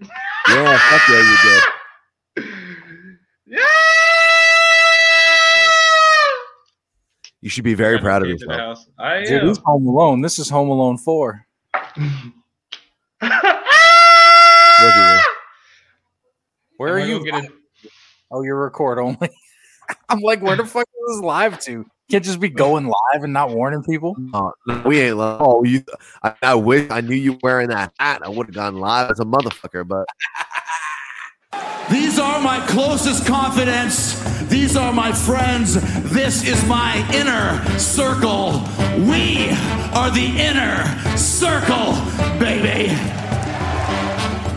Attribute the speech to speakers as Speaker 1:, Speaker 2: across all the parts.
Speaker 1: Yeah, fuck yeah, you did.
Speaker 2: Yeah.
Speaker 1: You should be very
Speaker 2: I'm
Speaker 1: proud of
Speaker 2: engaged in the
Speaker 1: yourself.
Speaker 2: house. I
Speaker 3: Dude,
Speaker 2: am.
Speaker 3: he's Home Alone. This is Home Alone 4.
Speaker 1: Look at you.
Speaker 2: Am
Speaker 3: Where are
Speaker 2: I
Speaker 3: you?
Speaker 2: gonna Get in-
Speaker 3: Oh, you're record only. I'm like, where the fuck is this live to? Can't just be going live and not warning people.
Speaker 1: Oh, no, we ain't live. Oh, you. I, I wish I knew you wearing that hat. I would have gone live as a motherfucker, but
Speaker 4: These are my closest confidants. These are my friends. This is my inner circle. We are the inner circle, baby.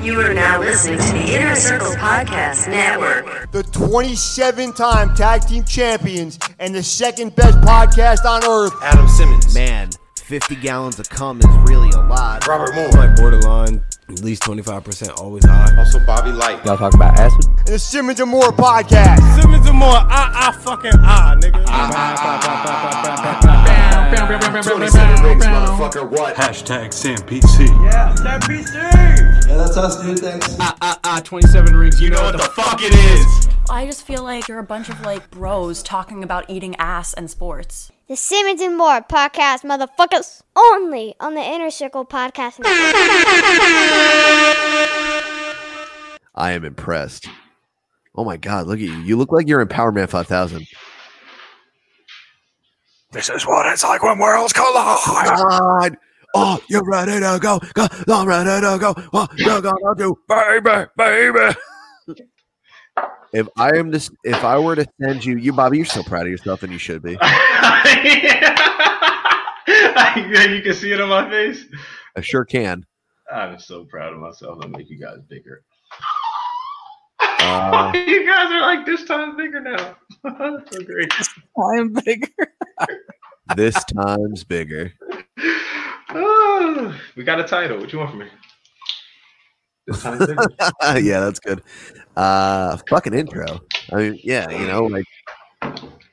Speaker 5: You are now listening to the Inner Circle Podcast Network.
Speaker 6: the 27 time tag team champions and the second best podcast on earth.
Speaker 7: Adam Simmons.
Speaker 8: Man, 50 gallons of cum is really a lot.
Speaker 7: Robert Moore. Like borderline, at least 25%, always high. Also Bobby Light.
Speaker 9: Y'all talk about acid?
Speaker 6: And the Simmons and Moore podcast.
Speaker 7: Simmons and Moore. Ah, ah, fucking ah, nigga.
Speaker 4: Hashtag Sam PC. Yeah,
Speaker 3: Uh,
Speaker 4: Sam PC. Yeah, that's us, dude. Thanks. Ah, ah, ah, 27 rings. You know what the fuck it is.
Speaker 10: I just feel like you're a bunch of like bros talking about eating ass and sports.
Speaker 11: The Simmons and More podcast, motherfuckers. Only on the Inner Circle podcast.
Speaker 1: I am impressed. Oh my god, look at you. You look like you're in Power Man 5000.
Speaker 3: This is what it's like when worlds collide.
Speaker 1: God. Oh, you're ready to go. go. I'm ready to go. Oh, you're gonna do, baby, baby. If I am just, if I were to send you, you Bobby, you're so proud of yourself, and you should be.
Speaker 2: yeah, you can see it on my face.
Speaker 1: I sure can.
Speaker 2: I'm so proud of myself. I'll make you guys bigger.
Speaker 1: Uh,
Speaker 2: you guys are like this time bigger now. That's so great.
Speaker 3: I'm bigger.
Speaker 1: this time's bigger.
Speaker 2: Oh, we got a title. What you want from me? This time bigger.
Speaker 1: yeah, that's good. Uh, fucking intro. I mean, yeah, you know, like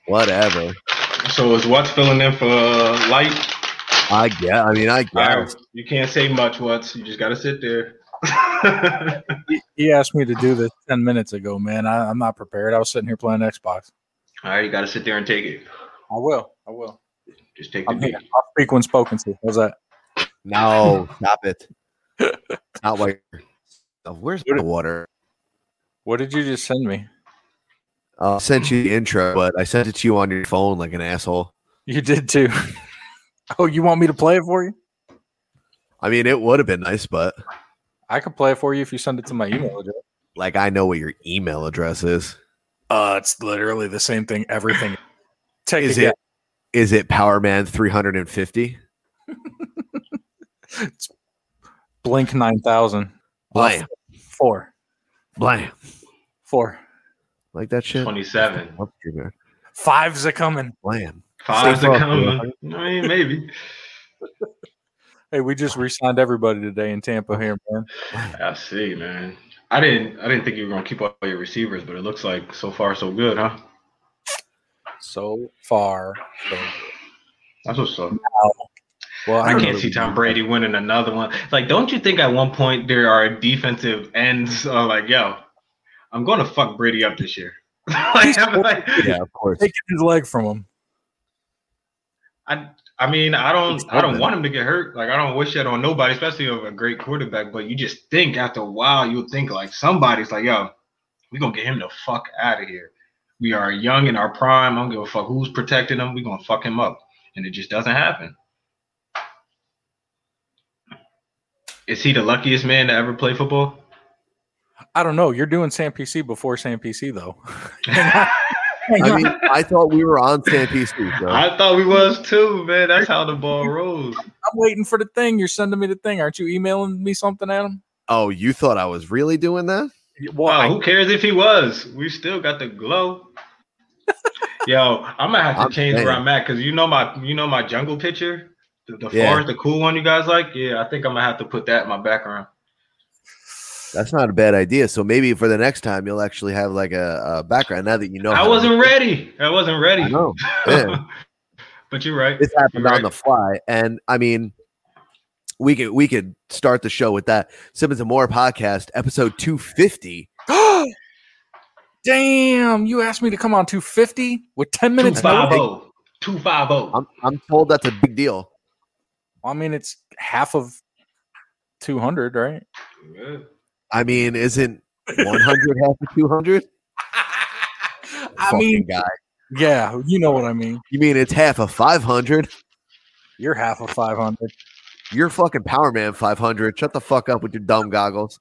Speaker 1: whatever.
Speaker 2: so is Watts filling in for uh, Light?
Speaker 1: I get. I mean, I
Speaker 2: Wow.
Speaker 1: guess.
Speaker 2: You can't say much, Watts. You just got to sit there.
Speaker 3: He asked me to do this 10 minutes ago, man. I, I'm not prepared. I was sitting here playing Xbox.
Speaker 2: All right, you got to sit there and take it.
Speaker 3: I will. I will.
Speaker 2: Just take the
Speaker 3: I'm
Speaker 2: beat.
Speaker 3: here. I'll speak when spoken to. How's that?
Speaker 1: No, stop it. Not like. Where's my water?
Speaker 3: What did you just send me?
Speaker 1: Uh, I sent you the intro, but I sent it to you on your phone like an asshole.
Speaker 3: You did too. oh, you want me to play it for you?
Speaker 1: I mean, it would have been nice, but
Speaker 3: I could play it for you if you send it to my email address.
Speaker 1: like I know what your email address is.
Speaker 3: Uh, it's literally the same thing. Everything. Take
Speaker 1: Is
Speaker 3: a
Speaker 1: it is it Powerman 350?
Speaker 3: Blink 9000.
Speaker 1: Blam.
Speaker 3: Four.
Speaker 1: Blam.
Speaker 3: Four.
Speaker 1: Like that shit?
Speaker 2: 27.
Speaker 1: Up your man.
Speaker 3: Fives are coming.
Speaker 1: Blam.
Speaker 2: Five's
Speaker 1: Stay
Speaker 2: a
Speaker 1: focused.
Speaker 2: comma. I mean, maybe.
Speaker 3: Hey, we just re signed everybody today in Tampa here, man.
Speaker 2: I see, man. I didn't. I didn't think you were gonna keep all your receivers, but it looks like so far so good, huh?
Speaker 3: So far. So
Speaker 2: That's what's up.
Speaker 3: well,
Speaker 2: I can't see Tom Brady winning another one. Like, don't you think at one point there are defensive ends are like, yo, I'm going to fuck Brady up this year. like, I'm like-
Speaker 1: Yeah, of course.
Speaker 3: Taking his leg from him.
Speaker 2: I, I mean, I don't,
Speaker 1: It's
Speaker 2: I don't
Speaker 1: happening.
Speaker 2: want him to get hurt. Like, I don't wish that on nobody, especially of a great quarterback. But you just think after a while, you'll think like somebody's like, yo, we gonna get him the fuck out of here. We are young in our prime. I don't give a fuck who's protecting him. We gonna fuck him up, and it just doesn't happen. Is he the luckiest man to ever play football?
Speaker 3: I don't know. You're doing Sam PC before Sam PC, though.
Speaker 1: I mean, I thought we were on San PC. So.
Speaker 2: I thought we was too, man. That's how the ball rolls.
Speaker 3: I'm waiting for the thing. You're sending me the thing. Aren't you emailing me something, Adam?
Speaker 1: Oh, you thought I was really doing that?
Speaker 2: Wow, who cares if he was? We still got the glow. Yo, I'm gonna have to
Speaker 1: I'm
Speaker 2: change where
Speaker 1: saying.
Speaker 2: I'm at because you know my you know my jungle picture, the, the
Speaker 1: Yeah.
Speaker 2: forest, the cool one you guys like. Yeah, I think I'm gonna have to put that in my background.
Speaker 1: That's not a bad idea. So maybe for the next time, you'll actually have like a, a background. Now that you know,
Speaker 2: I
Speaker 1: how-
Speaker 2: wasn't ready. I wasn't ready.
Speaker 1: I know. Yeah.
Speaker 2: but you're right.
Speaker 1: This happened
Speaker 2: You're
Speaker 1: on the fly, and I mean, We could we could start the show with that. Simmons and More podcast, episode 250.
Speaker 3: Damn, you asked me to come on 250 with 10 minutes. notice?
Speaker 2: 250. 250.
Speaker 1: I'm I'm told that's a big deal.
Speaker 3: I mean, it's half of 200, right?
Speaker 2: Yeah.
Speaker 1: I mean, isn't 100 half of 200?
Speaker 3: I mean,
Speaker 1: guy.
Speaker 3: yeah, you know what I mean.
Speaker 1: You mean it's half of 500?
Speaker 3: You're half of 500.
Speaker 1: You're fucking Power Man 500. Shut the fuck up with your dumb goggles.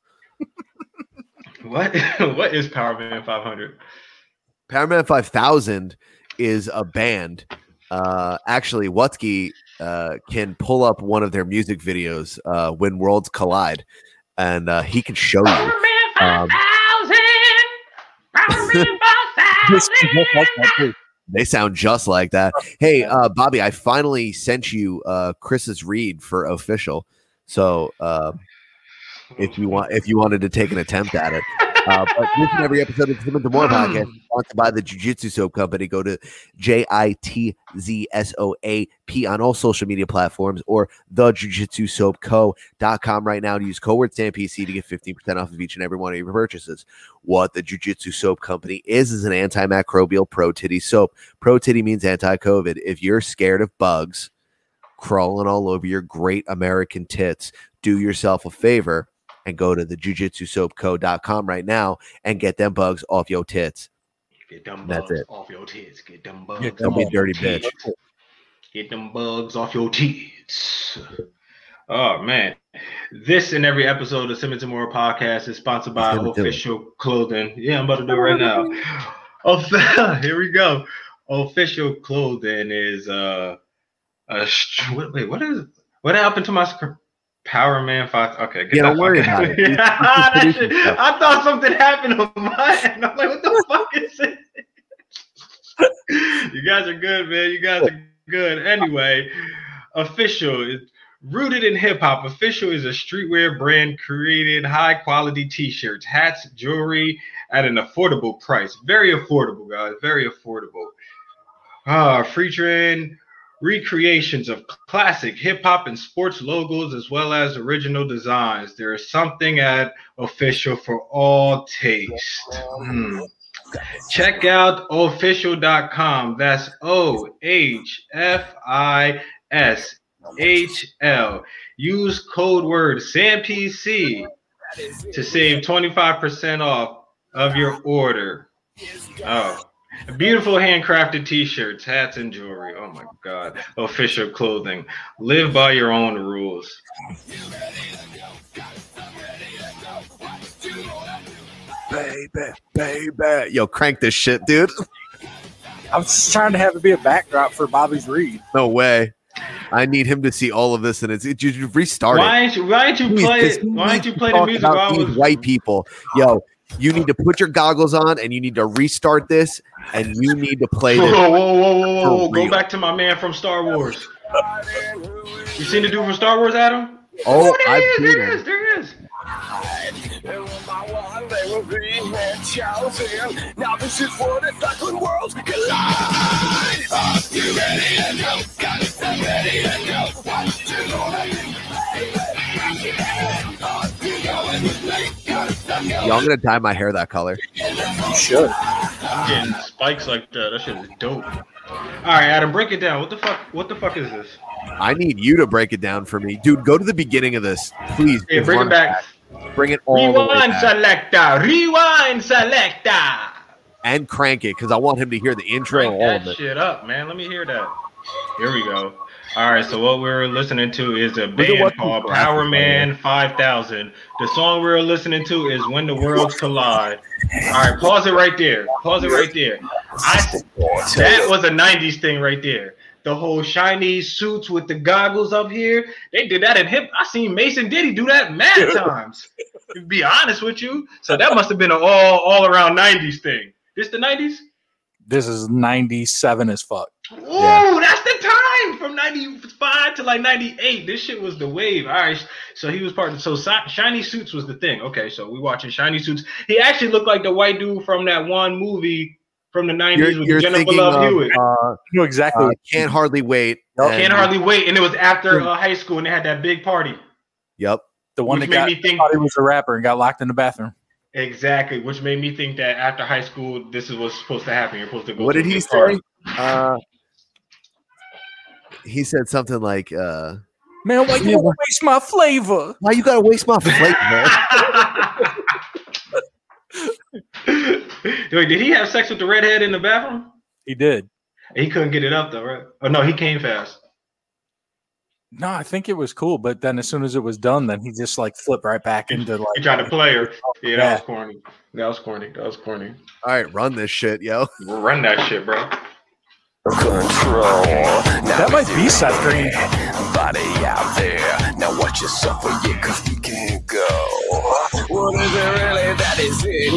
Speaker 2: What what is Power Man 500?
Speaker 1: Power Man 5000 is a band. Uh, actually, Wutzke uh, can pull up one of their music videos uh, when worlds collide, and uh, he can show you. Um,
Speaker 3: Yes, yes, that's not true.
Speaker 1: They sound just like that. Hey, uh, Bobby, I finally sent you uh, Chris's read for official. So uh, if you want, if you wanted to take an attempt at it, uh, but listen to every episode of the Tim and Demore podcast sponsored by the Jiu-Jitsu Soap Company. Go to J I T Z S O A P on all social media platforms or the Jiu-Jitsu Soap Co.com right now and use code word stand PC to get 15% off of each and every one of your purchases. What the Jiu-Jitsu Soap Company is is an antimicrobial pro titty soap. Pro titty means anti-COVID. If you're scared of bugs crawling all over your great American tits, do yourself a favor and go to the jujitsusoapco.com right now and get them bugs off your tits.
Speaker 2: Get them
Speaker 1: That's
Speaker 2: bugs
Speaker 1: it.
Speaker 2: off your tits. Get them bugs.
Speaker 3: Get them
Speaker 1: Don't be a
Speaker 2: off
Speaker 1: dirty
Speaker 2: your
Speaker 1: bitch.
Speaker 2: tits. Get them bugs off your tits. Oh man. This and every episode of Simmons and More podcast is sponsored by
Speaker 1: He's gonna do it.
Speaker 2: official clothing. Yeah, I'm about to do it right now. Oh, here we go. Official clothing is uh a str- what, Oh, wait, what is what happened to my script? Power Man 5. Okay,
Speaker 1: Yeah, don't
Speaker 2: that
Speaker 1: worry
Speaker 2: fucking-
Speaker 1: about it. It's-
Speaker 2: That
Speaker 1: it's
Speaker 2: shit-
Speaker 1: just producing stuff.
Speaker 2: I thought something happened on mine. I'm like, what the fuck is it? you guys are good, man. You guys are good. Anyway, official is rooted in hip hop. Official is a streetwear brand created high quality t-shirts, hats, jewelry at an affordable price. Very affordable, guys. Very affordable. Ah, featuring recreations of classic hip hop and sports logos as well as original designs. There is something at official for all taste. Hmm. Check out official.com. That's O H F I S H L. Use code word SAMPC to save 25% off of your order. Oh. Beautiful handcrafted t-shirts, hats, and jewelry. Oh my god. Official clothing. Live by your own rules.
Speaker 1: Baby, baby. Yo, crank this shit, dude.
Speaker 3: I'm just trying to have it be a backdrop for Bobby's read.
Speaker 1: No way. I need him to see all of this and it's it, you- you restart it.
Speaker 2: Why ain't you why ain't you
Speaker 1: Please,
Speaker 2: play
Speaker 1: 'cause he
Speaker 2: why ain't
Speaker 1: needs
Speaker 2: you
Speaker 1: to
Speaker 2: play the
Speaker 1: talk
Speaker 2: music
Speaker 1: about
Speaker 2: while I
Speaker 1: these
Speaker 2: was
Speaker 1: white people? Yo, you need to put your goggles on and you need to restart this and you need to play
Speaker 2: Whoa, whoa,
Speaker 1: this.
Speaker 2: whoa, whoa, whoa,
Speaker 1: For
Speaker 2: whoa, whoa. Go
Speaker 1: real.
Speaker 2: back to my man from Star Wars. You seen the dude from Star Wars, Adam?
Speaker 1: Oh,
Speaker 2: there
Speaker 1: I've
Speaker 2: he is,
Speaker 1: seen
Speaker 2: there he is,
Speaker 1: it.
Speaker 2: there he is.
Speaker 1: Yo, I'm gonna dye my hair that color.
Speaker 3: You should.
Speaker 2: I'm getting spikes like that. That shit is dope. Alright, Adam, break it down. What the fuck what the fuck is this?
Speaker 1: I need you to break it down for me. Dude, go to the beginning of this. Please.
Speaker 2: Yeah,
Speaker 1: just
Speaker 2: bring
Speaker 1: run
Speaker 2: it back.
Speaker 1: Bring it all the way
Speaker 2: Rewind
Speaker 1: back.
Speaker 2: selector. Rewind selector.
Speaker 1: and crank it because I want him to hear the intro and
Speaker 2: Crank
Speaker 1: all of
Speaker 2: that
Speaker 1: it.
Speaker 2: shit up, man. Let me hear that. Here we go. All right, so what we're listening to is a
Speaker 1: Look at
Speaker 2: band
Speaker 1: what
Speaker 2: called
Speaker 1: people ask
Speaker 2: Power
Speaker 1: us,
Speaker 2: Man 5000. The song we're listening to is When the Worlds Collide. All right, pause it right there. Pause it right there. I, that was a 90s thing right there. The whole shiny suits with the goggles up here. They did that in hip. I seen Mason Diddy do that mad times. To be honest with you. So that must have been an all all around 90s thing. This the 90s?
Speaker 3: This is 97 as fuck.
Speaker 2: Ooh, that's the time from '95 to like '98. This shit was the wave. All right, so he was part of. So Si- shiny suits was the thing. Okay, so we watching shiny suits. He actually looked like the white dude from that one movie from the 90s
Speaker 1: You're,
Speaker 2: with
Speaker 1: you're
Speaker 2: Jennifer
Speaker 1: thinking
Speaker 2: Love
Speaker 1: of
Speaker 3: Um,
Speaker 2: Hewitt.
Speaker 1: uh,
Speaker 3: know exactly.
Speaker 1: uh, can't hardly wait. and-
Speaker 2: Can't hardly wait. And it was after uh, high school and they had that big party.
Speaker 1: Yep.
Speaker 3: the one
Speaker 2: which
Speaker 3: that
Speaker 2: made
Speaker 3: got
Speaker 2: me think-
Speaker 3: thought he was a rapper and got locked in the bathroom.
Speaker 2: Exactly, which made me think that after high school, this is what's supposed to happen. You're supposed to go.
Speaker 1: What
Speaker 2: to a
Speaker 1: did he
Speaker 2: big
Speaker 1: say?
Speaker 2: party.
Speaker 1: Uh, he said something like, uh,
Speaker 3: Man, why you wanna waste my flavor?
Speaker 1: "Why you gotta waste my plate, man?"
Speaker 2: Wait, did he have sex with the redhead in the bathroom?
Speaker 3: He did.
Speaker 2: He couldn't get it up though, right? Oh no, he came fast.
Speaker 3: No, I think it was cool, but then as soon as it was done, then he just like flipped right back into like
Speaker 2: He tried to play her. Yeah, that
Speaker 3: Yeah.
Speaker 2: was corny. That was corny. That was corny.
Speaker 1: All right, run this shit, yo.
Speaker 2: Run that shit, bro.
Speaker 3: that might be Seth Green.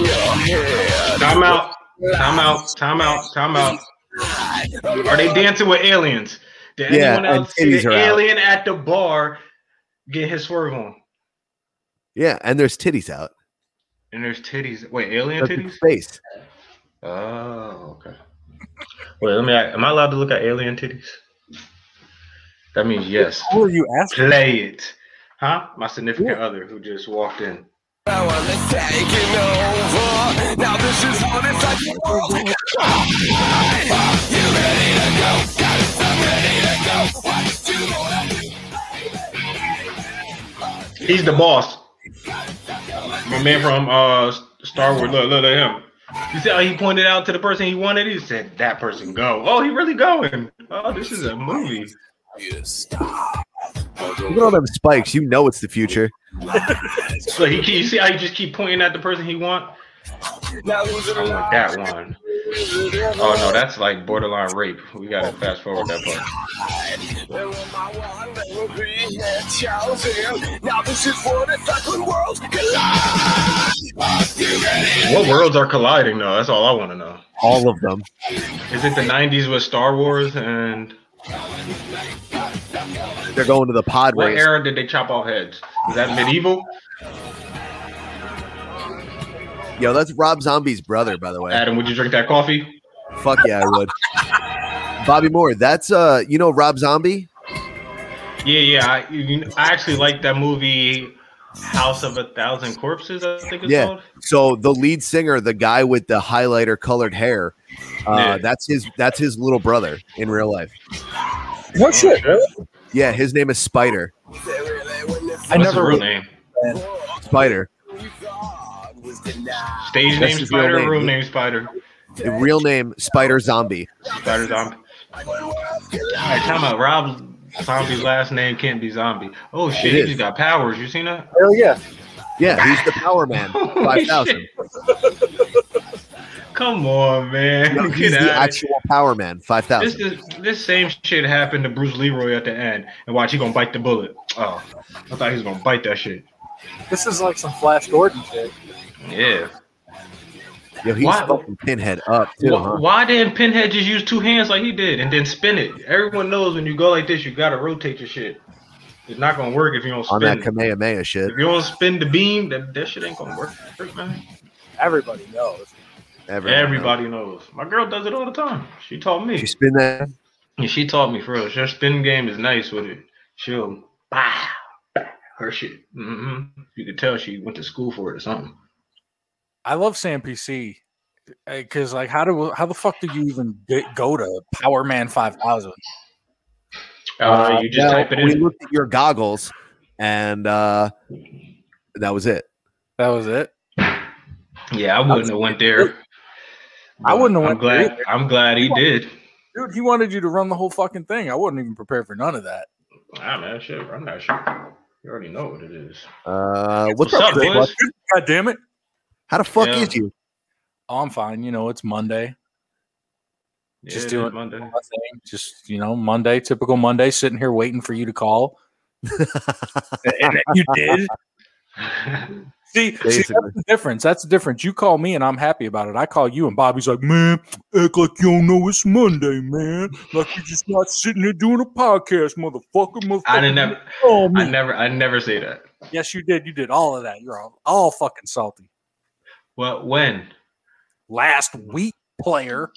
Speaker 2: Time out. Time out. Time out. Time out. Are they dancing with aliens? Did
Speaker 1: Yeah,
Speaker 2: anyone
Speaker 1: and
Speaker 2: else see
Speaker 1: titties
Speaker 2: the
Speaker 1: are out.
Speaker 2: alien at the bar get his swerve on?
Speaker 1: Yeah, and there's titties out.
Speaker 2: And there's titties. Wait, alien
Speaker 1: That's in
Speaker 2: titties?
Speaker 1: space.
Speaker 2: Oh, okay. Wait, let me. Am I allowed to look at alien titties? That means yes.
Speaker 3: Who are you asking?
Speaker 2: Play it, huh? My significant other who just walked in. He's the boss. My man from uh S- Star Wars. Look, look at him. He said he pointed out to the person he wanted. He said that person go. Oh, he really going. Oh, this is a movie.
Speaker 1: Look at all them spikes. You know it's the future.
Speaker 2: So he, keep- you see how he just keep pointing at the person he want. I want that one. Oh no, that's like borderline rape. We gotta fast forward that part. What worlds are colliding though? That's all I want to know.
Speaker 1: All of them.
Speaker 2: Is it the '90s with Star Wars and
Speaker 1: They're going to the pod
Speaker 2: what
Speaker 1: race.
Speaker 2: era did they chop off heads? Is that medieval?
Speaker 1: Yo, that's Rob Zombie's brother, by the way.
Speaker 2: Adam, would you drink that coffee?
Speaker 1: Fuck yeah, I would. Bobby Moore, that's uh, you know Rob Zombie.
Speaker 2: Yeah, yeah. I, you know, I actually like that movie, House of a Thousand Corpses. I think it's
Speaker 1: Yeah.
Speaker 2: called.
Speaker 1: So the lead singer, the guy with the highlighter colored hair, uh,
Speaker 2: Yeah.
Speaker 1: that's his that's his little brother in real life.
Speaker 3: No shit.
Speaker 1: Yeah, his name is Spider.
Speaker 3: I
Speaker 2: What's
Speaker 3: never
Speaker 2: his real
Speaker 3: really
Speaker 2: name?
Speaker 1: Spider.
Speaker 2: Stage
Speaker 1: That's
Speaker 2: name
Speaker 1: his real
Speaker 2: Spider,
Speaker 1: name.
Speaker 2: real name Spider,
Speaker 1: The real name Spider Zombie.
Speaker 2: Spider Zombie. All right, time out. Rob Zombie's last name can't be Zombie. Oh shit,
Speaker 1: It
Speaker 2: he
Speaker 1: is.
Speaker 2: just got powers. You seen that?
Speaker 3: Hell yeah.
Speaker 1: Yeah, he's the Power Man. Five thousand.
Speaker 2: Come on, man.
Speaker 1: No,
Speaker 2: Get
Speaker 1: he's the
Speaker 2: out of here.
Speaker 1: actual Power Man. Five
Speaker 2: This
Speaker 1: thousand.
Speaker 2: is this same shit happened to Bruce Leroy at the end, and watch he gonna bite the bullet. Oh, I thought he was gonna bite that shit.
Speaker 3: This is like some Flash Gordon shit.
Speaker 2: Yeah.
Speaker 1: Yo, he's
Speaker 2: Why-
Speaker 1: fucking pinhead up too,
Speaker 2: Why,
Speaker 1: huh?
Speaker 2: why didn't Pinhead just use two hands like he did and then spin it? Everyone knows when you go like this, you gotta rotate your shit. It's not gonna work if you don't
Speaker 1: On that
Speaker 2: spin.
Speaker 1: Kamehameha shit.
Speaker 2: If you don't spin the beam, that, that shit ain't gonna work, man.
Speaker 3: Everybody knows.
Speaker 1: Everyone
Speaker 2: Everybody knows. My girl does it all the time. She taught
Speaker 1: knows.
Speaker 2: me.
Speaker 1: You spin that.
Speaker 2: And she taught me for real. Her spin game is nice with it. She'll bah, bah, her shit. hmm You could tell she went to school for it or something.
Speaker 3: I love Sam PC because like how do how the fuck do you even get, go to Power Man Five Thousand?
Speaker 2: Uh, you just
Speaker 1: now,
Speaker 2: type it
Speaker 1: We
Speaker 2: in.
Speaker 1: looked at your goggles, and uh, that was it.
Speaker 3: That was it.
Speaker 2: Yeah, I wouldn't have went there.
Speaker 3: I wouldn't have
Speaker 2: I'm
Speaker 3: went there
Speaker 2: glad. I'm glad he did.
Speaker 3: Dude, he wanted you to run the whole fucking thing. I wasn't even prepared for none of that.
Speaker 2: Nah, man, shit. I'm not sure. You already know what it is.
Speaker 1: Uh, what's,
Speaker 2: What's
Speaker 1: up,
Speaker 2: up,
Speaker 1: Big
Speaker 2: boys?
Speaker 1: Buck?
Speaker 3: God damn it.
Speaker 1: How the fuck
Speaker 2: Yeah.
Speaker 1: is you?
Speaker 3: Oh, I'm fine. You know, it's Monday.
Speaker 2: Yeah,
Speaker 3: Just do
Speaker 2: this
Speaker 3: it.
Speaker 2: Monday.
Speaker 3: My thing, Just, you know, Monday, typical Monday, sitting here waiting for you to call. And you did. See, see, that's
Speaker 1: Basically.
Speaker 3: the difference. That's the difference. You call me and I'm happy about it. I call you and Bobby's like, man, act like you don't know it's Monday, man. Like you're just not sitting here doing a podcast, motherfucker. motherfucker.
Speaker 2: I didn't have.
Speaker 3: Oh,
Speaker 2: I
Speaker 3: man.
Speaker 2: never. I never say that.
Speaker 3: Yes, you did. You did all of that. You're all, all fucking salty.
Speaker 2: Well, when?
Speaker 3: Last week, player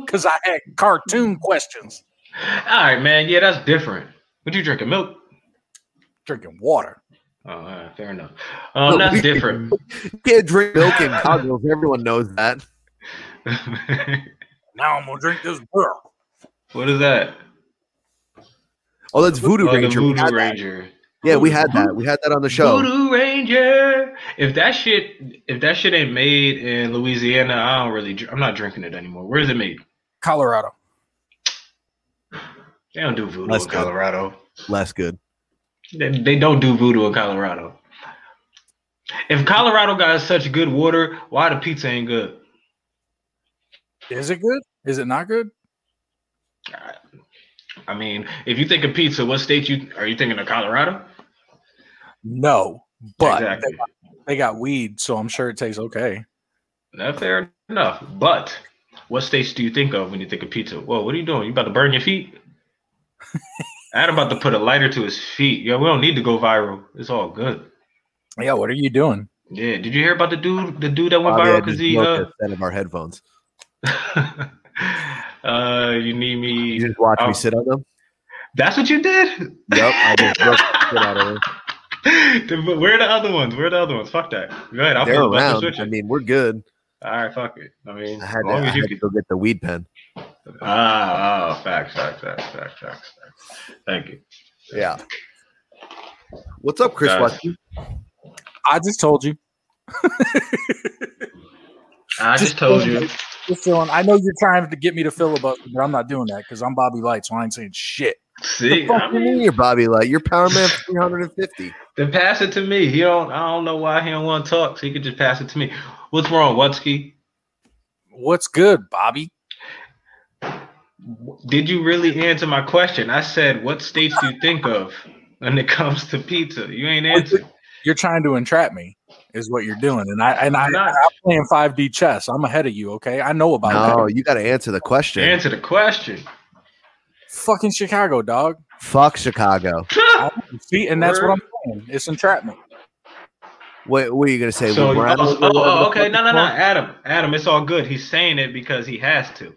Speaker 3: because I had cartoon questions.
Speaker 2: All right, man. Yeah, that's different. What you drinking? Milk?
Speaker 3: Drinking water.
Speaker 2: Oh, all right, fair enough. Um,
Speaker 1: No,
Speaker 2: that's
Speaker 1: we-
Speaker 2: different.
Speaker 1: You can't drink milk in goggles. Everyone knows that.
Speaker 3: Now I'm gonna drink this beer.
Speaker 2: What is that?
Speaker 1: Oh, that's Voodoo
Speaker 2: Oh, the
Speaker 1: Ranger. We
Speaker 2: Voodoo
Speaker 1: had that.
Speaker 2: Ranger.
Speaker 1: Yeah, we had that. We had that on the show.
Speaker 2: Voodoo Ranger. If that shit, if that shit ain't made in Louisiana, I don't really. dr- I'm not drinking it anymore. Where is it made?
Speaker 3: Colorado.
Speaker 2: They don't do voodoo
Speaker 1: That's
Speaker 2: in
Speaker 1: good.
Speaker 2: Colorado.
Speaker 1: Less good.
Speaker 2: They, they don't do voodoo in Colorado. If Colorado got such good water, why the pizza ain't good?
Speaker 3: Is it good? Is it not good?
Speaker 2: I mean, if you think of pizza, what state you are you thinking of? Colorado?
Speaker 3: No, but
Speaker 2: Exactly.
Speaker 3: they, got, they got weed, so I'm sure it tastes okay.
Speaker 2: Not fair enough. But what states do you think of when you think of pizza? Whoa, what are you doing? You about to burn your feet? Adam about to put a lighter to his feet. Yo, we don't need to go viral. It's all good.
Speaker 3: Yeah, what are you doing?
Speaker 2: Yeah. Did you hear about the dude? The dude that went
Speaker 1: Bobby
Speaker 2: viral
Speaker 1: had
Speaker 2: because
Speaker 1: Oh, just
Speaker 2: he
Speaker 1: milked
Speaker 2: uh,
Speaker 1: it instead of our headphones.
Speaker 2: uh, you need me.
Speaker 1: You just watch
Speaker 2: Oh.
Speaker 1: me sit on them.
Speaker 2: That's what you did.
Speaker 1: Yep, I just milked the shit out of them.
Speaker 2: Dude, Where are the other ones? Where are the other ones? Fuck that. Go ahead. I'll
Speaker 1: They're
Speaker 2: flip back and
Speaker 1: around.
Speaker 2: Oh, switch
Speaker 1: I
Speaker 2: it.
Speaker 1: mean, we're good.
Speaker 2: All right, fuck it. I mean,
Speaker 1: I
Speaker 2: as
Speaker 1: had to,
Speaker 2: long
Speaker 1: I
Speaker 2: as you
Speaker 1: had to
Speaker 2: can.
Speaker 1: go get the weed pen.
Speaker 2: Ah, ah, facts, facts, facts, facts, facts, facts. Thank you.
Speaker 1: Yeah. What's up, Chris?
Speaker 2: Guys.
Speaker 1: Watson?
Speaker 3: I just told you.
Speaker 2: I just told you.
Speaker 3: Just feeling, I know you're trying to get me to filibuster, but I'm not doing that because I'm Bobby Light, so I ain't saying shit.
Speaker 2: See,
Speaker 1: Fuck
Speaker 2: I
Speaker 1: you,
Speaker 2: mean,
Speaker 1: you're Bobby Light. You're Power Man 350.
Speaker 2: then pass it to me. He don't. I don't know why he don't want to talk. So he could just pass it to me. What's wrong, Wutsky?
Speaker 3: What's good, Bobby?
Speaker 2: Did you really answer my question? I said, what states do you think of when it comes to pizza? You ain't answered.
Speaker 3: You're trying to entrap me, is what you're doing. And I and I,
Speaker 2: I'm not.
Speaker 3: I'm playing 5D chess. I'm ahead of you, okay? I know about
Speaker 1: No,
Speaker 3: that.
Speaker 1: you got to answer the question.
Speaker 2: Answer the question.
Speaker 3: Fucking Chicago, dog.
Speaker 1: Fuck Chicago.
Speaker 3: See, and that's what
Speaker 2: Word.
Speaker 3: I'm saying. It's entrapment.
Speaker 1: Wait, what are you going to say?
Speaker 2: So,
Speaker 1: Lou
Speaker 2: oh,
Speaker 1: Brown?
Speaker 2: oh, oh, okay, no, no, no, Adam, Adam, it's all good. He's saying it because he has to,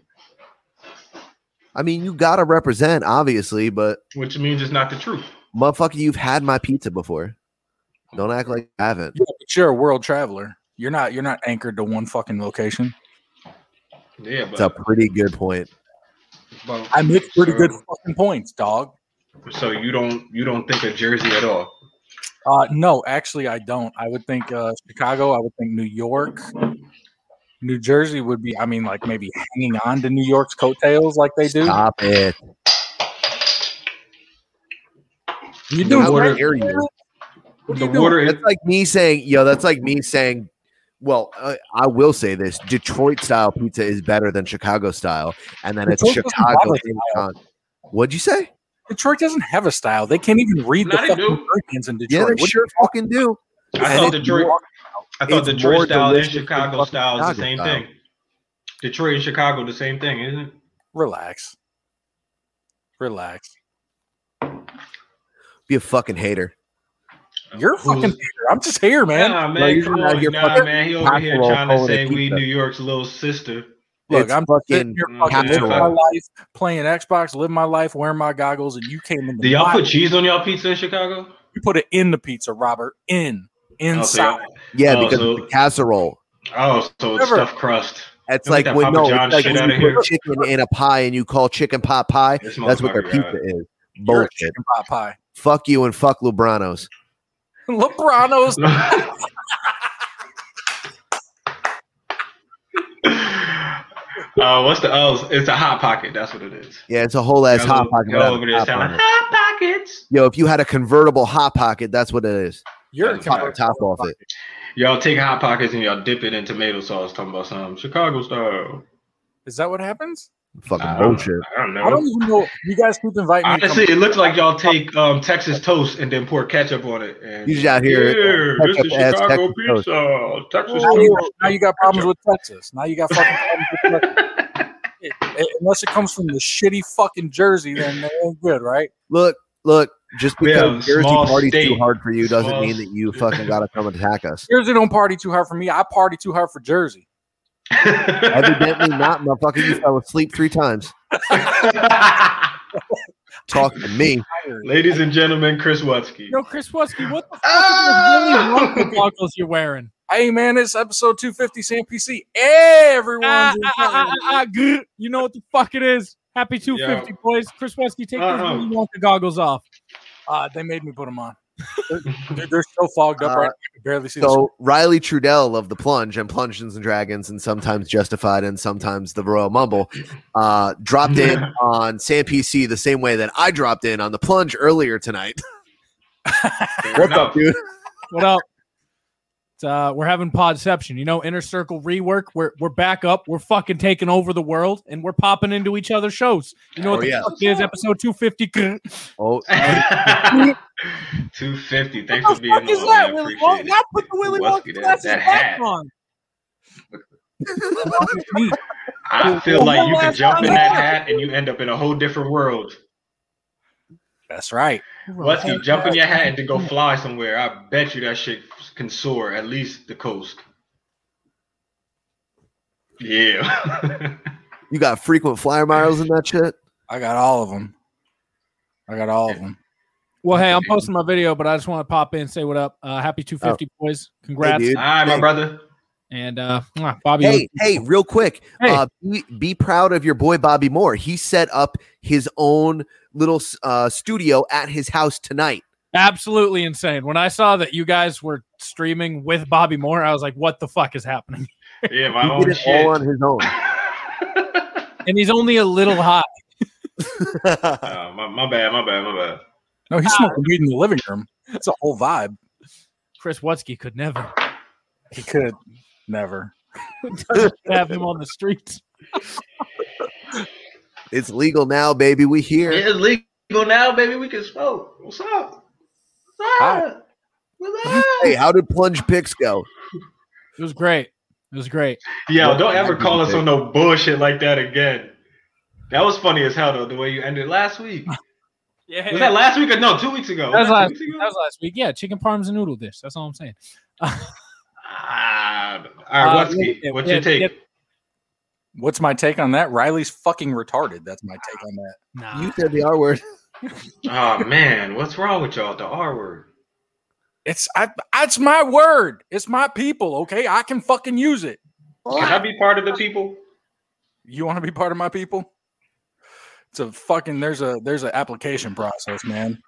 Speaker 1: I mean, you got to represent, obviously, but
Speaker 2: which means it's not the truth.
Speaker 1: motherfucker, you've had my pizza before. Don't act like I haven't.
Speaker 3: Yeah, but you're a world traveler. You're not you're not anchored to one fucking location.
Speaker 2: Yeah, but,
Speaker 1: It's a pretty good point.
Speaker 2: but-
Speaker 3: I make pretty
Speaker 2: so-
Speaker 3: good fucking points, dog.
Speaker 2: So you don't you don't think of Jersey at all?
Speaker 3: Uh, no, actually, I don't. I would think uh, Chicago. I would think New York, New Jersey would be. I mean, like maybe hanging on to New York's coattails like they do.
Speaker 1: Stop it.
Speaker 3: You
Speaker 2: The
Speaker 3: do
Speaker 1: How
Speaker 2: water-
Speaker 1: dare you?
Speaker 3: What are
Speaker 2: the
Speaker 3: you doing?
Speaker 2: water is
Speaker 1: That's like me saying, yo, that's like me saying, well, uh, I will say this Detroit style pizza is better than Chicago style. And then it's
Speaker 3: Detroit doesn't have
Speaker 1: Chicago.
Speaker 3: a
Speaker 1: in con- What'd you say?
Speaker 3: Detroit doesn't have a style. They can't even read the
Speaker 2: Not
Speaker 3: fucking
Speaker 2: even.
Speaker 3: Hurricanes in
Speaker 1: Yeah,
Speaker 3: Detroit.
Speaker 1: they
Speaker 3: What-
Speaker 1: sure fucking do.
Speaker 2: I
Speaker 1: And
Speaker 2: thought
Speaker 1: it's
Speaker 2: Detroit.
Speaker 1: more-
Speaker 2: I thought
Speaker 1: it's more
Speaker 2: Detroit style and
Speaker 1: delicious than
Speaker 2: Chicago
Speaker 1: fucking
Speaker 2: style is the
Speaker 1: Chicago
Speaker 2: same
Speaker 1: style.
Speaker 2: thing. Detroit and Chicago the same thing, isn't it?
Speaker 3: Relax, relax.
Speaker 1: Be a fucking hater.
Speaker 3: You're a
Speaker 2: Who's-
Speaker 3: fucking. hater. I'm just here, man.
Speaker 2: Nah,
Speaker 1: No,
Speaker 2: man,
Speaker 1: you're
Speaker 2: come
Speaker 1: not
Speaker 2: on,
Speaker 1: your
Speaker 2: nah,
Speaker 1: fucking
Speaker 2: man. He over here
Speaker 1: casserole
Speaker 2: trying to
Speaker 1: full of
Speaker 2: say we
Speaker 1: pizza.
Speaker 2: New York's little sister.
Speaker 3: Look,
Speaker 1: It's
Speaker 3: I'm
Speaker 1: fucking
Speaker 3: sitting here
Speaker 2: Mm,
Speaker 3: fucking living my
Speaker 2: casserole.
Speaker 3: life, playing Xbox, living my life, wearing my goggles, and you came in.
Speaker 2: Do
Speaker 3: The
Speaker 2: y'all put cheese on y'all pizza in Chicago?
Speaker 3: you put it in the pizza, Robert? In
Speaker 2: Oh, so y'all-
Speaker 3: inside.
Speaker 1: Yeah,
Speaker 2: Oh,
Speaker 1: because
Speaker 2: so-
Speaker 1: it's a casserole.
Speaker 2: Oh, so it's
Speaker 3: Never.
Speaker 2: stuffed crust.
Speaker 1: It's
Speaker 2: Don't
Speaker 1: like
Speaker 2: get that
Speaker 1: when
Speaker 2: Papa
Speaker 1: no,
Speaker 2: John's
Speaker 1: it's like
Speaker 2: shit
Speaker 1: when
Speaker 2: outta
Speaker 1: you put
Speaker 2: here.
Speaker 1: chicken in a pie and you call chicken pot pie.
Speaker 2: This
Speaker 1: That's what their
Speaker 2: motherfucker
Speaker 1: pizza
Speaker 2: got-
Speaker 1: is.
Speaker 3: You're a
Speaker 1: Bullshit.
Speaker 3: chicken pot pie.
Speaker 1: Fuck you and fuck Lubranos.
Speaker 3: Lebrano's
Speaker 2: uh, what's the oh? It's a hot pocket. That's what it is.
Speaker 1: Yeah, it's a whole ass
Speaker 2: Y'all
Speaker 1: hot
Speaker 2: over-
Speaker 1: pocket.
Speaker 2: y'all
Speaker 1: without
Speaker 2: over
Speaker 1: a
Speaker 2: there
Speaker 1: top on
Speaker 2: selling
Speaker 1: it.
Speaker 2: hot pockets.
Speaker 1: Yo, if you had a convertible hot pocket, that's what it is.
Speaker 3: you're a
Speaker 2: That's
Speaker 1: Pop
Speaker 2: right.
Speaker 1: the
Speaker 3: chicken
Speaker 1: top off it.
Speaker 2: Y'all take hot pockets and y'all dip it in tomato sauce. Talking about some Chicago style.
Speaker 3: Is that what happens?
Speaker 1: Fucking
Speaker 2: I don't,
Speaker 1: bullshit.
Speaker 2: I don't know.
Speaker 3: I don't even know. You guys keep inviting me. to come-
Speaker 2: Honestly, it looks like y'all take um, Texas toast and then pour ketchup on it. And
Speaker 1: You just out here,
Speaker 2: Yeah, this is
Speaker 1: ketchup-ass
Speaker 2: Chicago
Speaker 1: Texas toast."
Speaker 2: pizza. Texas
Speaker 3: now, you,
Speaker 2: toast.
Speaker 3: Oh, now you got problems with Texas. Now you got fucking problems with Texas. It- it- unless it comes from the shitty fucking Jersey, then they ain't good, right?
Speaker 1: Look, look, just
Speaker 2: We have
Speaker 1: because Jersey
Speaker 2: small
Speaker 1: party's too
Speaker 2: state.
Speaker 1: hard for you doesn't
Speaker 2: Small
Speaker 1: mean that you fucking gotta come and attack us.
Speaker 3: Jersey don't party too hard for me. I party too hard for Jersey.
Speaker 1: Evidently not, motherfucker. You fell asleep three times. Talk to me.
Speaker 2: Ladies and gentlemen, Chris Ah! Watsky.
Speaker 9: Yo, Chris Wesky, what the fuck is really wrong with goggles you're wearing?
Speaker 3: Hey man, it's episode 250 CMPC. Everyone's
Speaker 9: Ah,
Speaker 3: in
Speaker 9: ah, ah, ah, ah, grr. you know what the fuck it is. Happy 250, boys. Chris Wesky, take
Speaker 3: Uh-huh.
Speaker 9: those Willy Wonka goggles off.
Speaker 3: Uh, they made me put them on. They're, they're so fogged up
Speaker 1: Uh,
Speaker 3: right now, I can barely see the
Speaker 1: So Riley Trudell of the Plunge and Plungeons and Dragons, and sometimes Justified, and sometimes the Royal Mumble, uh, dropped in on Sam PC the same way that I dropped in on the Plunge earlier tonight. What's up, dude?
Speaker 9: What up? It's, uh, we're having podception, you know, inner circle rework. We're we're back up. We're fucking taking over the world, and we're popping into each other's shows. You know
Speaker 1: Oh,
Speaker 9: what the
Speaker 1: yeah.
Speaker 9: fuck it is episode two fifty.
Speaker 1: Oh,
Speaker 2: 250. Thanks for being on.
Speaker 9: is
Speaker 2: man.
Speaker 9: that, Willy
Speaker 2: Appreciate
Speaker 9: Wonka?
Speaker 2: it.
Speaker 9: Now put the Willy
Speaker 2: What's
Speaker 9: Wonka
Speaker 2: that-
Speaker 9: glasses
Speaker 2: that
Speaker 9: back
Speaker 2: hat.
Speaker 9: on.
Speaker 2: I feel like you could jump in that hat and you end up in a whole different world.
Speaker 3: That's right.
Speaker 2: Wesky, jump in your hat and then go fly somewhere. I bet you that shit can soar at least the coast. Yeah.
Speaker 1: You got frequent flyer miles in that shit?
Speaker 3: I got all of them. I got all of them.
Speaker 9: Well, hey, I'm posting my video, but I just want to pop in and say what up. Uh, happy 250,
Speaker 3: Oh.
Speaker 9: boys. Congrats.
Speaker 1: dude. All right, my Hey.
Speaker 2: brother.
Speaker 9: And uh, mwah, Bobby.
Speaker 1: Hey, hey, real quick. Uh, be, be proud of your boy Bobby Moore. He set up his own little uh, studio at his house tonight.
Speaker 9: Absolutely insane. When I saw that you guys were streaming with Bobby Moore, I was like, what the fuck is happening?
Speaker 2: Yeah,
Speaker 1: He did it all on his own.
Speaker 9: and he's only a little high.
Speaker 2: Uh, my, my bad, my bad, my bad.
Speaker 3: No, he's
Speaker 9: Ah.
Speaker 3: smoking weed in the living room. It's a whole vibe.
Speaker 9: Chris Wutzke could never
Speaker 3: He could never.
Speaker 9: have him on the streets.
Speaker 1: It's legal now, baby. We here.
Speaker 2: It's legal now, baby. We can smoke. What's up? What's up? What's up?
Speaker 1: Hey, how did plunge picks go?
Speaker 9: It was great. It was great.
Speaker 2: Yo, don't ever call us on no bullshit like that again. That was funny as hell though, the way you ended last week.
Speaker 9: Yeah.
Speaker 2: Was that last week or no? Two weeks ago.
Speaker 9: That was,
Speaker 2: two
Speaker 9: last,
Speaker 2: weeks
Speaker 9: that was last week. Yeah, chicken parms and noodle dish. That's all I'm saying.
Speaker 2: Ah, all right,
Speaker 9: Uh,
Speaker 2: what's,
Speaker 9: yeah,
Speaker 2: what's
Speaker 9: yeah,
Speaker 2: your take?
Speaker 9: yeah.
Speaker 3: What's my take on that? Riley's fucking retarded. That's my take on that.
Speaker 9: Nah.
Speaker 1: You said the R word.
Speaker 2: Oh man, what's wrong with y'all? The R word.
Speaker 3: It's I. It's my word. It's my people. Okay, I can fucking use it.
Speaker 2: Can I be part of the people?
Speaker 3: You want to be part of my people? It's a fucking. There's a there's an application process, man.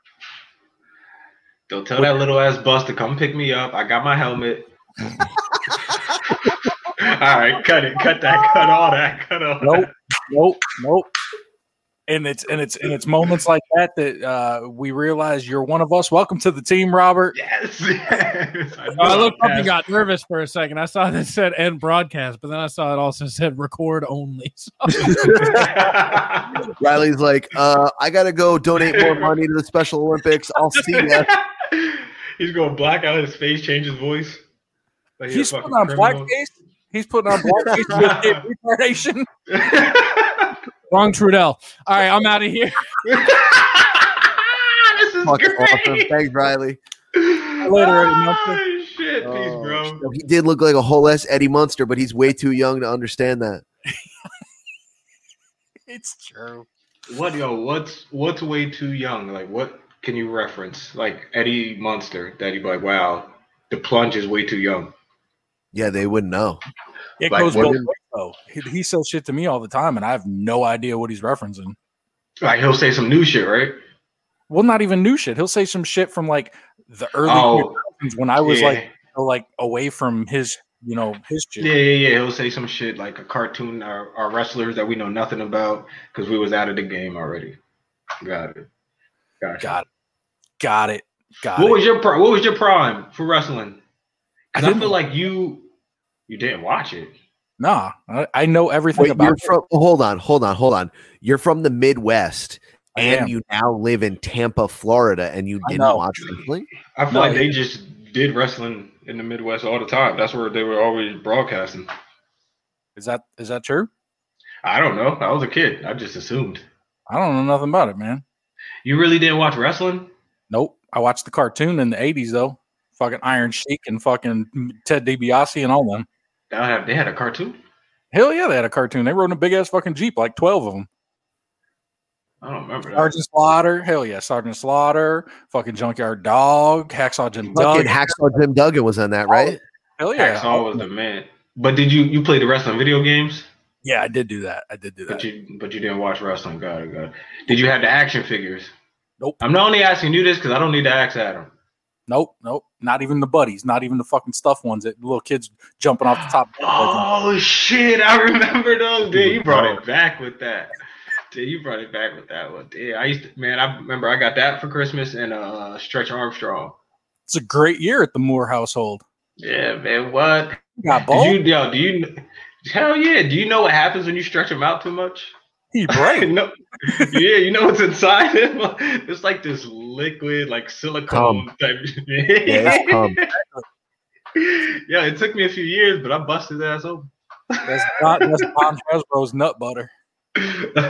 Speaker 2: Don't tell that little ass bus to come pick me up. I got my helmet. all right, cut it, cut that, cut all that, cut all
Speaker 3: Nope.
Speaker 2: that.
Speaker 3: Nope. Nope. And it's and it's and it's moments like that that uh, we realize you're one of us. Welcome to the team, Robert.
Speaker 2: Yes. yes. I, knew
Speaker 9: I looked up and
Speaker 2: passed.
Speaker 9: got nervous for a second. I saw that said end broadcast, but then I saw it also said record only. So
Speaker 1: Riley's like, uh, I gotta go donate more money to the Special Olympics. I'll see ya.
Speaker 2: He's gonna black out his face, change his voice. Like
Speaker 3: He's
Speaker 2: a
Speaker 3: putting on
Speaker 2: fucking criminal.
Speaker 3: blackface. He's putting on blackface with retardation.
Speaker 9: wrong Trudell. All right, I'm out of here.
Speaker 2: this is
Speaker 1: Fucking
Speaker 2: great.
Speaker 1: awesome. Thanks, Riley.
Speaker 3: Later, Eddie Munster.
Speaker 2: Oh, shit, peace, bro.
Speaker 1: Oh,
Speaker 3: Oh,
Speaker 1: So he did look like a whole ass Eddie Munster, but he's way too young to understand that.
Speaker 3: It's true.
Speaker 2: What yo? What's what's way too young? Like what can you reference? Like Eddie Munster that you'd be like, wow, the plunge is way too young.
Speaker 1: Yeah, they wouldn't know.
Speaker 3: It
Speaker 2: Like,
Speaker 3: goes
Speaker 2: what
Speaker 3: both
Speaker 2: is-
Speaker 3: ways, though. He, he says shit to me all the time, and I have no idea what he's referencing.
Speaker 2: Like he'll say some new shit, right?
Speaker 3: Well, not even new shit. He'll say some shit from like the early
Speaker 2: Oh,
Speaker 3: 2000s when I was
Speaker 2: yeah.
Speaker 3: like like away from his, you know, his shit.
Speaker 2: Yeah, yeah, yeah. He'll say some shit like a cartoon or, or wrestlers that we know nothing about because we was out of the game already. Got it. Gotcha.
Speaker 3: Got it. Got it. Got
Speaker 2: what
Speaker 3: it.
Speaker 2: was your pri- what was your prime for wrestling? 'Cause
Speaker 3: I
Speaker 2: I,
Speaker 3: didn't-
Speaker 2: feel like you you didn't watch it.
Speaker 3: nah, I, I know everything
Speaker 1: Wait,
Speaker 3: about
Speaker 1: you're
Speaker 3: it.
Speaker 1: from, hold on, hold on, hold on. You're from the Midwest,
Speaker 3: I
Speaker 1: and
Speaker 3: am.
Speaker 1: you now live in Tampa, Florida, and you
Speaker 3: I
Speaker 1: didn't
Speaker 3: know.
Speaker 1: watch wrestling.
Speaker 2: I feel
Speaker 3: No,
Speaker 2: like
Speaker 3: yeah.
Speaker 2: they just did wrestling in the Midwest all the time. That's where they were always broadcasting.
Speaker 3: Is that is that true?
Speaker 2: I don't know. I was a kid. I just assumed.
Speaker 3: I don't know nothing about it, man.
Speaker 2: You really didn't watch wrestling?
Speaker 3: Nope. I watched the cartoon in the '80s though. Fucking Iron Sheik and fucking Ted DiBiase and all them.
Speaker 2: They had, they had a cartoon.
Speaker 3: Hell yeah, they had a cartoon. They rode in a big ass fucking jeep, like twelve of them.
Speaker 2: I don't remember. that.
Speaker 3: Sergeant Slaughter, hell yeah, Sergeant Slaughter, fucking Junkyard Dog, Hacksaw Jim Duggan,
Speaker 1: Fucking Hacksaw Jim Duggan was on
Speaker 2: Oh.
Speaker 1: that, right?
Speaker 3: hell yeah,
Speaker 2: Hacksaw was the man. But did you you play the wrestling video games?
Speaker 3: Yeah, I did do that. I did do that.
Speaker 2: But you but you didn't watch wrestling. God, oh, God. Did you have the action figures?
Speaker 3: Nope.
Speaker 2: I'm not only asking you this because I don't need to ask Adam.
Speaker 3: Nope, nope, not even the buddies, not even the fucking stuff ones that little kids jumping off the top.
Speaker 2: Oh shit! I remember those. Dude, you brought it back with that. Dude, you brought it back with that one. Dude, I used to, man. I remember I got that for Christmas and uh Stretch Armstrong.
Speaker 3: It's a great year at the Moore household.
Speaker 2: Yeah, man. What?
Speaker 3: You got
Speaker 2: Did
Speaker 3: both.
Speaker 2: you, yo, do you? Hell yeah. Do you know what happens when you stretch him out too much?
Speaker 3: He breaks.
Speaker 2: no. Yeah, you know what's inside him? It's like this liquid, like silicone type.
Speaker 1: Yeah, it's cum.
Speaker 2: yeah, it took me a few years, but I busted his ass open.
Speaker 3: That's not that's Don Hasbro's nut butter.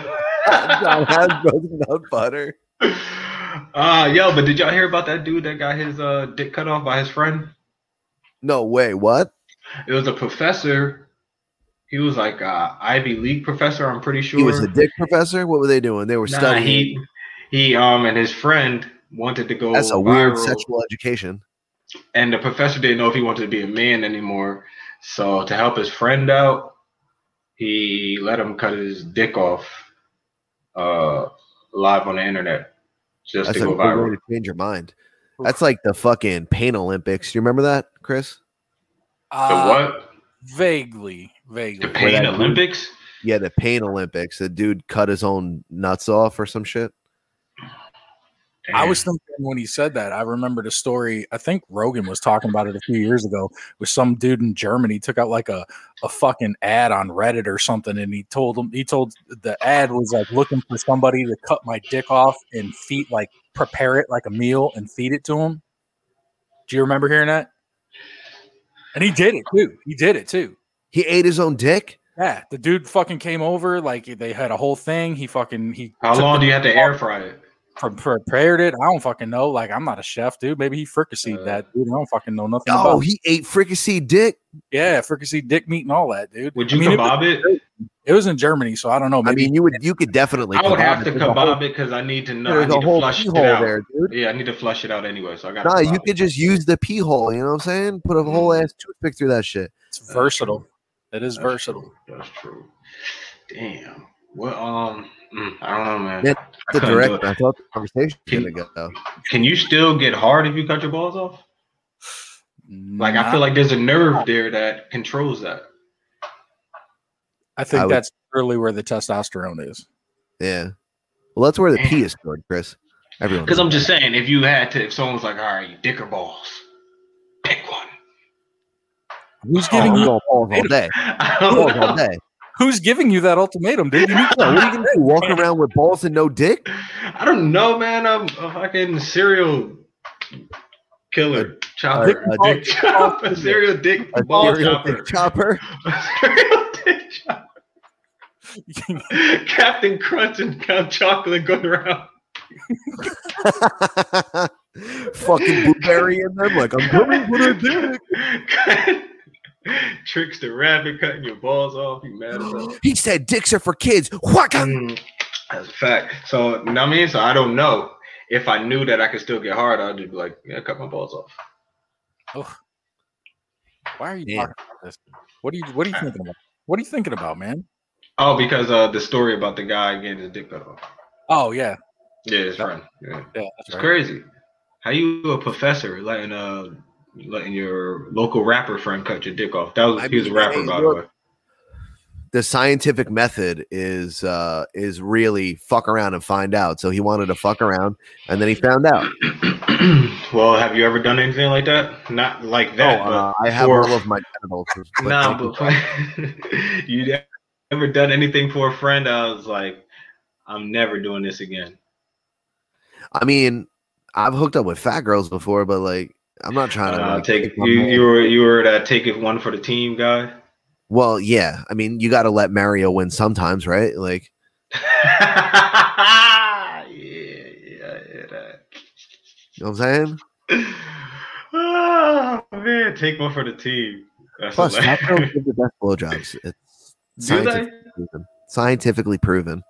Speaker 1: Don Hasbro's nut butter.
Speaker 2: Uh yo, but did y'all hear about that dude that got his uh dick cut off by his friend?
Speaker 1: No way. What?
Speaker 2: It was a professor. He was like a Ivy League professor, I'm pretty sure.
Speaker 1: He was a dick professor. What were they doing? They were
Speaker 2: Nah,
Speaker 1: studying.
Speaker 2: he he um and his friend wanted to go
Speaker 1: That's a weird
Speaker 2: viral,
Speaker 1: sexual education.
Speaker 2: and the professor didn't know if he wanted to be a man anymore. So to help his friend out, he let him cut his dick off uh live on the internet just
Speaker 1: That's
Speaker 2: to
Speaker 1: a
Speaker 2: go
Speaker 1: good
Speaker 2: viral.
Speaker 1: way to change your mind. That's like the fucking pain Olympics. Do you remember that, Chris?
Speaker 3: Uh,
Speaker 2: the what?
Speaker 3: Vaguely, vaguely.
Speaker 2: The Pain
Speaker 1: that dude-
Speaker 2: Olympics?
Speaker 1: Yeah, the pain Olympics. The dude cut his own nuts off or some shit.
Speaker 3: I was thinking when he said that, I remembered a story. I think Rogan was talking about it a few years ago with some dude in Germany took out like a, a fucking ad on Reddit or something. And he told him, he told the ad was like looking for somebody to cut my dick off and feed, like prepare it like a meal and feed it to him. Do you remember hearing that? And he did it too. He did it too.
Speaker 1: He ate his own dick.
Speaker 3: Yeah. The dude fucking came over. Like they had a whole thing. He fucking, he.
Speaker 2: How
Speaker 3: took
Speaker 2: long
Speaker 3: the
Speaker 2: do you have to
Speaker 3: dick
Speaker 2: air
Speaker 3: off
Speaker 2: fry it?
Speaker 3: pre- prepared it. I don't fucking know. Like I'm not a chef, dude. Maybe he fricasseed
Speaker 2: Uh,
Speaker 3: that, dude. I don't fucking know nothing
Speaker 1: Oh,
Speaker 3: about.
Speaker 1: he ate fricassee dick.
Speaker 3: yeah, fricasseed dick meat and all that, dude.
Speaker 2: Would
Speaker 3: I
Speaker 2: you
Speaker 3: mean,
Speaker 2: kebab
Speaker 3: it?
Speaker 2: it?
Speaker 3: was- It was in Germany, so I don't know.
Speaker 1: I
Speaker 3: Maybe
Speaker 1: mean, you would, you could definitely.
Speaker 2: Oh, I would have
Speaker 1: it.
Speaker 2: to
Speaker 1: There's a whole-
Speaker 2: kebab it because I need to know. I
Speaker 1: there's a
Speaker 2: need to
Speaker 1: whole
Speaker 2: flush
Speaker 1: pee
Speaker 2: it
Speaker 1: hole
Speaker 2: out.
Speaker 1: there, dude.
Speaker 2: Yeah, I need to flush Mm. it out anyway, so I got.
Speaker 1: Nah, you could just use the pee hole. You know what I'm saying? Put a whole ass toothpick through that shit.
Speaker 3: it's versatile. It is versatile.
Speaker 2: That's true. Damn. Well, um, mm, I don't know, man.
Speaker 1: That's
Speaker 2: I
Speaker 1: the
Speaker 2: couldn't do it.
Speaker 1: direct. I thought the conversation was gonna go. though.
Speaker 2: Can you still get hard if you cut your balls off? Like I feel like there's a nerve there that controls that.
Speaker 3: I think
Speaker 1: I would-
Speaker 3: that's really where the testosterone is.
Speaker 1: Yeah. Well, that's where the pee is stored, Chris. Everyone.
Speaker 2: Because I'm just saying, if you had to, if someone was like, "All right, you dick or balls," pick one.
Speaker 3: Who's
Speaker 1: Oh,
Speaker 3: giving
Speaker 1: I'm
Speaker 3: you?
Speaker 1: going balls all day.
Speaker 2: I don't
Speaker 1: Balls all
Speaker 2: know.
Speaker 1: day.
Speaker 3: Who's giving you that ultimatum, dude? You need
Speaker 1: Yeah, what are you gonna do? Walk around with balls and no dick?
Speaker 2: I don't know, man. I'm a fucking serial killer, chopper,
Speaker 1: a
Speaker 2: dick
Speaker 1: dick-
Speaker 2: chopper, serial dick
Speaker 1: A
Speaker 2: ball
Speaker 1: serial
Speaker 2: chopper.
Speaker 1: dick chopper?
Speaker 2: Serial dick chopper. Captain Crunch and Count Chocolate going around.
Speaker 1: Fucking blueberry in them. Like I'm coming with a dick.
Speaker 2: Tricks the rabbit, cutting your balls off. You mad as hell.
Speaker 1: He said dicks are for kids. Whacka!
Speaker 2: Mm, That's a fact. So, you know what I mean? So, I don't know. If I knew that I could still get hard, I'd just be like, yeah, cut my balls off.
Speaker 3: Why are you
Speaker 1: Yeah.
Speaker 3: talking about this? What are you? What are you thinking about? What are you thinking about, man?
Speaker 2: Oh, because uh, the story about the guy getting his dick cut off.
Speaker 3: Oh yeah,
Speaker 2: Yeah, his friend. Yeah.
Speaker 3: yeah.
Speaker 2: It's
Speaker 3: That's right.
Speaker 2: crazy. How you a professor letting uh letting your local rapper friend cut your dick off? That was
Speaker 1: I
Speaker 2: he was a
Speaker 1: mean,
Speaker 2: rapper
Speaker 1: hey,
Speaker 2: by
Speaker 1: look.
Speaker 2: the way.
Speaker 1: The scientific method is uh is really fuck around and find out. So he wanted to fuck around and then he found out.
Speaker 2: well, have you ever done anything like that? Not like that.
Speaker 1: oh,
Speaker 2: but
Speaker 1: uh, I have
Speaker 2: for-
Speaker 1: all of my genitals. but
Speaker 2: nah,
Speaker 1: thank you.
Speaker 2: but you never done anything for a friend? I was like, I'm never doing this again.
Speaker 1: I mean, I've hooked up with fat girls before, but like I'm not trying to
Speaker 2: Uh,
Speaker 1: like,
Speaker 2: take
Speaker 1: pick my
Speaker 2: you,
Speaker 1: man.
Speaker 2: you were you were that take it one for the team guy.
Speaker 1: Well, yeah. I mean, you got to let Mario win sometimes, right? Like,
Speaker 2: yeah, yeah, yeah. That.
Speaker 1: you know what I'm saying?
Speaker 2: oh man, take one for the team. That's
Speaker 1: Plus, fat girls
Speaker 2: hilarious.
Speaker 1: give the best blowjobs. It's
Speaker 2: they?
Speaker 1: proven. Scientifically proven.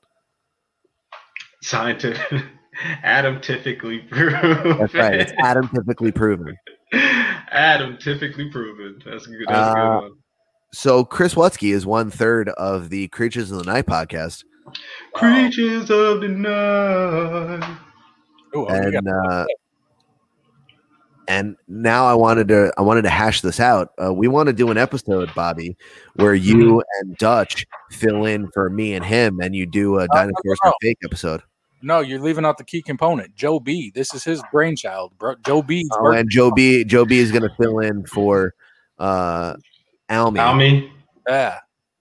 Speaker 2: Scientific, Adam typically proven.
Speaker 1: That's right. It's adamantly proven.
Speaker 2: Adam typically proven. That's a good. That's a
Speaker 1: Uh,
Speaker 2: good one.
Speaker 1: so Chris Wutsky is one third of the Creatures of the Night podcast,
Speaker 2: Creatures of the night.
Speaker 3: oh,
Speaker 1: and uh, and now I wanted to I wanted to hash this out. Uh, we want to do an episode, Bobby, where you and Dutch fill in for me and him, and you do a dinosaurs are fake episode.
Speaker 3: No, you're leaving out the key component. Joe B. This is his brainchild, bro. Joe B.
Speaker 1: Oh, and Joe B. Joe B. is going to fill in for uh, Almy.
Speaker 2: Almy.
Speaker 3: Yeah.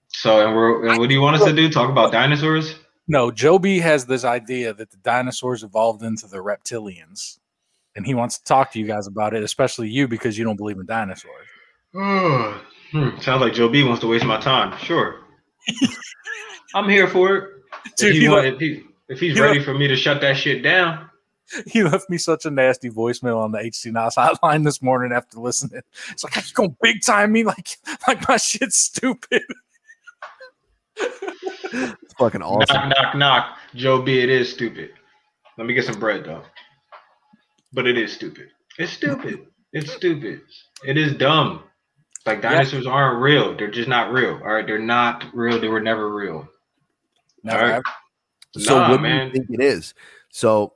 Speaker 2: So, and, we're, and what do you want us to do? Talk about dinosaurs?
Speaker 3: No, Joe B. has this idea that the dinosaurs evolved into the reptilians, and he wants to talk to you guys about it, especially you because you don't believe in dinosaurs.
Speaker 2: Oh, hmm, sounds like Joe B wants to waste my time. Sure. I'm here for it.
Speaker 3: Dude,
Speaker 2: if,
Speaker 3: he
Speaker 2: he want-
Speaker 3: left-
Speaker 2: if he- if he's
Speaker 3: he
Speaker 2: ready
Speaker 3: left-
Speaker 2: for me to shut that shit down,
Speaker 3: He left me such a nasty voicemail on the HC Nas hotline this morning after listening. It's like, you gonna big time me like like my shit's stupid.
Speaker 1: It's fucking
Speaker 2: knock,
Speaker 1: awesome.
Speaker 2: knock, knock. Joe B, it is stupid. Let me get some bread though. But it is stupid. It's stupid. It's stupid. It is dumb. Like
Speaker 3: Yeah.
Speaker 2: dinosaurs aren't real. They're just not real. All right, they're not real. They were never real.
Speaker 3: Never
Speaker 2: All right?
Speaker 3: ever.
Speaker 1: So
Speaker 2: Nah,
Speaker 1: what
Speaker 2: man.
Speaker 1: do you think it is? So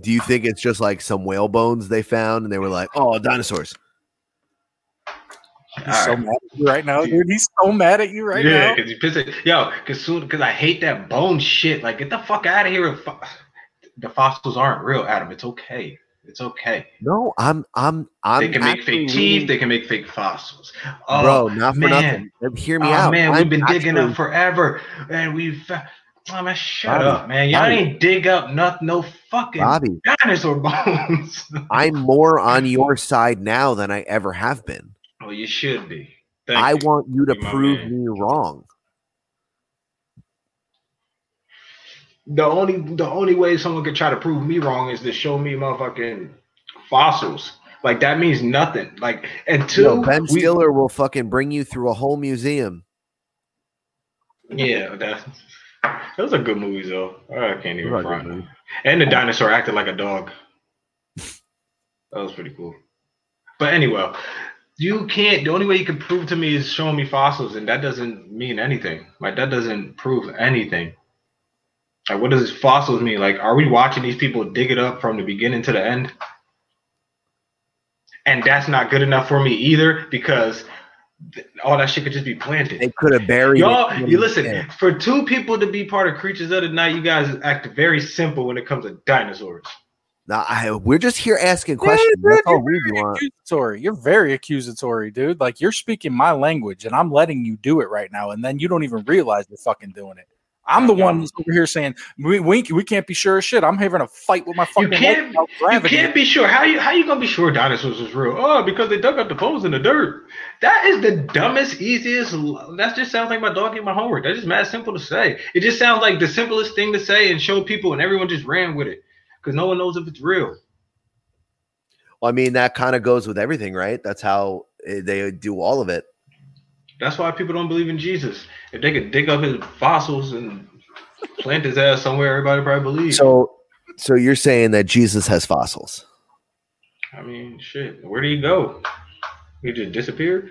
Speaker 1: do you think it's just like some whale bones they found and they were like, oh, dinosaurs?
Speaker 3: He's so mad at you right now, dude. He's so mad at you right
Speaker 2: yeah,
Speaker 3: now.
Speaker 2: because you piss it. Yo, because soon, because I hate that bone shit. Like, get the fuck out of here. with fo- The fossils aren't real, Adam. It's okay. It's okay.
Speaker 1: No, I'm, I'm, I'm.
Speaker 2: they can make fake
Speaker 1: actually
Speaker 2: teeth.
Speaker 1: leaning-
Speaker 2: They can make fake fossils. Oh,
Speaker 1: Bro, not for
Speaker 2: man.
Speaker 1: nothing. Hear me
Speaker 2: oh,
Speaker 1: out.
Speaker 2: man,
Speaker 1: I'm
Speaker 2: we've been digging
Speaker 1: actually-
Speaker 2: up forever, and we've. Oh, man, shut
Speaker 1: Bobby,
Speaker 2: up, man. Y'all
Speaker 1: Bobby.
Speaker 2: ain't dig up nothing, no fucking
Speaker 1: Bobby.
Speaker 2: dinosaur bones.
Speaker 1: I'm more on your side now than I ever have been.
Speaker 2: well, Oh, you should be.
Speaker 1: I want you to
Speaker 2: You're my
Speaker 1: prove
Speaker 2: man.
Speaker 1: me wrong.
Speaker 2: The only the only way someone could try to prove me wrong is to show me motherfucking fossils. Like that means nothing. Like until
Speaker 1: Yo, ben
Speaker 2: we-
Speaker 1: Stiller will fucking bring you through a whole museum.
Speaker 2: Yeah, that those are good movies though. I can't even front. And the dinosaur acted like a dog. That was pretty cool. But anyway, you can't. The only way you can prove to me is showing me fossils, and that doesn't mean anything. Like that doesn't prove anything. Like what does fossils mean? Like are we watching these people dig it up from the beginning to the end? And that's not good enough for me either because th- all that shit could just be planted.
Speaker 1: They could have buried
Speaker 2: Y'all,
Speaker 1: it. in
Speaker 2: you listen.
Speaker 1: there.
Speaker 2: For two people to be part of Creatures of the Night, you guys act very simple when it comes to dinosaurs.
Speaker 1: Nah, I, we're just here asking questions. That's all we want.
Speaker 3: Accusatory. You're very accusatory, dude. Like you're speaking my language, and I'm letting you do it right now, and then you don't even realize you're fucking doing it. I'm the one that's over here saying we, we we can't be sure of shit. I'm having a fight with my
Speaker 2: You
Speaker 3: fucking.
Speaker 2: can't.
Speaker 3: wife about
Speaker 2: You
Speaker 3: gravity.
Speaker 2: can't be sure. How you how you gonna be sure dinosaurs is real? Oh, because they dug up the bones in the dirt. That is the dumbest, easiest. l- That just sounds like my dog ate my homework. That's just mad simple to say. It just sounds like the simplest thing to say and show people, and everyone just ran with it because no one knows if it's real.
Speaker 1: Well, I mean, that kind of goes with everything, right? That's how eh, they do all of it.
Speaker 2: That's why people don't believe in Jesus. If they could dig up his fossils and plant his ass somewhere, everybody probably believes.
Speaker 1: So, so you're saying that Jesus has fossils?
Speaker 2: I mean, shit. Where do you go? He just disappeared.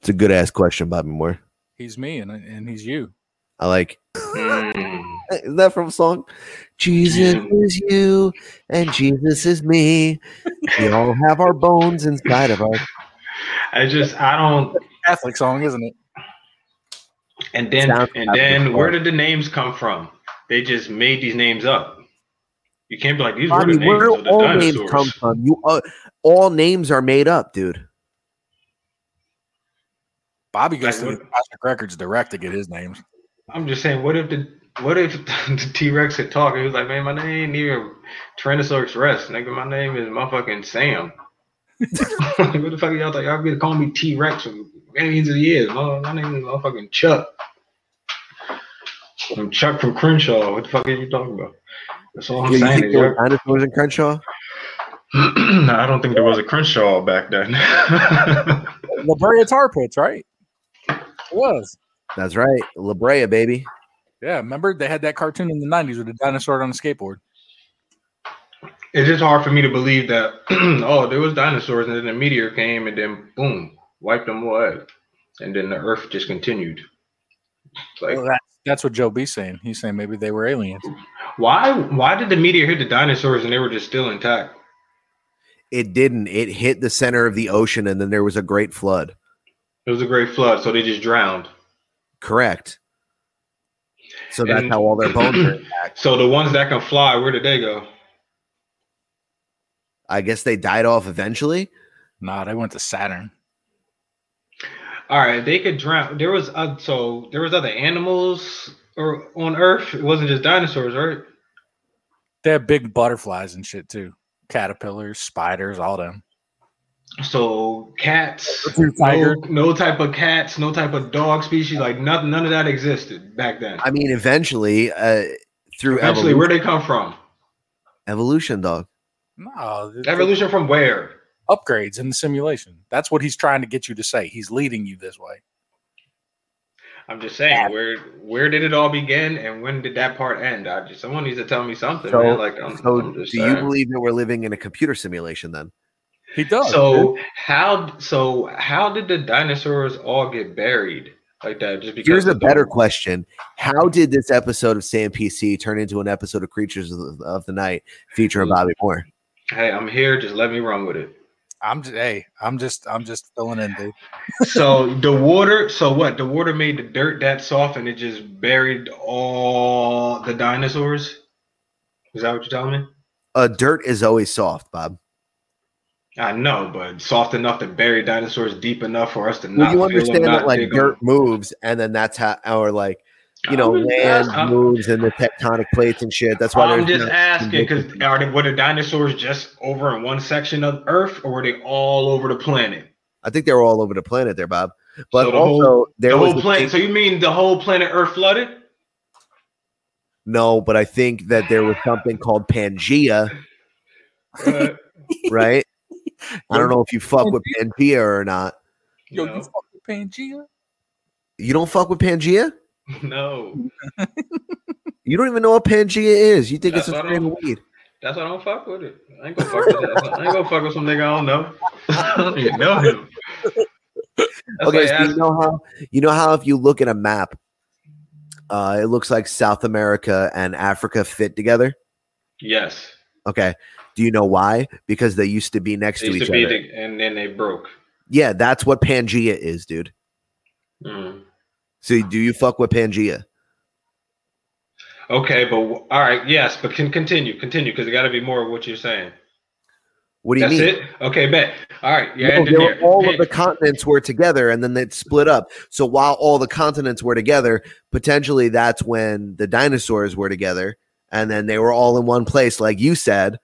Speaker 1: It's a good ass question, Bobby Moore.
Speaker 3: He's me, and and he's you.
Speaker 1: I like. eh,
Speaker 2: Mm.
Speaker 1: Is that from a song? Jesus is you, and Jesus is me. We all have our bones inside of us.
Speaker 2: I just, I don't.
Speaker 3: Catholic song, isn't it?
Speaker 2: And then,
Speaker 1: Sounds
Speaker 2: and
Speaker 1: like a
Speaker 2: then,
Speaker 1: good
Speaker 2: where
Speaker 1: point.
Speaker 2: did the names come from? They just made these names up. You can't be like these
Speaker 1: Bobby,
Speaker 2: were the names
Speaker 1: where do
Speaker 2: of the
Speaker 1: all names
Speaker 2: dinosaurs.
Speaker 1: come from? You uh, all names are made up, dude.
Speaker 3: Bobby goes to the Cosmic Records direct to get his names.
Speaker 2: I'm just saying, what if the what if the T Rex had talked? He was like, man, my name ain't even Tyrannosaurus Rex, nigga. My name is motherfucking Sam. what the fuck y'all thought y'all gonna call me T Rex for millions of years? My, my name is motherfucking Chuck. I'm Chuck from Crenshaw. What the fuck are you talking about? That's all I'm
Speaker 1: Yeah, you
Speaker 2: saying.
Speaker 1: think
Speaker 2: is
Speaker 1: there
Speaker 2: y'all-
Speaker 1: were dinosaurs in Crenshaw?
Speaker 2: no, I don't think there was a Crenshaw back then.
Speaker 3: La Brea Tar Pits, right? It was.
Speaker 1: That's right. La Brea, baby.
Speaker 3: Yeah, remember they had that cartoon in the '90s with a dinosaur on a skateboard.
Speaker 2: It's just hard for me to believe that. oh, there was dinosaurs, and then a meteor came, and then boom, wiped them away, and then the Earth just continued. It's Like,
Speaker 3: Well, that's, that's what Joe B's saying. He's saying maybe they were aliens.
Speaker 2: why? Why did the meteor hit the dinosaurs, and they were just still intact?
Speaker 1: It didn't. It hit the center of the ocean, and then there was a great flood.
Speaker 2: It was a great flood, so they just drowned.
Speaker 1: Correct. So that's
Speaker 2: And-
Speaker 1: how all their bones are.
Speaker 2: so the ones that can fly, where did they go?
Speaker 1: I guess they died off eventually.
Speaker 3: Nah, they went to Saturn.
Speaker 2: All right, they could drown. There was uh, so there was other animals or on Earth. It wasn't just dinosaurs, right?
Speaker 3: They had big butterflies and shit too. Caterpillars, spiders, all them.
Speaker 2: So cats,
Speaker 3: Two
Speaker 2: no,
Speaker 3: tigers.
Speaker 2: no type of cats, no type of dog species, like nothing, none of that existed back then.
Speaker 1: I mean, eventually, uh, through
Speaker 2: Eventually,
Speaker 1: evolution,
Speaker 2: where they come from?
Speaker 1: evolution, dog.
Speaker 3: No, th-
Speaker 2: Evolution from where?
Speaker 3: Upgrades in the simulation. That's what he's trying to get you to say. He's leading you this way.
Speaker 2: I'm just saying, where where did it all begin, and when did that part end? I just someone needs to tell me something,
Speaker 1: So,
Speaker 2: man. Like, I'm,
Speaker 1: so
Speaker 2: I'm
Speaker 1: do
Speaker 2: just
Speaker 1: you
Speaker 2: saying.
Speaker 1: believe that we're living in a computer simulation? Then
Speaker 3: he does.
Speaker 2: So how so how did the dinosaurs all get buried like that? Just because
Speaker 1: Here's a
Speaker 2: of the-
Speaker 1: better question: How did this episode of Sam PC turn into an episode of Creatures of the, of the Night
Speaker 2: Mm.
Speaker 1: featuring Bobby Moore?
Speaker 2: Hey, I'm here. Just let me run with it.
Speaker 3: I'm just hey, I'm just I'm just filling in, dude.
Speaker 2: So the water. So what? The water made the dirt that soft, and it just buried all the dinosaurs. Is that what you're telling me?
Speaker 1: Uh, dirt is always soft, Bob.
Speaker 2: I know, but soft enough to bury dinosaurs deep enough for us to
Speaker 1: Well,
Speaker 2: not
Speaker 1: you
Speaker 2: feel
Speaker 1: understand
Speaker 2: them,
Speaker 1: that
Speaker 2: not
Speaker 1: like
Speaker 2: dig them.
Speaker 1: dirt moves, and then that's how, or like you know,
Speaker 2: I'm just
Speaker 1: land
Speaker 2: ask- I'm-
Speaker 1: moves and the tectonic plates and shit. That's why
Speaker 2: I'm
Speaker 1: there's
Speaker 2: just
Speaker 1: no-
Speaker 2: asking because are they, were the dinosaurs just over in one section of Earth, or were they all over the planet?
Speaker 1: I think they were all over the planet there, Bob. But
Speaker 2: So the
Speaker 1: also,
Speaker 2: whole,
Speaker 1: there
Speaker 2: the
Speaker 1: was
Speaker 2: whole
Speaker 1: the
Speaker 2: planet.
Speaker 1: thing-
Speaker 2: So you mean the whole planet Earth flooded?
Speaker 1: no, but I think that there was something called Pangea,
Speaker 2: Uh,
Speaker 1: right? I don't know if you fuck with Pangea or not.
Speaker 3: Yo, you fuck with Pangea?
Speaker 1: You don't fuck with Pangea?
Speaker 2: No,
Speaker 1: You don't even know what Pangea is. You think
Speaker 2: That's
Speaker 1: it's
Speaker 2: what
Speaker 1: a
Speaker 2: I
Speaker 1: strain of
Speaker 2: don't-
Speaker 1: weed.
Speaker 2: that's why I don't fuck with it. I ain't gonna fuck with that. I ain't gonna fuck with some nigga I don't know. I don't even know him. That's
Speaker 1: okay,
Speaker 2: like
Speaker 1: so you
Speaker 2: asking-
Speaker 1: know how you know how if you look at a map, uh, it looks like South America and Africa fit together.
Speaker 2: yes,
Speaker 1: Okay. Do you know why? Because they used to be next
Speaker 2: they
Speaker 1: to
Speaker 2: used
Speaker 1: each
Speaker 2: to be
Speaker 1: other.
Speaker 2: the- and then they broke.
Speaker 1: yeah, that's what Pangea is, dude.
Speaker 2: Mm.
Speaker 1: So do you fuck with Pangea?
Speaker 2: Okay, but w- all right, yes, but can continue, continue, because it got to be more of what you're saying.
Speaker 1: What do you
Speaker 2: That's
Speaker 1: mean?
Speaker 2: it. Okay, bet. All right,
Speaker 1: No,
Speaker 2: yeah,
Speaker 1: they were- all of the continents were together and then they split up. So while all the continents were together, potentially that's when the dinosaurs were together and then they were all in one place, like you said.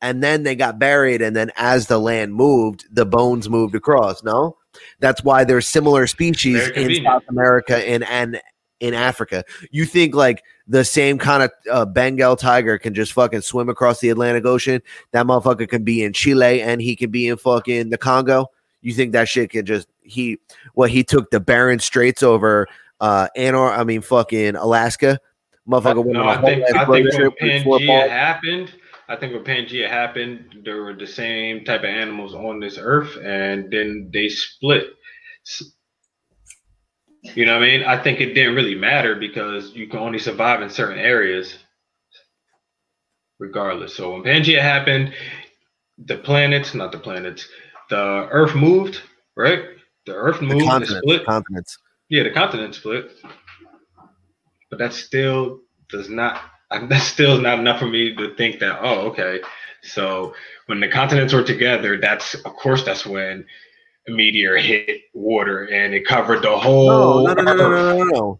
Speaker 1: And then they got buried. And then as the land moved, the bones moved across. No, that's why there's similar species
Speaker 2: Very
Speaker 1: in
Speaker 2: convenient.
Speaker 1: South America and, and in Africa. You think like the same kind of uh, Bengal tiger can just fucking swim across the Atlantic Ocean. That motherfucker can be in Chile and he can be in fucking the Congo. You think that shit can just he? Well, he took the Barren Straits over uh Antar. I mean, fucking Alaska. Motherfucker went
Speaker 2: No,
Speaker 1: on a
Speaker 2: I
Speaker 1: whole
Speaker 2: think
Speaker 1: ass
Speaker 2: I
Speaker 1: road
Speaker 2: think when
Speaker 1: trip with four
Speaker 2: Pangea
Speaker 1: balls.
Speaker 2: happened, I think when Pangea happened, there were the same type of animals on this earth, and then they split. S- You know what I mean? I think it didn't really matter because you can only survive in certain areas, regardless. So when Pangea happened, the planets, not the planets, the Earth moved, right? The Earth
Speaker 1: The
Speaker 2: moved, it
Speaker 1: continents,
Speaker 2: split.
Speaker 1: continents.
Speaker 2: Yeah, the continent split. But that still does not. I- That still is not enough for me to think that. Oh, okay. So when the continents were together, that's of course that's when a meteor hit water and it covered the
Speaker 1: No,
Speaker 2: whole.
Speaker 1: no, no, no, no,
Speaker 2: Earth.
Speaker 1: no, no, no.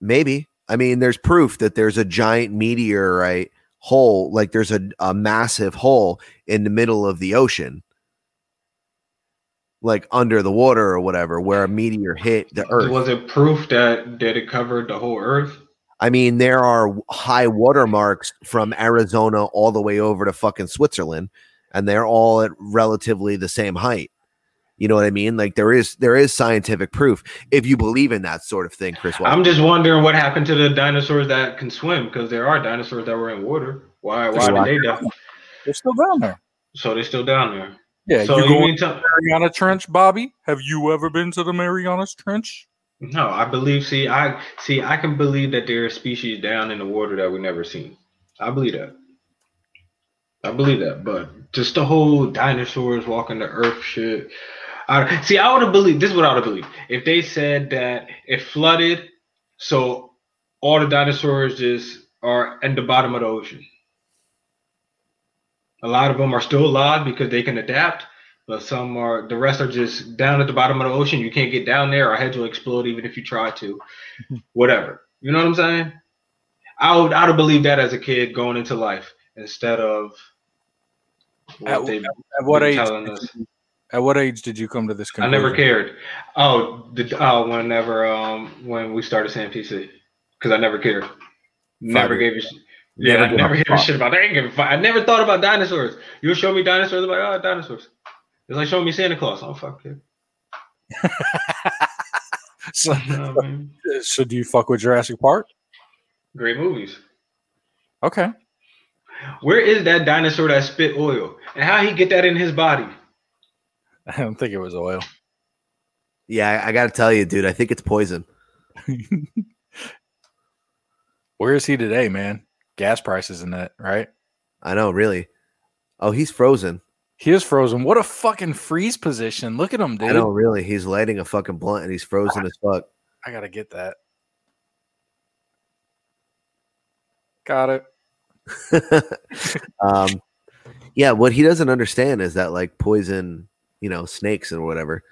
Speaker 1: Maybe. I mean, there's proof that there's a giant meteorite hole, like there's a, a massive hole in the middle of the ocean, like under the water or whatever, where a meteor hit the earth.
Speaker 2: Was it proof that that it covered the whole Earth?
Speaker 1: I mean, there are high water marks from Arizona all the way over to fucking Switzerland, and they're all at relatively the same height. You know what I mean? Like there is there is scientific proof if you believe in that sort of thing, Chris. Walker.
Speaker 2: I'm just wondering what happened to the dinosaurs that can swim because there are dinosaurs that were in water. Why? Why
Speaker 3: They're
Speaker 2: did they die?
Speaker 3: They're still down there.
Speaker 2: So they're still down there.
Speaker 3: Yeah,
Speaker 2: So
Speaker 3: you
Speaker 2: you
Speaker 3: going
Speaker 2: mean
Speaker 3: to
Speaker 2: to-
Speaker 3: the Mariana Trench, Bobby? Have you ever been to the Marianas Trench?
Speaker 2: No, I believe. See, I see. I can believe that there are species down in the water that we never seen. I believe that. I believe that. But just the whole dinosaurs walking the earth shit. I, see, I would have believed. This is what I would have believed. If they said that it flooded, so all the dinosaurs just are in the bottom of the ocean. A lot of them are still alive because they can adapt, but some are. The rest are just down at the bottom of the ocean. You can't get down there. Our heads will explode even if you try to. Whatever. You know what I'm saying? I would. I'd have believed that as a kid going into life instead of what
Speaker 3: At,
Speaker 2: they
Speaker 3: at what
Speaker 2: were
Speaker 3: age?
Speaker 2: telling us.
Speaker 3: At what age did you come to this
Speaker 2: I
Speaker 3: conclusion?
Speaker 2: never cared. Oh, the, oh, whenever um when we started saying PC, because I never cared. Never
Speaker 3: Fiber.
Speaker 2: gave a shit. Yeah, I
Speaker 3: Never gave a
Speaker 2: never gave a
Speaker 3: fuck.
Speaker 2: shit about. I didn't give a fuck. I never thought about dinosaurs. You show me dinosaurs, I'm like, oh, dinosaurs. It's like showing me Santa Claus. I'm fucked.
Speaker 3: So, so do you fuck with Jurassic Park?
Speaker 2: Great movies.
Speaker 3: Okay.
Speaker 2: Where is that dinosaur that spit oil? And how he get that in his body?
Speaker 3: I don't think it was oil.
Speaker 1: Yeah, I, I got to tell you, dude. I think it's poison.
Speaker 3: Where is he today, man? Gas prices and that, right?
Speaker 1: I know, really. Oh, he's frozen.
Speaker 3: He is frozen. What a fucking freeze position. Look at him, dude.
Speaker 1: I know, really. He's lighting a fucking blunt and he's frozen as fuck.
Speaker 3: I gotta get that. Got it.
Speaker 1: um, yeah, what he doesn't understand is that like poison, you know, snakes and whatever.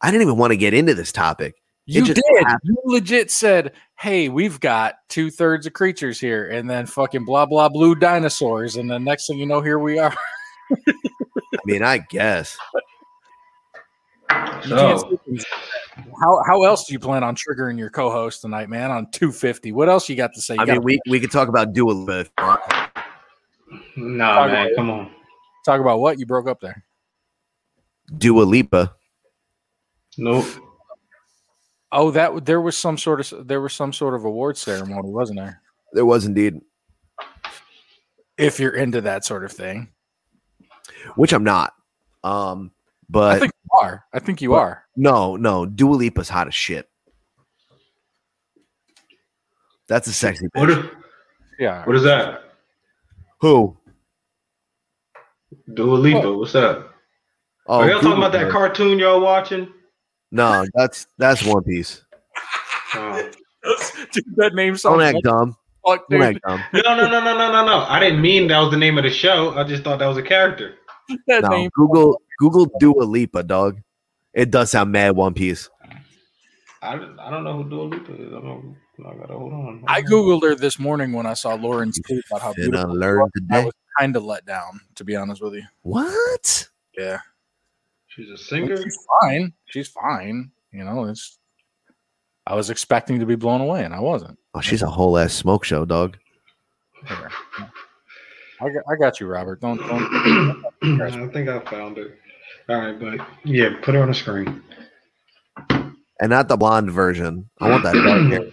Speaker 1: I didn't even want to get into this topic. It
Speaker 3: You
Speaker 1: just
Speaker 3: did.
Speaker 1: happened.
Speaker 3: You legit said, "Hey, we've got two thirds of creatures here, and then fucking blah blah blue dinosaurs, and then next thing you know, here we are."
Speaker 1: I mean, I guess.
Speaker 3: You can't say things like that. how how else do you plan on triggering your co-host tonight, man? On two fifty, what else you got to say? You
Speaker 1: I mean,
Speaker 3: gotta
Speaker 1: we, we could talk about Dua Lipa. if you want.
Speaker 2: Nah, man, come on.
Speaker 3: talk about what you broke up there.
Speaker 1: Dua Lipa.
Speaker 2: Nope.
Speaker 3: Oh, that there was some sort of there was some sort of award ceremony, wasn't there?
Speaker 1: There was indeed,
Speaker 3: If you're into that sort of thing,
Speaker 1: which I'm not. Um, but
Speaker 3: I think you are. I think you
Speaker 1: but-
Speaker 3: are.
Speaker 1: No, no, Dua Lipa's hot as shit. That's a sexy bitch.
Speaker 3: Yeah.
Speaker 2: What is that?
Speaker 1: Who?
Speaker 2: Dua Lipa. What's up?
Speaker 1: Oh,
Speaker 2: Are y'all talking
Speaker 1: Dua
Speaker 2: about that
Speaker 1: Lipa.
Speaker 2: cartoon y'all watching?
Speaker 1: No, that's that's One Piece.
Speaker 2: Oh.
Speaker 3: Dude, that name
Speaker 1: Don't
Speaker 3: sounds
Speaker 1: act dumb.
Speaker 3: fuck,
Speaker 1: Don't
Speaker 3: dude.
Speaker 1: act dumb.
Speaker 2: No, no, no, no, no, no, no. I didn't mean that was the name of the show. I just thought that was a character.
Speaker 3: That
Speaker 1: No,
Speaker 3: name.
Speaker 1: Google Google Dua Lipa, dog. It does sound mad One Piece.
Speaker 2: I, I don't know who Dua Lipa is. I don't. I gotta hold on.
Speaker 3: I googled her this morning when I saw Lauren's tweet about how
Speaker 1: And I
Speaker 3: beautiful.
Speaker 1: learned
Speaker 3: I
Speaker 1: today.
Speaker 3: was kind of let down, to be honest with you.
Speaker 1: What?
Speaker 3: Yeah,
Speaker 2: She's a singer.
Speaker 3: she's fine. She's fine. You know, it's. I was expecting to be blown away, and I wasn't.
Speaker 1: Oh, she's a whole ass smoke show, dog.
Speaker 3: I got, I got you, Robert. Don't don't.
Speaker 2: I think I found it. All right, but yeah, put her on the screen.
Speaker 1: And not the blonde version. I want that dark hair.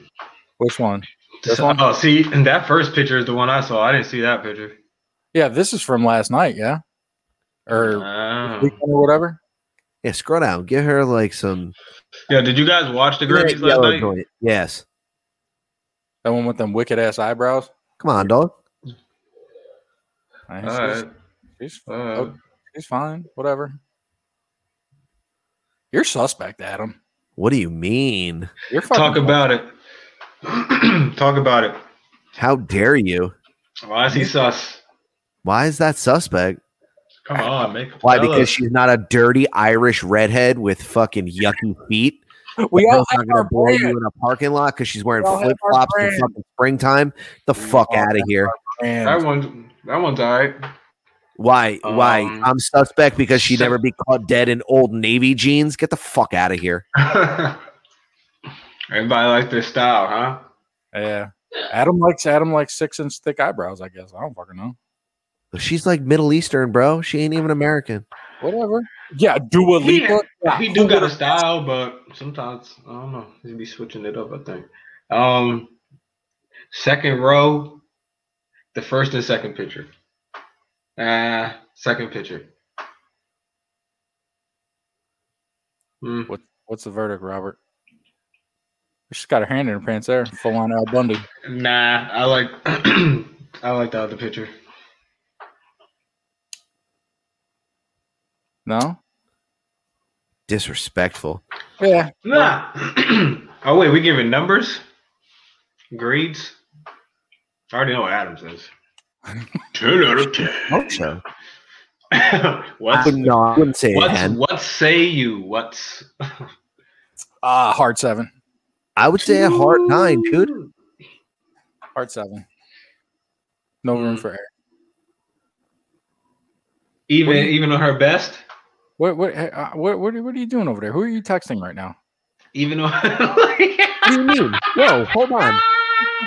Speaker 3: Which one? This one?
Speaker 2: Oh, see, and that first picture is the one I saw. I didn't see that picture.
Speaker 3: Yeah, this is from last night. Yeah, or
Speaker 2: Oh.
Speaker 3: weekend or whatever.
Speaker 1: Yeah, scroll down. Get her like some
Speaker 2: Yeah, did you guys watch the Grammys last
Speaker 1: yellow
Speaker 2: night?
Speaker 1: joint. Yes.
Speaker 3: That one with them wicked ass eyebrows.
Speaker 1: Come on, dog.
Speaker 3: I ain't
Speaker 2: All
Speaker 3: serious.
Speaker 2: right.
Speaker 3: She's,
Speaker 2: All
Speaker 3: oh,
Speaker 2: right.
Speaker 3: she's fine. Whatever. You're suspect, Adam.
Speaker 1: What do you mean?
Speaker 3: You're fucking
Speaker 2: Talk about it. Talk about it.
Speaker 1: How dare you?
Speaker 2: Why is he sus?
Speaker 1: Why is that suspect?
Speaker 2: Come on, man.
Speaker 1: Why?
Speaker 2: Tell
Speaker 1: Because
Speaker 2: us.
Speaker 1: she's not a dirty Irish redhead with fucking yucky feet.
Speaker 3: We all
Speaker 1: Girl's not gonna blow you in a parking lot because she's wearing
Speaker 3: We all have
Speaker 1: flip
Speaker 3: our
Speaker 1: flops in
Speaker 3: brand.
Speaker 1: fucking springtime. The fuck
Speaker 3: all
Speaker 1: out of
Speaker 3: have
Speaker 1: here.
Speaker 2: that one. That one's all right.
Speaker 1: Why? Why?
Speaker 2: Um,
Speaker 1: I'm suspect because she'd
Speaker 2: so-
Speaker 1: never be caught dead in old navy jeans. Get the fuck out of here.
Speaker 2: Everybody likes their style, huh?
Speaker 3: Yeah. Adam likes Adam likes six inch thick eyebrows, I guess. I don't fucking know.
Speaker 1: She's like Middle Eastern, bro. She ain't even American.
Speaker 3: Whatever. Yeah, Dua
Speaker 2: He,
Speaker 3: Lipa. Yeah,
Speaker 2: he do
Speaker 3: who
Speaker 2: got a
Speaker 3: would've-
Speaker 2: style, but sometimes I don't know. He be switching it up. I think. Um, second row, the first and second picture. Uh second picture.
Speaker 3: What, what's the verdict, Robert? She's got her hand in her pants there, full on Al Bundy.
Speaker 2: Nah, I like I like the other picture.
Speaker 3: No.
Speaker 1: Disrespectful.
Speaker 3: Yeah.
Speaker 2: Nah. oh wait, we giving numbers, grades. I already know what Adams is. ten out of ten.
Speaker 1: Hope so.
Speaker 2: What's,
Speaker 1: I would not- I wouldn't say
Speaker 2: what's,
Speaker 1: ten.
Speaker 2: What say you? What's
Speaker 3: Ah, hard seven.
Speaker 1: I would say a hard nine, dude.
Speaker 3: Hard seven. No
Speaker 2: Mm.
Speaker 3: room for error.
Speaker 2: even
Speaker 3: What do you-
Speaker 2: even on her best?
Speaker 3: What what, uh, what what are- what are you doing over there? Who are you texting right now?
Speaker 2: Even on
Speaker 1: What do you mean? Yo, hold on.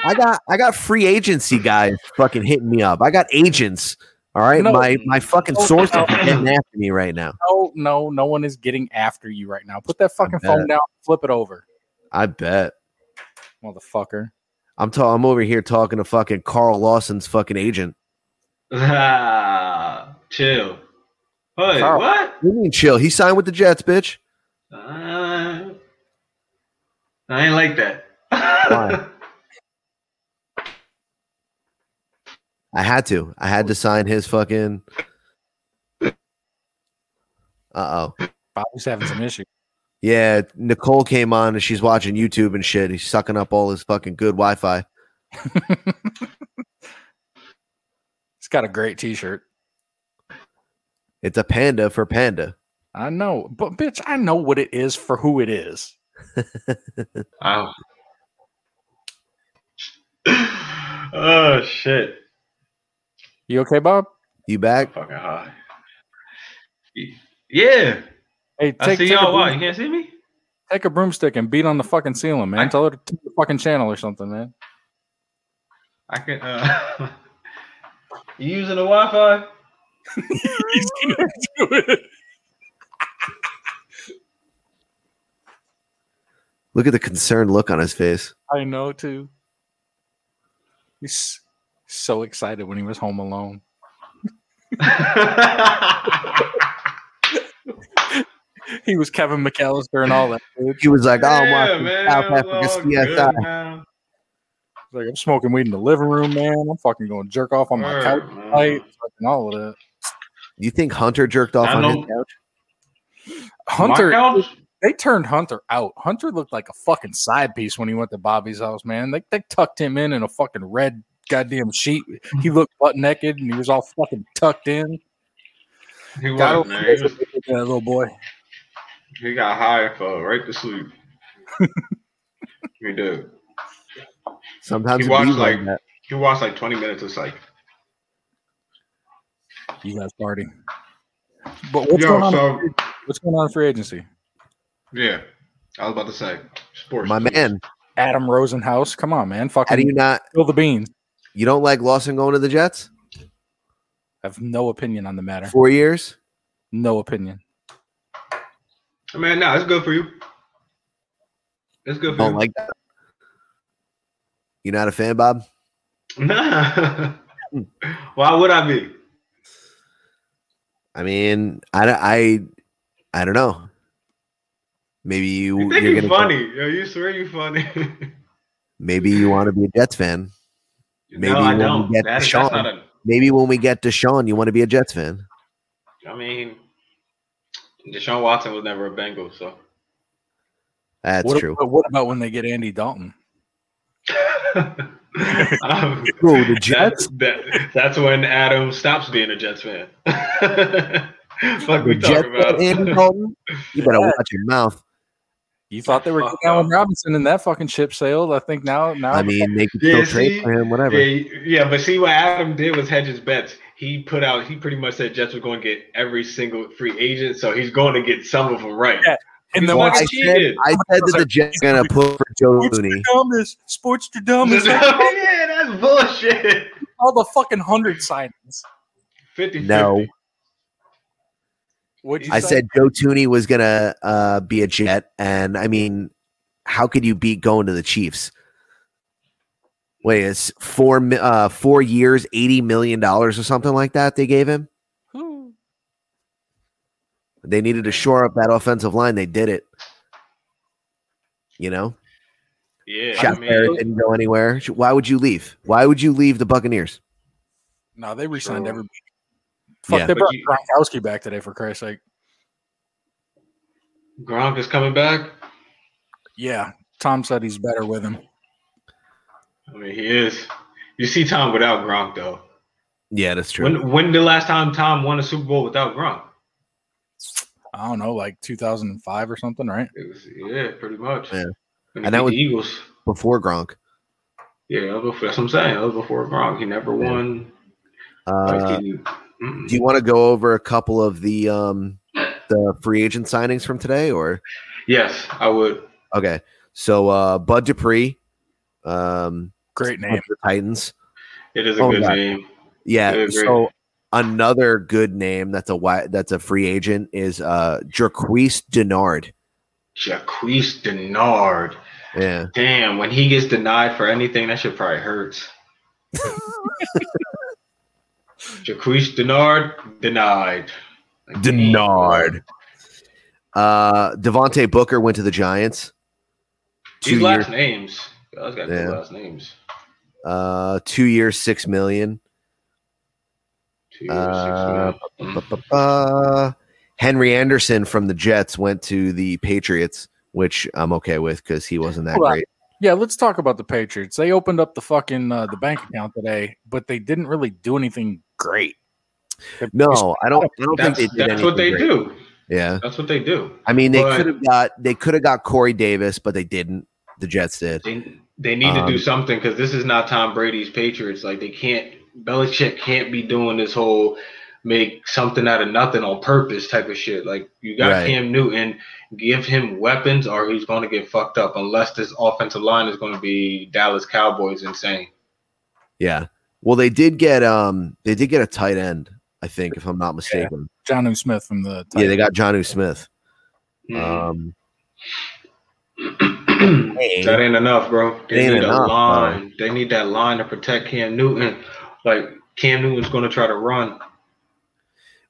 Speaker 1: I got I got free agency guys fucking hitting me up. I got agents. All right.
Speaker 3: No.
Speaker 1: my my fucking
Speaker 3: No,
Speaker 1: sources
Speaker 3: no.
Speaker 1: are getting after me right now.
Speaker 3: No, no, no one is getting after you right now. Put that fucking
Speaker 1: bet.
Speaker 3: phone down. Flip it over,
Speaker 1: I bet.
Speaker 3: motherfucker.
Speaker 1: I'm ta- I'm over here talking to fucking Carl Lawson's fucking agent.
Speaker 2: Ah, chill. Hey,
Speaker 1: Carl,
Speaker 2: what?
Speaker 1: You mean chill? He signed with the Jets, bitch.
Speaker 2: Uh, I ain't like that.
Speaker 1: Why? I had to. I had to sign his fucking. Uh oh.
Speaker 3: Bobby's having some issues.
Speaker 1: Yeah, Nicole came on and she's watching YouTube and shit. He's sucking up all his fucking good Wi-Fi.
Speaker 3: He's got a great T-shirt.
Speaker 1: It's a panda for panda.
Speaker 3: I know, but bitch, I know what it is for who it is.
Speaker 2: Wow. oh shit.
Speaker 3: You okay, Bob?
Speaker 1: You back?
Speaker 2: Fucking high. Yeah.
Speaker 3: Hey,
Speaker 2: I
Speaker 3: take,
Speaker 2: see
Speaker 3: take a
Speaker 2: y'all. Why you
Speaker 3: broom,
Speaker 2: can't see me?
Speaker 3: take a broomstick and beat on the fucking ceiling, man. Tell her to take the fucking channel or something, man.
Speaker 2: I can. Uh, you using the Wi-Fi?
Speaker 3: He's gonna do it.
Speaker 1: Look at the concerned look on his face.
Speaker 3: I know too. He's so excited when he was home alone.
Speaker 1: oh,
Speaker 3: he was Kevin McAllister and all that. Dude.
Speaker 1: He was like, "Oh, I'm
Speaker 2: Yeah,
Speaker 1: watching
Speaker 2: man,
Speaker 1: South
Speaker 2: it was
Speaker 1: Africa
Speaker 2: all good,
Speaker 1: CSI."
Speaker 2: man.
Speaker 3: He's like, I'm smoking weed in the living room, man. I'm fucking going to jerk off on Oh, my
Speaker 2: Word,
Speaker 3: couch
Speaker 2: man.
Speaker 3: tonight. Fucking all of that.
Speaker 1: You think Hunter jerked off
Speaker 2: I
Speaker 1: on his
Speaker 2: know-
Speaker 1: couch?
Speaker 3: Hunter,
Speaker 2: My couch?
Speaker 3: they turned Hunter out. Hunter looked like a fucking side piece when he went to Bobby's house, man. They, they tucked him in in a fucking red goddamn sheet. He looked butt naked and he was all fucking tucked in.
Speaker 2: He was,
Speaker 3: God,
Speaker 2: man. He, was-
Speaker 3: yeah, little boy.
Speaker 2: he got high for right to sleep. he did.
Speaker 1: Sometimes
Speaker 2: He
Speaker 1: it be
Speaker 2: watched
Speaker 1: like
Speaker 2: like
Speaker 1: that.
Speaker 2: he watched like twenty minutes. It's like,
Speaker 3: You guys party. But what's
Speaker 2: Yo,
Speaker 3: going on?
Speaker 2: so-
Speaker 3: what's going on in free agency?
Speaker 2: yeah. I was about to say sports.
Speaker 1: my man.
Speaker 3: Adam Rosenhaus, come on, man. Fucking
Speaker 1: How do
Speaker 2: Mm.
Speaker 1: you not?
Speaker 3: spill the beans.
Speaker 1: You don't like Lawson going to the Jets?
Speaker 3: I have no opinion on the matter.
Speaker 1: Four years?
Speaker 3: No opinion.
Speaker 2: Man, nah, it's good for you. It's good for
Speaker 1: Don't
Speaker 2: you.
Speaker 1: like that. You not a fan, Bob?
Speaker 2: Nah. Why would I be?
Speaker 1: I mean, I don't- I I don't know. Maybe you,
Speaker 2: You
Speaker 1: are
Speaker 2: think you
Speaker 1: gonna
Speaker 2: funny? Yo, you swear you funny?
Speaker 1: maybe you want to be a Jets fan. Maybe
Speaker 2: no, I
Speaker 1: when
Speaker 2: don't.
Speaker 1: we get
Speaker 2: That- that's
Speaker 1: Deshaun,
Speaker 2: not a.
Speaker 1: maybe when we get Deshaun, you want to be a Jets fan.
Speaker 2: I mean, Deshaun Watson was never a Bengal, so.
Speaker 1: That's
Speaker 3: what,
Speaker 1: true.
Speaker 3: But what about when they get Andy Dalton?
Speaker 2: Um,
Speaker 1: Who, the
Speaker 2: that-
Speaker 1: Jets?
Speaker 2: that- that's when Adam stops being a Jets fan. Fuck
Speaker 1: The
Speaker 2: we
Speaker 1: Jets
Speaker 2: talking
Speaker 1: fan,
Speaker 2: about.
Speaker 1: Andy Dalton. You better
Speaker 3: Yeah.
Speaker 1: watch your mouth.
Speaker 3: You thought they were
Speaker 2: Fuck
Speaker 3: getting Allen
Speaker 2: off.
Speaker 3: Robinson in that fucking ship sailed. I think now, now
Speaker 1: I mean, they could
Speaker 2: Yeah,
Speaker 1: still trade
Speaker 2: see?
Speaker 1: for him, whatever.
Speaker 2: Yeah, yeah, but see what Adam did was hedge his bets. He put out. He pretty much said Jets were going to get every single free agent, so he's going to get some of them right.
Speaker 3: Yeah, and then
Speaker 1: Well,
Speaker 2: Well,
Speaker 3: once
Speaker 1: I
Speaker 2: he
Speaker 1: said,
Speaker 2: did.
Speaker 1: I said that the Jets are gonna put for Joe
Speaker 3: sports
Speaker 1: Looney.
Speaker 3: the dumbest, sports the dumbest,
Speaker 2: yeah, that's bullshit.
Speaker 3: all the fucking hundred signings.
Speaker 2: 50
Speaker 1: No.
Speaker 3: What'd you
Speaker 1: I
Speaker 3: say?
Speaker 1: said Joe Tooney was gonna uh, be a Jet, and I mean, how could you beat going to the Chiefs? Wait, it's four mi- uh, four years, eighty million dollars or something like that. They gave him. They needed to shore up that offensive line. They did it. You know,
Speaker 2: Yeah, I
Speaker 1: Shaq
Speaker 2: mean-
Speaker 1: Barrett didn't go anywhere. Sh- Why would you leave? Why would you leave the Buccaneers?
Speaker 3: No, they resigned
Speaker 2: Sure.
Speaker 3: everybody. Fuck,
Speaker 1: Yeah.
Speaker 3: they
Speaker 1: But
Speaker 3: brought
Speaker 2: you-
Speaker 3: Gronkowski back today for Christ's sake.
Speaker 2: Gronk is coming back.
Speaker 3: Yeah, Tom said he's better with him.
Speaker 2: I mean, he is. You see Tom without Gronk though.
Speaker 1: Yeah, that's
Speaker 2: When when the last time Tom won a Super Bowl without Gronk?
Speaker 3: I don't know, like 2005 or something, right?
Speaker 2: Yeah, pretty much.
Speaker 1: Yeah.
Speaker 2: When he
Speaker 1: And that
Speaker 2: beat
Speaker 1: was
Speaker 2: the Eagles.
Speaker 1: before Gronk.
Speaker 2: Yeah, that was before, that's what I'm saying. That was before Gronk. He never won.
Speaker 1: Uh,
Speaker 2: do
Speaker 1: you want to go over a couple of the um, the free agent signings from today, or
Speaker 2: Yes, I would.
Speaker 1: okay? So uh, Bud Dupree, um,
Speaker 3: great
Speaker 2: name.
Speaker 1: the Titans.
Speaker 2: It is a
Speaker 1: Oh,
Speaker 2: good
Speaker 1: yeah.
Speaker 2: name. It
Speaker 1: Yeah.
Speaker 2: is a great
Speaker 1: So another good name that's a wi- that's a free agent is uh, Jerquise Denard.
Speaker 2: Jacquees Denard.
Speaker 1: Yeah.
Speaker 2: Damn, when he gets denied for anything, that shit probably hurts. Jacquees Denard denied.
Speaker 1: Denard. Uh, Devontae Booker went to the Giants.
Speaker 2: These
Speaker 1: Two
Speaker 2: last
Speaker 1: years-
Speaker 2: names. Those got
Speaker 1: Yeah.
Speaker 2: good last names.
Speaker 1: Uh, two years, six million. Uh, bu- bu- bu- bu- Henry Anderson from the Jets went to the Patriots, which I'm okay with because he wasn't that
Speaker 3: Hold on.
Speaker 1: great.
Speaker 3: Yeah, let's talk about the Patriots. They opened up the fucking uh, the bank account today, but they didn't really do anything great.
Speaker 1: No, I don't. I don't
Speaker 2: That's,
Speaker 1: think they did.
Speaker 2: that's what they
Speaker 1: anything great.
Speaker 2: do.
Speaker 1: Yeah,
Speaker 2: That's what they do.
Speaker 1: I mean they
Speaker 2: But-
Speaker 1: could have got they could have got Corey Davis, but they didn't. The Jets did.
Speaker 2: They need to
Speaker 1: Um,
Speaker 2: do something because this is not Tom Brady's Patriots. Like they can't, Belichick can't be doing this whole make something out of nothing on purpose type of shit. Like you got
Speaker 1: Right.
Speaker 2: Cam Newton, give him weapons or he's going to get fucked up unless this offensive line is going to be Dallas Cowboys insane.
Speaker 1: Yeah. Well, they did get um they did get a tight end, I think, if I'm not mistaken.
Speaker 3: John and Smith from the
Speaker 1: Yeah, they got Johnu Smith.
Speaker 2: Mhm.
Speaker 1: Um,
Speaker 2: That ain't enough, bro.
Speaker 1: It
Speaker 2: They
Speaker 1: ain't
Speaker 2: need
Speaker 1: enough,
Speaker 2: a line. They need that line to protect Cam Newton. Like Cam Newton's going to try to run.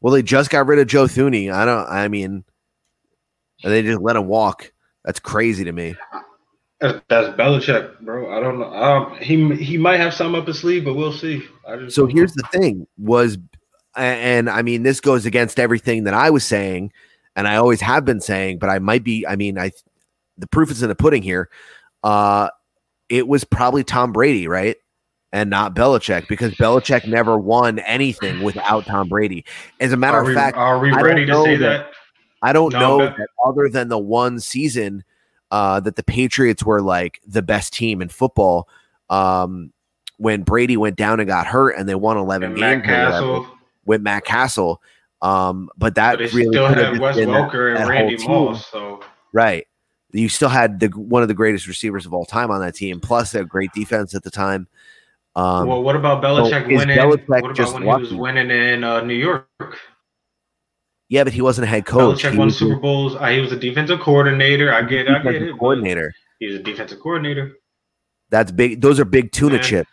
Speaker 1: well, they just got rid of Joe Thuney. I don't. I mean, and they just let him walk. That's crazy to me.
Speaker 2: That's, that's Belichick, bro. I don't know. Um, he he might have some up his sleeve, but we'll see. I just
Speaker 1: So here's the thing: was a- and I mean, this goes against everything that I was saying, and I always have been saying, but I might be. I mean, I the proof is in the pudding here. Uh, it was probably Tom Brady, right? And not Belichick because Belichick never won anything without Tom Brady. As a matter
Speaker 2: Are
Speaker 1: of
Speaker 2: we-
Speaker 1: fact,
Speaker 2: are we
Speaker 1: I don't
Speaker 2: ready to
Speaker 1: know
Speaker 2: say that?
Speaker 1: I don't
Speaker 2: No,
Speaker 1: know
Speaker 2: but-
Speaker 1: that other than the one season uh, that the Patriots were like the best team in football. Um, when Brady went down and got hurt, and they won eleven
Speaker 2: And
Speaker 1: games
Speaker 2: Matt
Speaker 1: or whatever
Speaker 2: Castle.
Speaker 1: with Matt Castle. Um, but
Speaker 2: But
Speaker 1: that
Speaker 2: they
Speaker 1: really
Speaker 2: still
Speaker 1: could have
Speaker 2: had
Speaker 1: just
Speaker 2: Wes
Speaker 1: been that-
Speaker 2: Welker and
Speaker 1: that whole
Speaker 2: Randy
Speaker 1: team.
Speaker 2: Moss. So
Speaker 1: Right. You still had the one of the greatest receivers of all time on that team, plus a great defense at the time. Um,
Speaker 2: well, what about
Speaker 1: so
Speaker 2: Belichick
Speaker 1: is
Speaker 2: winning?
Speaker 1: Belichick
Speaker 2: what about
Speaker 1: just
Speaker 2: when he was
Speaker 1: lucky?
Speaker 2: winning in uh, New York?
Speaker 1: Yeah, but he wasn't a head coach.
Speaker 2: Belichick
Speaker 1: He
Speaker 2: won
Speaker 1: was
Speaker 2: Super Bowls. Uh, he was a defensive coordinator. I get, I get
Speaker 1: defensive
Speaker 2: it. but
Speaker 1: coordinator.
Speaker 2: He's a defensive coordinator.
Speaker 1: That's big. Those are big tuna
Speaker 2: Yeah.
Speaker 1: chips.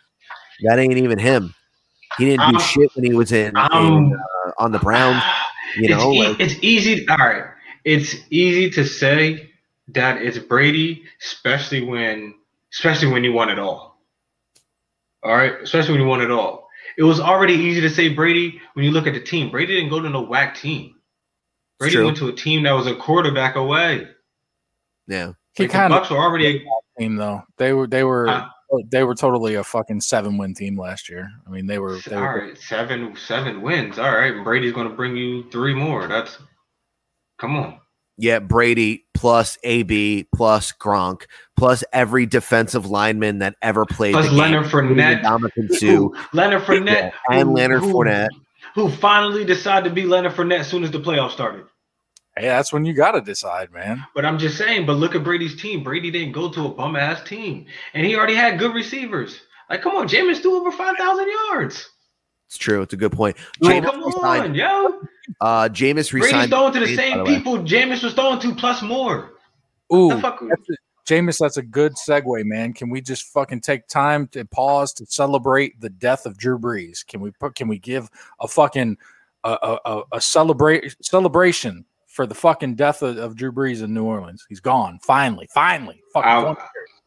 Speaker 1: That ain't even him. He didn't do
Speaker 2: I'm-
Speaker 1: shit when he was in,
Speaker 2: I'm-
Speaker 1: in, uh, on the Browns. You
Speaker 2: it's,
Speaker 1: know,
Speaker 2: e-
Speaker 1: like,
Speaker 2: it's easy. All right, it's easy to say that it's Brady, especially when, especially when you won it all. All right, especially when you won it all. It was already easy to say Brady when you look at the team. Brady didn't go to no whack team. Brady
Speaker 1: true.
Speaker 2: went to a team that was a quarterback away.
Speaker 1: yeah.
Speaker 3: He
Speaker 2: Like, the
Speaker 3: kind of
Speaker 2: Bucks were already.
Speaker 3: team though. They were they were oh,
Speaker 2: Huh?
Speaker 3: they were totally a fucking seven win team last year. I mean they were they
Speaker 2: All
Speaker 3: were
Speaker 2: right, seven seven wins. All right, and Brady's going to bring you three more. That's come on.
Speaker 1: Yeah, Brady plus AB plus Gronk plus every defensive lineman that ever played.
Speaker 2: Plus
Speaker 1: the game,
Speaker 2: Leonard
Speaker 1: including
Speaker 2: Fournette.
Speaker 1: Ndamukong Suh,
Speaker 2: Who- Leonard Fournette
Speaker 1: and
Speaker 2: who-
Speaker 1: Leonard
Speaker 2: who-
Speaker 1: Fournette.
Speaker 2: who finally decided to be Leonard Fournette as soon as the playoffs started.
Speaker 3: Hey, that's when you gotta decide, man.
Speaker 2: But I'm just saying, but look at Brady's team. Brady didn't go to a bum ass team. And he already had good receivers. Like, come on, Jameis threw over 5,000 yards.
Speaker 1: It's true. It's a good point.
Speaker 2: Like,
Speaker 1: Jameis
Speaker 2: come
Speaker 1: resigned-
Speaker 2: on, yo.
Speaker 1: Uh, Jameis
Speaker 2: Brady's
Speaker 1: resigned.
Speaker 2: throwing to the
Speaker 1: Brady's, by
Speaker 2: same
Speaker 1: the way.
Speaker 2: people Jameis was throwing to plus more.
Speaker 3: Ooh,
Speaker 2: The fuck-
Speaker 3: that's a- Jameis, that's a good segue, man. Can we just fucking take time to pause to celebrate the death of Drew Brees? Can we put? Can we give a fucking a a, a celebrate celebration for the fucking death of, of Drew Brees in New Orleans? He's gone. Finally, finally. Fucking
Speaker 2: I,
Speaker 3: one-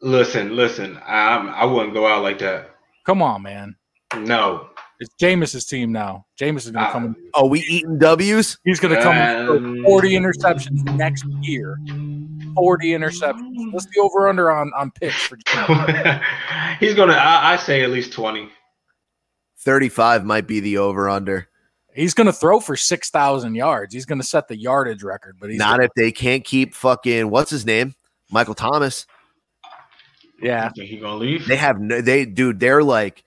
Speaker 2: listen, listen. I'm, I wouldn't go out like that.
Speaker 3: come on, man.
Speaker 2: No.
Speaker 3: It's Jameis's team now. Jameis is gonna come. in-
Speaker 1: Oh, we eating W's?
Speaker 3: He's gonna come in
Speaker 1: Um,
Speaker 3: for forty interceptions next year. Forty interceptions. What's the over under on on picks for Jameis?
Speaker 2: He's gonna. I, I say at least twenty.
Speaker 1: 35 might be the over under.
Speaker 3: He's going to throw for 6,000 yards. He's going to set the yardage record, but he's
Speaker 1: Not if they can't keep fucking what's his name? Michael Thomas.
Speaker 3: Yeah.
Speaker 2: Think he gonna leave?
Speaker 1: They have no they dude, they're like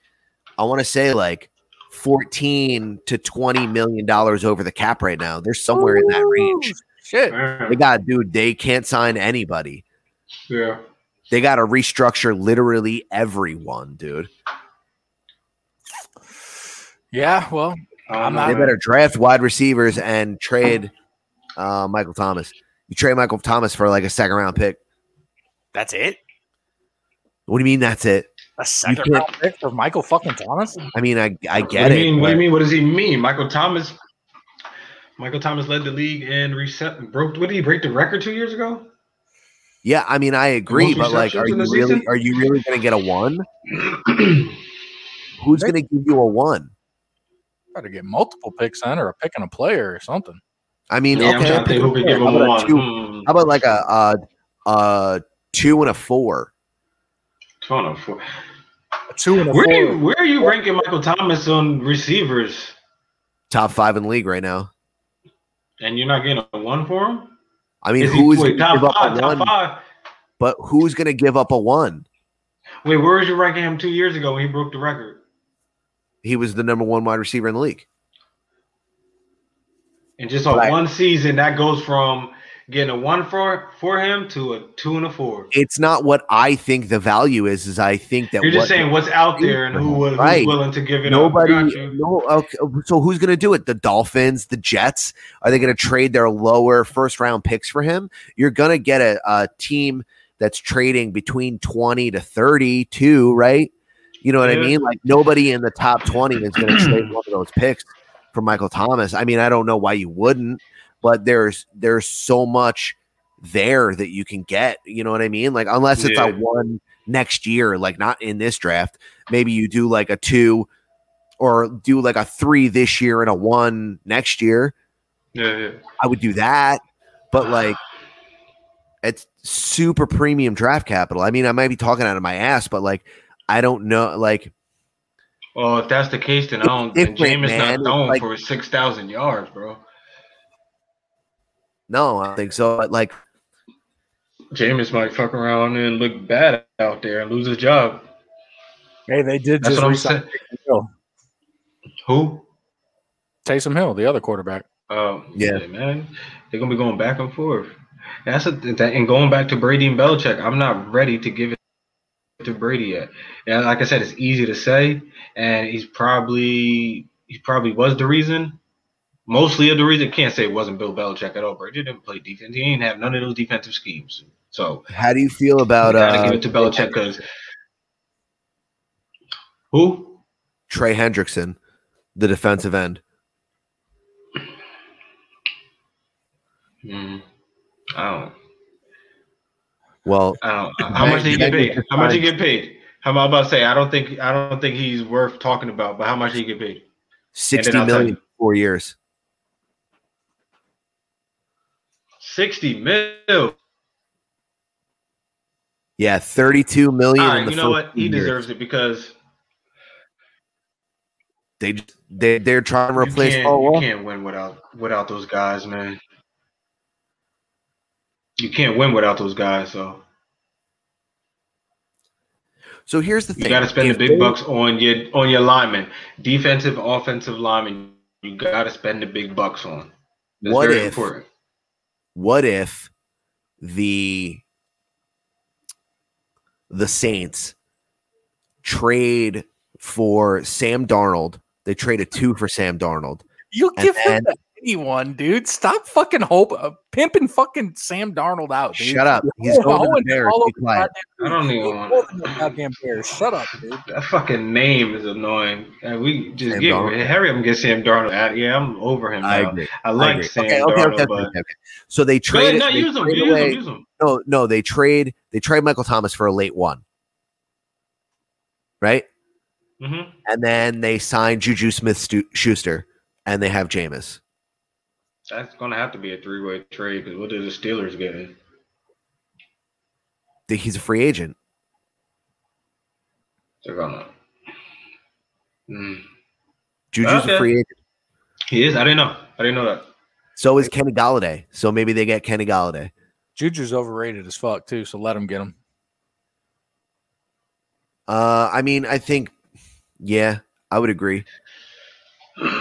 Speaker 1: I want to say like 14 to 20 million dollars over the cap right now. They're somewhere in that range.
Speaker 3: Shit.
Speaker 1: They got dude, they can't sign anybody.
Speaker 2: Yeah.
Speaker 1: They got to restructure literally everyone, dude.
Speaker 3: Yeah, well, I'm not
Speaker 1: they better draft wide receivers and trade uh, Michael Thomas. You trade Michael Thomas for like a second round pick.
Speaker 3: That's it?
Speaker 1: What do you mean that's it?
Speaker 3: A
Speaker 1: second
Speaker 3: second round pick for Michael fucking Thomas?
Speaker 1: I mean, I, I
Speaker 2: what
Speaker 1: get
Speaker 2: do
Speaker 1: it.
Speaker 2: you mean? What do you
Speaker 1: but-
Speaker 2: mean? What does he mean? Michael Thomas. Michael Thomas led the league and reset broke. What did he break the record two years ago?
Speaker 1: Yeah, I mean, I agree,
Speaker 2: Most
Speaker 1: but like, are
Speaker 2: receptions in
Speaker 1: you
Speaker 2: the
Speaker 1: really
Speaker 2: season?
Speaker 1: are you really going to get a one? Who's going to give you a one?
Speaker 3: Got to get multiple picks in or a pick and a player or something.
Speaker 1: I mean,
Speaker 3: Yeah, I'm
Speaker 1: okay,
Speaker 3: trying to think who could give
Speaker 1: how
Speaker 3: him
Speaker 1: about a
Speaker 3: one.
Speaker 1: two?
Speaker 3: Hmm.
Speaker 1: How about like a, a a two and a four?
Speaker 2: Two and a four.
Speaker 3: Two and a
Speaker 2: Where,
Speaker 3: four.
Speaker 2: do you, where are you ranking Michael Thomas on receivers?
Speaker 1: Top five in the league right now.
Speaker 2: And you're not getting a one for him?
Speaker 1: I mean,
Speaker 2: Is he-
Speaker 1: who is
Speaker 2: wait,
Speaker 1: going
Speaker 2: top
Speaker 1: to give up
Speaker 2: five?
Speaker 1: a
Speaker 2: Top
Speaker 1: one?
Speaker 2: five.
Speaker 1: But who's going to give up a one?
Speaker 2: Wait, where was you ranking him two years ago when he broke the record?
Speaker 1: He was the number one wide receiver in the league.
Speaker 2: And just on
Speaker 1: Right.
Speaker 2: one season, that goes from getting a one for for him to a two and a four.
Speaker 1: It's not what I think the value is. Is I think that
Speaker 2: You're just
Speaker 1: what-
Speaker 2: saying what's out there and who was
Speaker 1: Right.
Speaker 2: who's willing to give it
Speaker 1: Nobody.
Speaker 2: up.
Speaker 1: No. Okay, so who's going to do it? The Dolphins, the Jets. Are they going to trade their lower first round picks for him? You're going to get a, a team that's trading between twenty to thirty two, right? You know what I
Speaker 2: Yeah.
Speaker 1: mean? Like nobody in the top twenty is going to trade one of those picks for Michael Thomas. I mean, I don't know why you wouldn't, but there's there's so much there that you can get. You know what I mean? Like unless it's
Speaker 2: Yeah.
Speaker 1: a one next year, like not in this draft. Maybe you do like a two or do like a three this year and a one next year.
Speaker 2: Yeah, yeah.
Speaker 1: I would do that. But like it's super premium draft capital. I mean, I might be talking out of my ass, but like I don't know like
Speaker 2: Well, if that's the case, then I don't.
Speaker 1: It's
Speaker 2: Then
Speaker 1: different,
Speaker 2: Jameis
Speaker 1: man.
Speaker 2: not
Speaker 1: It's
Speaker 2: known
Speaker 1: like-
Speaker 2: for his six thousand yards, bro.
Speaker 1: no, I don't think so. But like
Speaker 2: Jameis might fuck around and look bad out there and lose his job.
Speaker 3: Hey, they did
Speaker 2: That's
Speaker 3: just
Speaker 2: what I'm
Speaker 3: resign
Speaker 2: saying.
Speaker 3: Taysom Hill.
Speaker 2: Who?
Speaker 3: Taysom Hill, the other quarterback.
Speaker 2: Um, yeah. man. They're gonna be going back and forth. That's a, that, and going back to Brady and Belichick. I'm not ready to give it to Brady yet. And like I said, it's easy to say, and he's probably he probably was the reason. Mostly of the reason can't say it wasn't Bill Belichick at all. Brady didn't play defense. He didn't have none of those defensive schemes. So
Speaker 1: how do you feel about
Speaker 2: gotta
Speaker 1: uh
Speaker 2: give it to Belichick because who?
Speaker 1: Trey Hendrickson, the defensive end?
Speaker 2: mm, I don't.
Speaker 1: Well,
Speaker 2: I don't. How much did he get paid? How much did he get paid? How am I about to say? I don't think I don't think he's worth talking about. But how much did he get paid? And then
Speaker 1: Sixty
Speaker 2: I'll tell
Speaker 1: million
Speaker 2: you.
Speaker 1: for four years.
Speaker 2: Sixty mil.
Speaker 1: Yeah, thirty-two million.
Speaker 2: All
Speaker 1: in
Speaker 2: right, Ah,
Speaker 1: the
Speaker 2: you know
Speaker 1: first
Speaker 2: what? He
Speaker 1: year.
Speaker 2: deserves it because
Speaker 1: They j- they they're trying to
Speaker 2: you
Speaker 1: replace
Speaker 2: can't,
Speaker 1: Paul
Speaker 2: you
Speaker 1: Wall.
Speaker 2: can't win without without those guys, man. You can't win without those guys. So
Speaker 1: So here's the
Speaker 2: you
Speaker 1: thing:
Speaker 2: got to spend the
Speaker 1: If
Speaker 2: big
Speaker 1: they-
Speaker 2: bucks on your on your linemen, defensive, offensive linemen. You got to spend the big bucks on. That's
Speaker 1: What
Speaker 2: very
Speaker 1: if-
Speaker 2: important.
Speaker 1: What if the the Saints trade for Sam Darnold? They trade a two for Sam Darnold.
Speaker 3: You
Speaker 1: And
Speaker 3: give him
Speaker 1: then-
Speaker 3: that anyone, dude. Stop fucking hope uh, pimping fucking Sam Darnold
Speaker 2: Oh,
Speaker 3: out. Dude.
Speaker 1: Shut up. He's
Speaker 3: You're
Speaker 1: going to the
Speaker 3: hoeing
Speaker 1: Bears.
Speaker 3: all
Speaker 1: Be
Speaker 3: over the
Speaker 1: quiet.
Speaker 3: goddamn-
Speaker 2: I don't even
Speaker 3: You're
Speaker 2: want-
Speaker 3: hoeing all over the Goddamn Bears. Shut up, dude.
Speaker 2: That fucking name is annoying. And we just
Speaker 1: Sam
Speaker 2: get
Speaker 1: Darnold.
Speaker 2: hurry up and get Sam Darnold out. Yeah, I'm over him.
Speaker 1: I
Speaker 2: now.
Speaker 1: agree.
Speaker 2: I like
Speaker 1: agree.
Speaker 2: Sam
Speaker 1: Okay, okay,
Speaker 2: Darnold,
Speaker 1: okay, okay,
Speaker 2: but
Speaker 1: okay, okay. So they trade.
Speaker 2: no,
Speaker 1: they
Speaker 2: use him,
Speaker 1: trade
Speaker 2: use him,
Speaker 1: away-
Speaker 2: use him.
Speaker 1: No, no, they trade. They trade Michael Thomas for a late one, right?
Speaker 2: Mhm.
Speaker 1: And then they sign Juju Smith Schuster, and they have Jameis.
Speaker 2: that's gonna have to be a three way trade because what do the Steelers get?
Speaker 1: Think He's a free agent.
Speaker 2: They're gonna. Mm.
Speaker 1: Juju's
Speaker 2: Okay.
Speaker 1: a free agent.
Speaker 2: He is. I didn't know. I didn't know that.
Speaker 1: So is Kenny Galladay. So maybe they get Kenny Galladay.
Speaker 3: Juju's overrated as fuck too, so let him get him.
Speaker 1: Uh, I mean, I think, yeah, I would agree.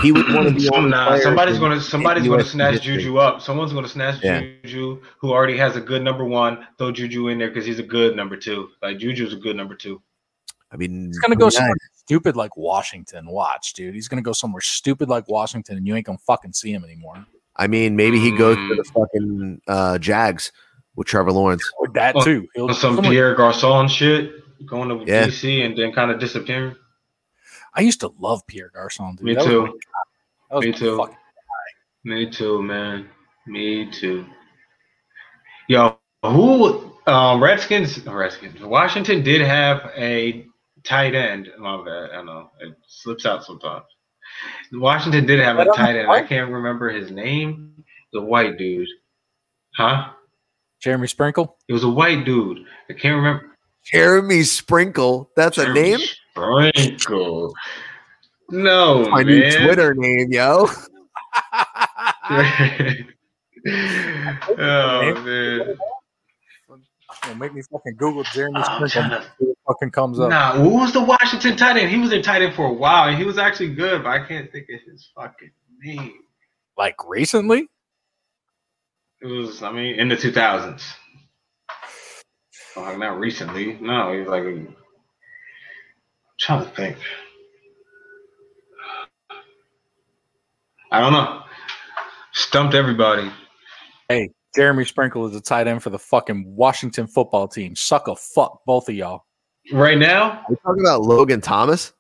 Speaker 1: He would want to be
Speaker 2: Some-
Speaker 1: on
Speaker 2: nah, somebody's gonna somebody's gonna snatch Juju up. Someone's gonna snatch
Speaker 1: Yeah.
Speaker 2: Juju, who already has a good number one. Throw Juju in there because he's a good number two. Like Juju's a good number two.
Speaker 1: I mean,
Speaker 3: He's gonna go somewhere stupid like Washington. Watch, dude. He's gonna go somewhere stupid like Washington, and you ain't gonna fucking see him anymore.
Speaker 1: I mean, maybe he goes to
Speaker 2: Hmm.
Speaker 1: the fucking uh, Jags with Trevor Lawrence.
Speaker 3: With that
Speaker 2: On-
Speaker 3: too. He'll-
Speaker 2: on some
Speaker 3: someone-
Speaker 2: Pierre Garcon shit, going to
Speaker 1: Yeah.
Speaker 2: DC and then kind of disappearing.
Speaker 3: I used to love Pierre Garcon, dude.
Speaker 2: Me
Speaker 3: That was
Speaker 2: too.
Speaker 3: my- that was
Speaker 2: Me
Speaker 3: my
Speaker 2: too.
Speaker 3: fucking-
Speaker 2: Me too, man. Me too. Yo, who um Redskins Redskins. Washington did have a tight end. My bad. I know. It slips out sometimes. Washington did have a
Speaker 1: uh,
Speaker 2: tight end. I can't remember his name. The white dude. Huh?
Speaker 3: Jeremy Sprinkle?
Speaker 2: It was a white dude. I can't remember.
Speaker 1: Jeremy Sprinkle. That's a name.
Speaker 2: Sprinkle. No,
Speaker 1: My new
Speaker 2: man.
Speaker 1: Twitter name, yo.
Speaker 2: Oh man.
Speaker 3: It'll make me fucking Google Jeremy
Speaker 2: I'm
Speaker 3: Sprinkle.
Speaker 2: tryna-
Speaker 3: It fucking comes up.
Speaker 2: Ah, Nah, who was the Washington tight end? He was in tight end for a while, and he was actually good, but I can't think of his fucking name.
Speaker 3: Like recently?
Speaker 2: It was, I mean, in the two thousands. Like not recently. No, he was like. I'm trying to think. I don't know. Stumped everybody.
Speaker 3: Hey, Jeremy Sprinkle is a tight end for the fucking Washington football team. Suck a fuck, both of y'all.
Speaker 2: Right now?
Speaker 1: We're talking about Logan Thomas.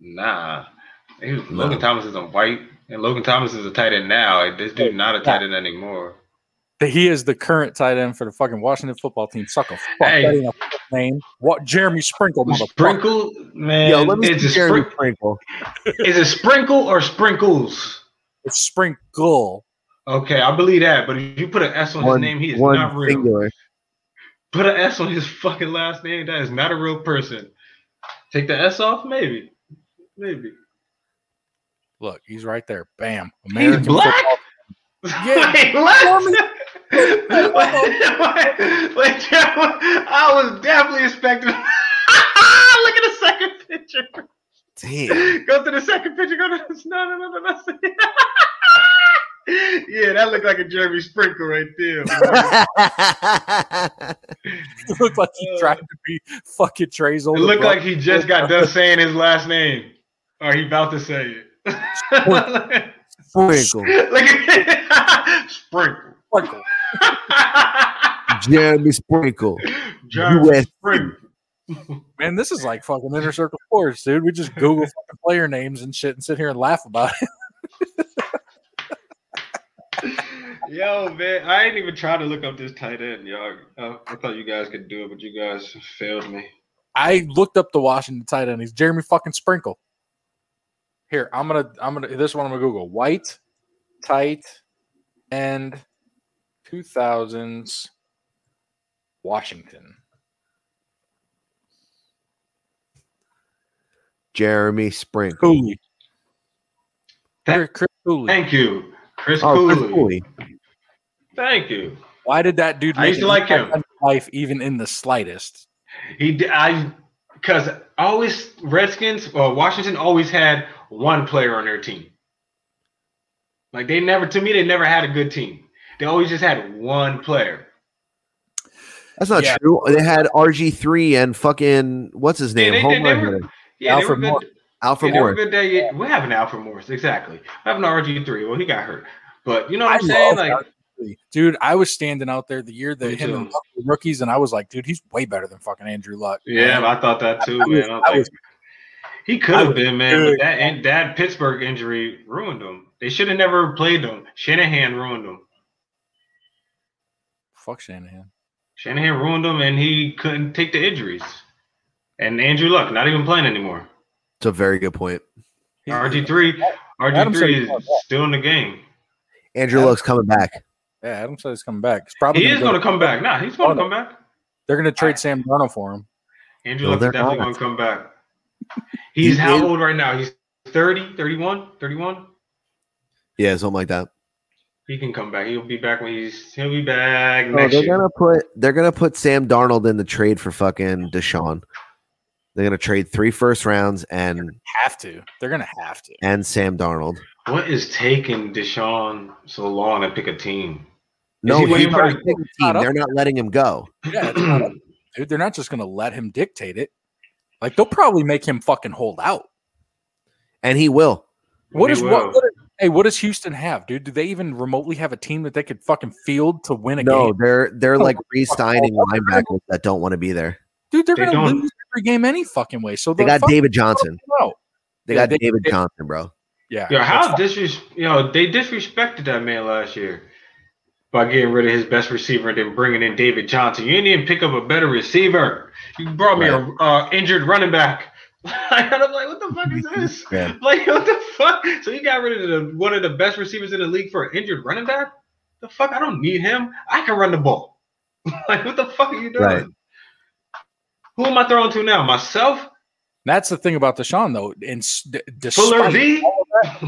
Speaker 2: Nah. He was,
Speaker 1: No.
Speaker 2: Logan Thomas isn't white, and Logan Thomas is a tight end now. Like, This dude not a tight end anymore.
Speaker 3: That He is the current tight end for the fucking Washington football team. Suck a fuck.
Speaker 2: Hey.
Speaker 3: That ain't a fuck name. What Jeremy Sprinkle? motherfucker.
Speaker 2: Sprinkle, man.
Speaker 3: Yo, let me
Speaker 2: it's
Speaker 3: see
Speaker 2: a
Speaker 3: Jeremy
Speaker 2: sprink- is it sprinkle or sprinkles?
Speaker 3: It's sprinkle.
Speaker 2: Okay, I believe that. But if you put an S on his name, he is not real.
Speaker 1: singular.
Speaker 2: Put an S on his fucking last name. That is not a real person. Take the S off, maybe, maybe.
Speaker 3: Look, he's right there. Bam.
Speaker 2: He's black.
Speaker 3: Yeah.
Speaker 2: Wait, what? Wait, wait, wait, Jeff, I was definitely expecting. Look at the second picture.
Speaker 1: Damn.
Speaker 2: Go to the second picture. Go to the no, no, no, no, no. yeah, that looked like a Jeremy Sprinkle right there. man.
Speaker 3: He looked like he tried to be fucking Trey's
Speaker 2: Uh. it
Speaker 3: older.
Speaker 2: looked
Speaker 3: brother.
Speaker 2: like he just got done saying his last name, or he about to say it.
Speaker 1: Sprinkle.
Speaker 2: Look at Sprinkle.
Speaker 3: Sprinkle.
Speaker 1: Jeremy Sprinkle.
Speaker 2: Jeremy
Speaker 1: US.
Speaker 3: Man, this is like fucking inner circle sports, dude. We just Google fucking player names and shit and sit here and laugh about it.
Speaker 2: Yo, man, I ain't even trying to look up this tight end, y'all. I, I thought you guys could do it, but you guys failed me.
Speaker 3: I looked up the Washington tight end. He's Jeremy fucking Sprinkle. Here, I'm gonna, I'm gonna. This one I'm gonna Google white, tight, end, two thousands, Washington.
Speaker 1: Jeremy Sprinkle.
Speaker 3: Cooley. Chris, Chris Cooley.
Speaker 2: Thank you, Chris
Speaker 1: Oh, Chris
Speaker 2: Cooley.
Speaker 1: Cooley.
Speaker 2: Thank you.
Speaker 3: Why did that dude?
Speaker 2: I
Speaker 3: make
Speaker 2: used to
Speaker 3: an
Speaker 2: like
Speaker 3: impact
Speaker 2: him.
Speaker 3: on your Life even in the slightest.
Speaker 2: He, d- I, because always Redskins or Washington always had one player on their team. Like they never, to me, they never had a good team. They always just had one player.
Speaker 1: That's not
Speaker 2: Yeah.
Speaker 1: true. They had RG3 and fucking what's his name?
Speaker 2: they-
Speaker 1: Home
Speaker 2: they- they
Speaker 1: run
Speaker 2: were-
Speaker 1: hitter.
Speaker 2: Yeah,
Speaker 1: Alfred
Speaker 2: they were
Speaker 1: Moore.
Speaker 2: good.
Speaker 1: Alfred
Speaker 2: Yeah, there
Speaker 1: Morris.
Speaker 2: was a day- What happened to Alfred Morris? Exactly. What happened to RG3? Well, he got hurt. But you know what
Speaker 3: I
Speaker 2: I'm saying?
Speaker 3: love
Speaker 2: Like,
Speaker 3: RG3. dude, I was standing out there the year that
Speaker 2: Me
Speaker 3: him
Speaker 2: too.
Speaker 3: and Luck were rookies, and I was like, dude, he's way better than fucking Andrew Luck.
Speaker 2: yeah, I thought that too,
Speaker 3: I was-
Speaker 2: man. I was
Speaker 3: I
Speaker 2: like,
Speaker 3: was-
Speaker 2: he could have been, man.
Speaker 3: good.
Speaker 2: But that and that Pittsburgh injury ruined him. They should have never played him. Shanahan ruined him.
Speaker 3: Fuck Shanahan.
Speaker 2: Shanahan ruined him, and he couldn't take the injuries. And Andrew Luck not even playing anymore.
Speaker 1: It's a very good point.
Speaker 2: RG3,
Speaker 3: Adam said he
Speaker 2: RG3 is still in the game.
Speaker 1: Andrew Luck's coming back.
Speaker 3: Yeah, Adam said he's coming back. He's probably
Speaker 2: He
Speaker 3: gonna
Speaker 2: is
Speaker 3: go-
Speaker 2: going to come back. Nah, he's going
Speaker 3: Oh,
Speaker 2: to
Speaker 3: no.
Speaker 2: come back.
Speaker 3: They're going to trade Sam Darnold for him.
Speaker 2: Andrew
Speaker 3: No,
Speaker 2: Luck's
Speaker 3: they're
Speaker 2: definitely
Speaker 3: not.
Speaker 2: going to come back. He's
Speaker 1: He
Speaker 2: how
Speaker 1: is-
Speaker 2: old right now? He's 30, 31, 31.
Speaker 1: Yeah, something like that.
Speaker 2: He can come back. He'll be back when he's. He'll be
Speaker 3: Oh,
Speaker 2: back
Speaker 1: No,
Speaker 2: next
Speaker 1: they're
Speaker 2: year.
Speaker 1: gonna put they're gonna put Sam Darnold in the trade for fucking Deshaun. They're gonna trade three first rounds and
Speaker 3: Have to. They're going to have to.
Speaker 1: and Sam Darnold.
Speaker 2: What is taking Deshaun so long to pick a team? Is
Speaker 1: No,
Speaker 2: he
Speaker 1: he's
Speaker 2: waiting
Speaker 1: not
Speaker 2: for
Speaker 1: a
Speaker 2: his-
Speaker 1: big team. They're not letting him go.
Speaker 3: Yeah, it's not up to them, dude, they're not just going to let him dictate it. Like they'll probably make him fucking hold out.
Speaker 1: And he will.
Speaker 3: What
Speaker 2: He
Speaker 3: is what?
Speaker 2: will.
Speaker 3: what is- hey, what does Houston have, dude? Do they even remotely have a team that they could fucking field to win a
Speaker 1: No,
Speaker 3: game?
Speaker 1: they're they're
Speaker 3: Oh,
Speaker 1: like
Speaker 3: fuck.
Speaker 1: re-signing linebackers that don't want to be there.
Speaker 3: Dude, they're
Speaker 2: They
Speaker 3: going to
Speaker 2: don't.
Speaker 3: lose every game any fucking way. So
Speaker 1: They
Speaker 3: they'll
Speaker 1: got
Speaker 3: fucking
Speaker 1: David Johnson.
Speaker 3: hold out.
Speaker 1: They
Speaker 3: Yeah,
Speaker 1: got
Speaker 3: they-
Speaker 1: David
Speaker 3: they-
Speaker 1: Johnson, bro.
Speaker 3: Yeah.
Speaker 2: Yo,
Speaker 3: that's
Speaker 2: how
Speaker 3: fine.
Speaker 2: disres? You know, they disrespected that man last year by getting rid of his best receiver and then bringing in David Johnson. You didn't even pick up a better receiver. You brought me a uh, injured running back. and I'm like, what the fuck is this?
Speaker 1: Yeah.
Speaker 2: Like, what the fuck? So you got rid of the, one of the best receivers in the league for an injured running back? The fuck? I don't need him. I can run the ball. like, what the fuck are you doing?
Speaker 1: Right.
Speaker 2: Who am I throwing to now? Myself?
Speaker 3: That's the thing about Deshaun though. And s- d-
Speaker 2: Fuller
Speaker 3: despite
Speaker 2: V?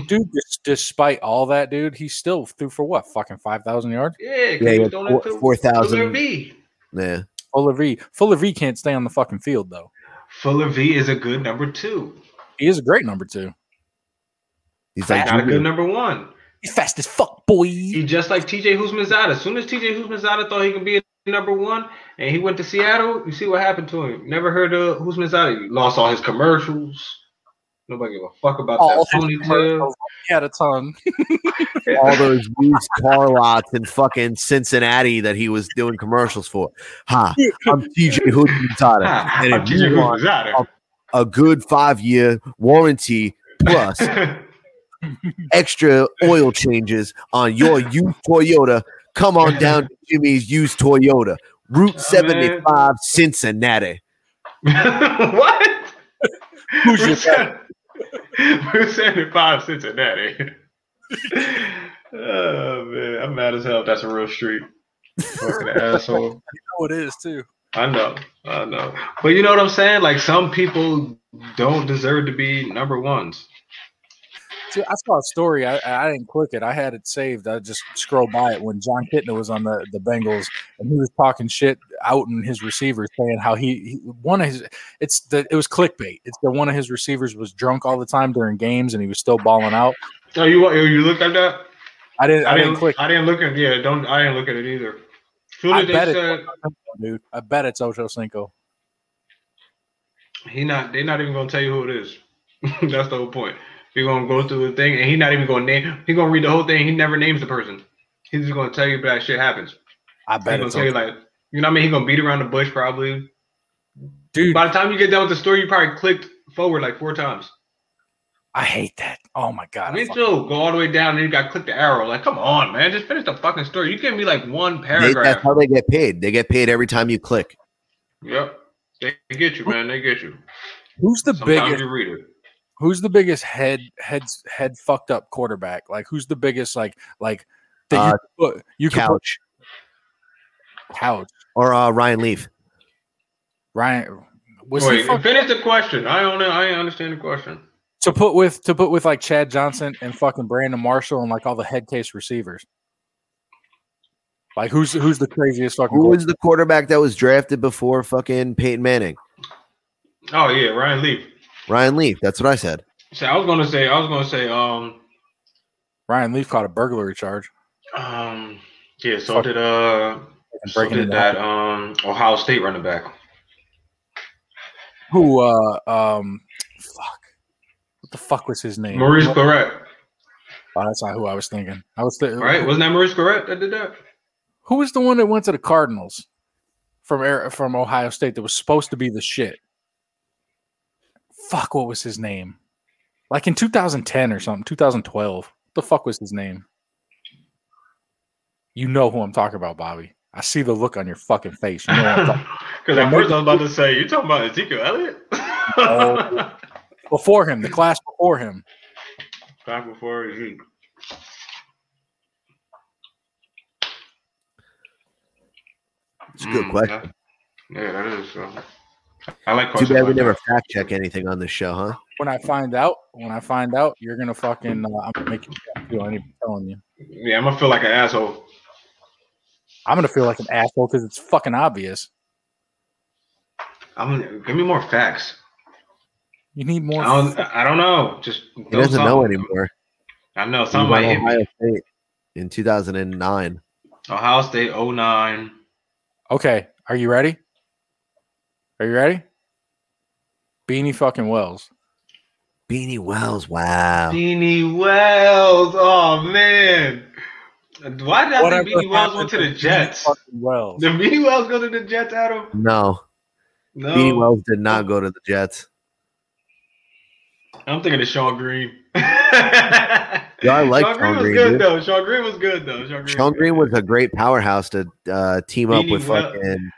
Speaker 3: dude, des- despite all that, dude, he still threw for what? Fucking five thousand yards.
Speaker 2: Yeah, 'cause
Speaker 1: Yeah,
Speaker 2: you
Speaker 1: yeah,
Speaker 2: throwing
Speaker 1: four-
Speaker 2: it to
Speaker 1: 4,000.
Speaker 2: Fuller V.
Speaker 1: Yeah.
Speaker 3: Fuller V. Fuller V can't stay on the fucking field though.
Speaker 2: Fuller V is a good number two.
Speaker 3: He is a great number two.
Speaker 1: He's like
Speaker 2: Not a good
Speaker 1: Juju.
Speaker 2: number one.
Speaker 3: He's fast as fuck, boy.
Speaker 2: He just like TJ Houshmandzada. As soon as TJ Houshmandzada thought he could be a number one, and he went to Seattle, you see what happened to him. Never heard of Houshmandzada. He lost all his commercials. Nobody give a fuck about
Speaker 3: All
Speaker 2: that ponytail.
Speaker 3: He had a ton.
Speaker 1: all those used car lots in fucking Cincinnati that he was doing commercials for. Ha! I'm TJ Houshmandzada,
Speaker 2: Ah,
Speaker 1: and
Speaker 2: I'm
Speaker 1: if you
Speaker 2: TJ
Speaker 1: want
Speaker 2: Houshmandzada.
Speaker 1: a good five year warranty plus extra oil changes on your used Toyota, come on down to Jimmy's used
Speaker 2: Oh,
Speaker 1: Toyota, Route 75, Cincinnati.
Speaker 2: what?
Speaker 3: Who's your
Speaker 2: Route seven- Route 75 Cincinnati. oh man, I'm mad as hell. if That's a real street. Fucking asshole.
Speaker 3: know it is too.
Speaker 2: I know, I know. But you know what I'm saying? Like some people don't deserve to be number ones.
Speaker 3: Dude, I saw a story. I, I didn't click it. I had it saved. I just scrolled by it when John Kitna was on the, the Bengals and he was talking shit out in his receiver saying how he, he one of his it's the it was clickbait. It's that one of his receivers was drunk all the time during games and he was still balling out.
Speaker 2: Oh, you want you looked at that?
Speaker 3: I didn't I,
Speaker 2: I
Speaker 3: didn't,
Speaker 2: didn't.
Speaker 3: click,
Speaker 2: I didn't look at. Yeah, don't. I didn't look at it either. Soon
Speaker 3: I
Speaker 2: as they
Speaker 3: bet it-
Speaker 2: said
Speaker 3: dude. I bet it's Ocho Cinco.
Speaker 2: he not, they're not even gonna tell you who it is. That's the whole point. You're gonna go through the thing, and he not even gonna name. He gonna read the whole thing. He never names the person. He's just gonna tell you that shit happens.
Speaker 3: I
Speaker 2: He's
Speaker 3: bet
Speaker 2: gonna
Speaker 3: it's
Speaker 2: tell you
Speaker 3: Ocho.
Speaker 2: like, you know what I mean? He gonna beat around the bush probably.
Speaker 3: dude.
Speaker 2: By the time you get done with the story, you probably clicked forward like four times.
Speaker 3: I hate that. Oh my god. I
Speaker 2: Me
Speaker 3: fucking-
Speaker 2: too. Go all the way down, and you got click the arrow. Like, come on, man, just finish the fucking story. You give me like one
Speaker 1: They-
Speaker 2: paragraph.
Speaker 1: that's how they get paid. They get paid every time you click.
Speaker 2: yep, they get you, man. They get you.
Speaker 3: Who's the
Speaker 2: Sometimes
Speaker 3: biggest
Speaker 2: you read it.
Speaker 3: who's the biggest head head head fucked up quarterback? Like who's the biggest like like that
Speaker 1: Uh,
Speaker 3: you could put, you could put
Speaker 1: Couch
Speaker 3: couch
Speaker 1: or uh, Ryan Leaf.
Speaker 3: Ryan was he
Speaker 2: Wait,
Speaker 3: fuck-
Speaker 2: finish the question. I don't. know- I ain't understand the question.
Speaker 3: to put with to put with like Chad Johnson and fucking Brandon Marshall and like all the head case receivers. Like who's who's the craziest fucking
Speaker 1: Who
Speaker 3: quarterback?
Speaker 1: was the quarterback that was drafted before fucking Peyton Manning?
Speaker 2: Oh yeah, Ryan Leaf.
Speaker 1: Ryan Leaf. That's what I said.
Speaker 2: So I was gonna say. I was gonna say. Um.
Speaker 3: Ryan Leaf caught a burglary charge.
Speaker 2: Um. Yeah. So
Speaker 3: Fuck.
Speaker 2: did uh.
Speaker 3: And
Speaker 2: So
Speaker 3: breaking
Speaker 2: did
Speaker 3: into
Speaker 2: that um Ohio State running back.
Speaker 3: Who uh um fuck What the fuck was his name?
Speaker 2: Maurice Correct.
Speaker 3: Oh, that's not who I was thinking. I was thinking.
Speaker 2: Right? Wasn't that Maurice Correct that did that?
Speaker 3: Who was the one that went to the Cardinals from Ari- from Ohio State that was supposed to be the shit? Fuck, what was his name? Like in 2010 or something, 2012. What the fuck was his name? You know who I'm talking about, Bobby. I see the look on your fucking face. You know what I'm talking
Speaker 2: Because at first I was about to say, you're talking about Ezekiel Elliott?
Speaker 3: Oh, before him, the class before him.
Speaker 2: Back before Ezekiel.
Speaker 1: It's a good
Speaker 2: Mm,
Speaker 1: question.
Speaker 2: Yeah, that is. Uh, I like
Speaker 1: Too
Speaker 2: questions
Speaker 1: bad we
Speaker 2: like
Speaker 1: never
Speaker 2: that.
Speaker 1: fact check anything on this show, huh?
Speaker 3: When I find out, when I find out, you're gonna fucking. Uh, I'm gonna make you feel. I'm telling you.
Speaker 2: Yeah, I'm gonna feel like an asshole.
Speaker 3: I'm gonna feel like an asshole because it's fucking obvious.
Speaker 2: I'm give me more facts.
Speaker 3: You need
Speaker 2: I
Speaker 3: more.
Speaker 2: don't, I don't know. Just
Speaker 1: He
Speaker 2: throw
Speaker 1: doesn't know
Speaker 2: something.
Speaker 1: anymore.
Speaker 2: I know
Speaker 1: He
Speaker 2: something
Speaker 1: was
Speaker 2: might
Speaker 1: on
Speaker 2: hit me.
Speaker 1: Ohio State in 2009.
Speaker 2: Ohio State 09.
Speaker 3: Okay, are you ready? Are you ready? Beanie fucking Wells.
Speaker 1: Beanie Wells. Wow.
Speaker 2: Beanie Wells. Oh man. Why did I think Beanie Wells went to the Jets?
Speaker 3: Wells.
Speaker 2: Did Beanie Wells go to the Jets, Adam?
Speaker 1: No.
Speaker 2: No. Oh.
Speaker 1: Beanie Wells did not go to the Jets.
Speaker 2: I'm thinking of Sean Green.
Speaker 1: Yeah, I like
Speaker 2: Sean Green
Speaker 1: Sean
Speaker 2: was
Speaker 1: Green.
Speaker 2: good
Speaker 1: dude.
Speaker 2: though. Sean Green was good though. Sean Green. was
Speaker 1: Sean Green was a great powerhouse to uh, team up
Speaker 2: Beanie
Speaker 1: with
Speaker 2: Wells.
Speaker 1: fucking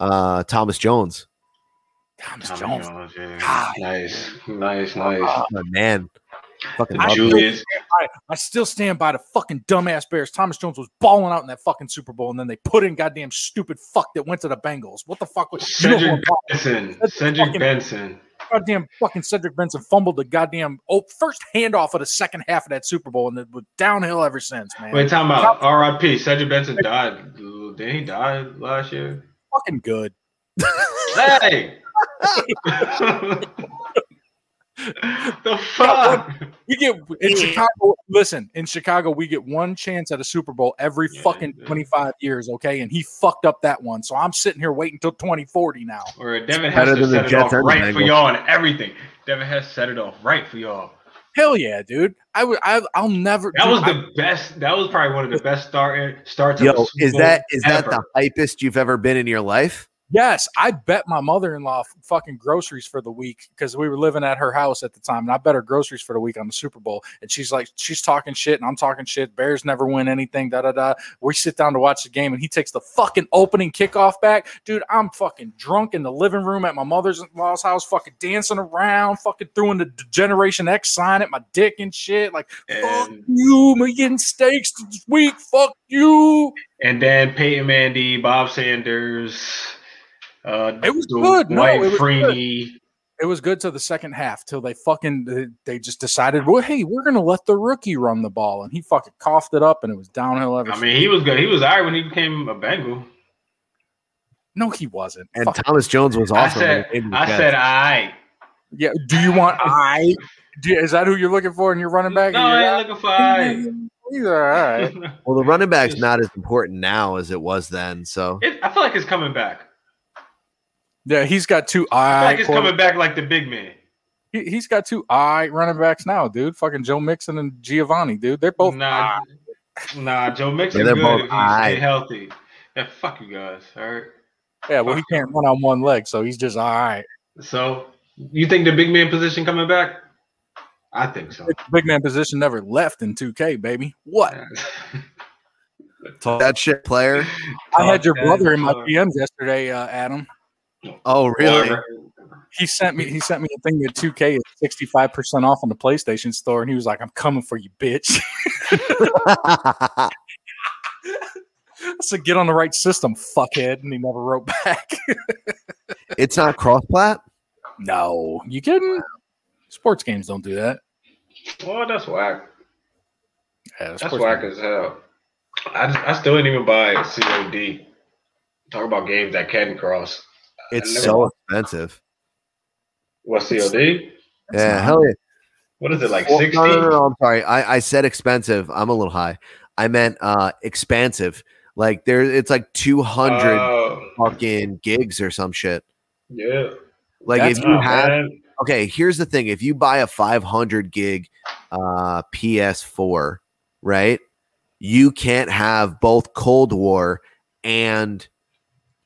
Speaker 1: uh, Thomas Jones.
Speaker 3: Thomas
Speaker 2: Jones. yeah. Nice, nice, nice.
Speaker 1: My Oh, man. Fucking
Speaker 3: I
Speaker 1: love
Speaker 3: still,
Speaker 1: him.
Speaker 3: I, I still stand by the fucking dumbass Bears. Thomas Jones was balling out in that fucking Super Bowl, and then they put in goddamn stupid fuck that went to the Bengals. What the fuck was you know who I'm
Speaker 2: Cedric
Speaker 3: talking
Speaker 2: Benson.
Speaker 3: That's
Speaker 2: Cedric
Speaker 3: fucking-
Speaker 2: Benson.
Speaker 3: goddamn fucking Cedric Benson fumbled the goddamn oh, first handoff of the second half of that Super Bowl, and it was downhill ever since, man.
Speaker 2: Wait, time out. R.I.P. Cedric Benson died. Did he die last year?
Speaker 3: Fucking good.
Speaker 2: Hey. the fuck?
Speaker 3: We get in Chicago. Listen, in Chicago, we get one chance at a Super Bowl every fucking 25 years, okay? And he fucked up that one. So I'm sitting here waiting till 2040 now.
Speaker 2: Or Devin
Speaker 1: better
Speaker 2: Hester
Speaker 1: than the
Speaker 2: set it
Speaker 1: Jets
Speaker 2: off
Speaker 1: and the
Speaker 2: right for
Speaker 1: Bengals.
Speaker 2: y'all and everything. Devin Hester set it off right for y'all.
Speaker 3: Hell yeah, dude. I would I I'll never
Speaker 2: That
Speaker 3: dude,
Speaker 2: was
Speaker 3: I-
Speaker 2: the best. That was probably one of the best start starts. of
Speaker 1: Yo,
Speaker 2: a Super
Speaker 1: is
Speaker 2: Bowl
Speaker 1: that is that
Speaker 2: ever.
Speaker 1: the hypest you've ever been in your life?
Speaker 3: Yes, I bet my mother-in-law f- fucking groceries for the week because we were living at her house at the time, and I bet her groceries for the week on the Super Bowl. And she's like, she's talking shit, and I'm talking shit. Bears never win anything. Da da da. We sit down to watch the game, and he takes the fucking opening kickoff back, dude. I'm fucking drunk in the living room at my mother-in-law's house, fucking dancing around, fucking throwing the D- Generation X sign at my dick and shit. Like, fuck
Speaker 2: And-
Speaker 3: you, me getting steaks this week. Fuck you.
Speaker 2: And then Peyton Mandy, Bob Sanders. Uh,
Speaker 3: It was
Speaker 2: the
Speaker 3: good. No,
Speaker 2: White
Speaker 3: it was
Speaker 2: Freeney.
Speaker 3: It was good to the second half till they fucking they- they just decided, well, hey, we're gonna let the rookie run the ball, and he fucking coughed it up, and it was downhill ever.
Speaker 2: I mean, he was good. He was all right when he became a Bengal.
Speaker 3: no, he wasn't.
Speaker 1: And
Speaker 3: Fuck.
Speaker 1: Thomas Jones was
Speaker 2: I
Speaker 1: awesome.
Speaker 2: said,
Speaker 1: when he came to the
Speaker 2: I
Speaker 1: Jets.
Speaker 2: said, I.
Speaker 3: yeah. Do you want I? Do you- is that who you're looking for in your running back?
Speaker 2: No, I ain't looking for I.
Speaker 3: He's all right.
Speaker 1: well, the running back's not as important now as it was then. So
Speaker 2: It, I feel like it's coming back.
Speaker 3: Yeah, he's got
Speaker 2: I
Speaker 3: two
Speaker 2: feel
Speaker 3: I.
Speaker 2: like it's
Speaker 3: quarter-
Speaker 2: coming back like the big man.
Speaker 3: he, he's got two I running backs now, dude. Fucking Joe Mixon and Giovanni, dude. They're both
Speaker 2: Nah, nah, Joe Mixon
Speaker 3: Yeah, they're
Speaker 2: good
Speaker 3: both
Speaker 2: if he
Speaker 3: aight.
Speaker 2: stay healthy. Yeah, fuck you guys. All right.
Speaker 3: yeah. Well, he can't run on one leg, so he's just all right.
Speaker 2: So you think the big man position coming back? I think so.
Speaker 3: Big man position never left in 2K, baby. What?
Speaker 1: talk that shit, player.
Speaker 3: I had your
Speaker 1: Okay,
Speaker 3: brother in my
Speaker 1: sure.
Speaker 3: DMs yesterday, uh, Adam.
Speaker 1: Oh, really?
Speaker 3: He sent me. He sent me a thing that 2K is 65 percent off on the PlayStation Store, and he was like, "I'm coming for you, bitch." I said, "Get on the right system, fuckhead," and he never wrote back.
Speaker 1: it's not cross plat.
Speaker 3: no, you kidding? Sports games don't do that.
Speaker 2: Well, that's whack.
Speaker 3: Yeah,
Speaker 2: That's whack as hell. I, just, I still didn't even buy COD. Talk about games that can cross. I
Speaker 1: It's
Speaker 2: never-
Speaker 1: so expensive.
Speaker 2: What COD?
Speaker 1: Yeah, hell yeah.
Speaker 2: What is it like?
Speaker 1: Well,
Speaker 2: Sixty?
Speaker 1: No, no, no, no, I'm sorry. I, I said expensive. I'm a little high. I meant uh expansive. Like there, it's like 200
Speaker 2: Oh.
Speaker 1: fucking gigs or some shit.
Speaker 2: Yeah.
Speaker 1: Like
Speaker 2: That's
Speaker 1: if you
Speaker 2: not
Speaker 1: have
Speaker 2: bad.
Speaker 1: okay, here's the thing: if you buy a 500 gig uh, PS4, right, you can't have both Cold War and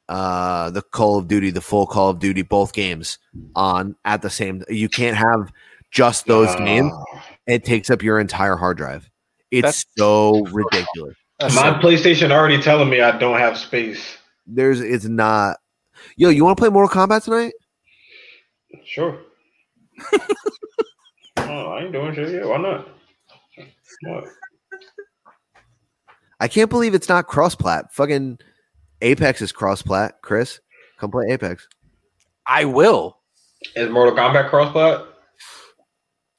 Speaker 1: uh, the Call of Duty, the full Call of Duty, both games on at the same. You can't have just those
Speaker 2: Uh,
Speaker 1: games. It takes up your entire hard drive. It's
Speaker 2: That's-
Speaker 1: so ridiculous.
Speaker 2: My PlayStation already telling me I don't have space.
Speaker 1: There's, it's not. Yo, you want to play Mortal Kombat tonight?
Speaker 2: Sure. oh, I ain't doing shit yet. Why not? What?
Speaker 1: I can't believe it's not cross-plat. Fucking Apex is cross-plat. Chris, come play Apex.
Speaker 3: I will.
Speaker 2: Is Mortal Kombat cross-plat?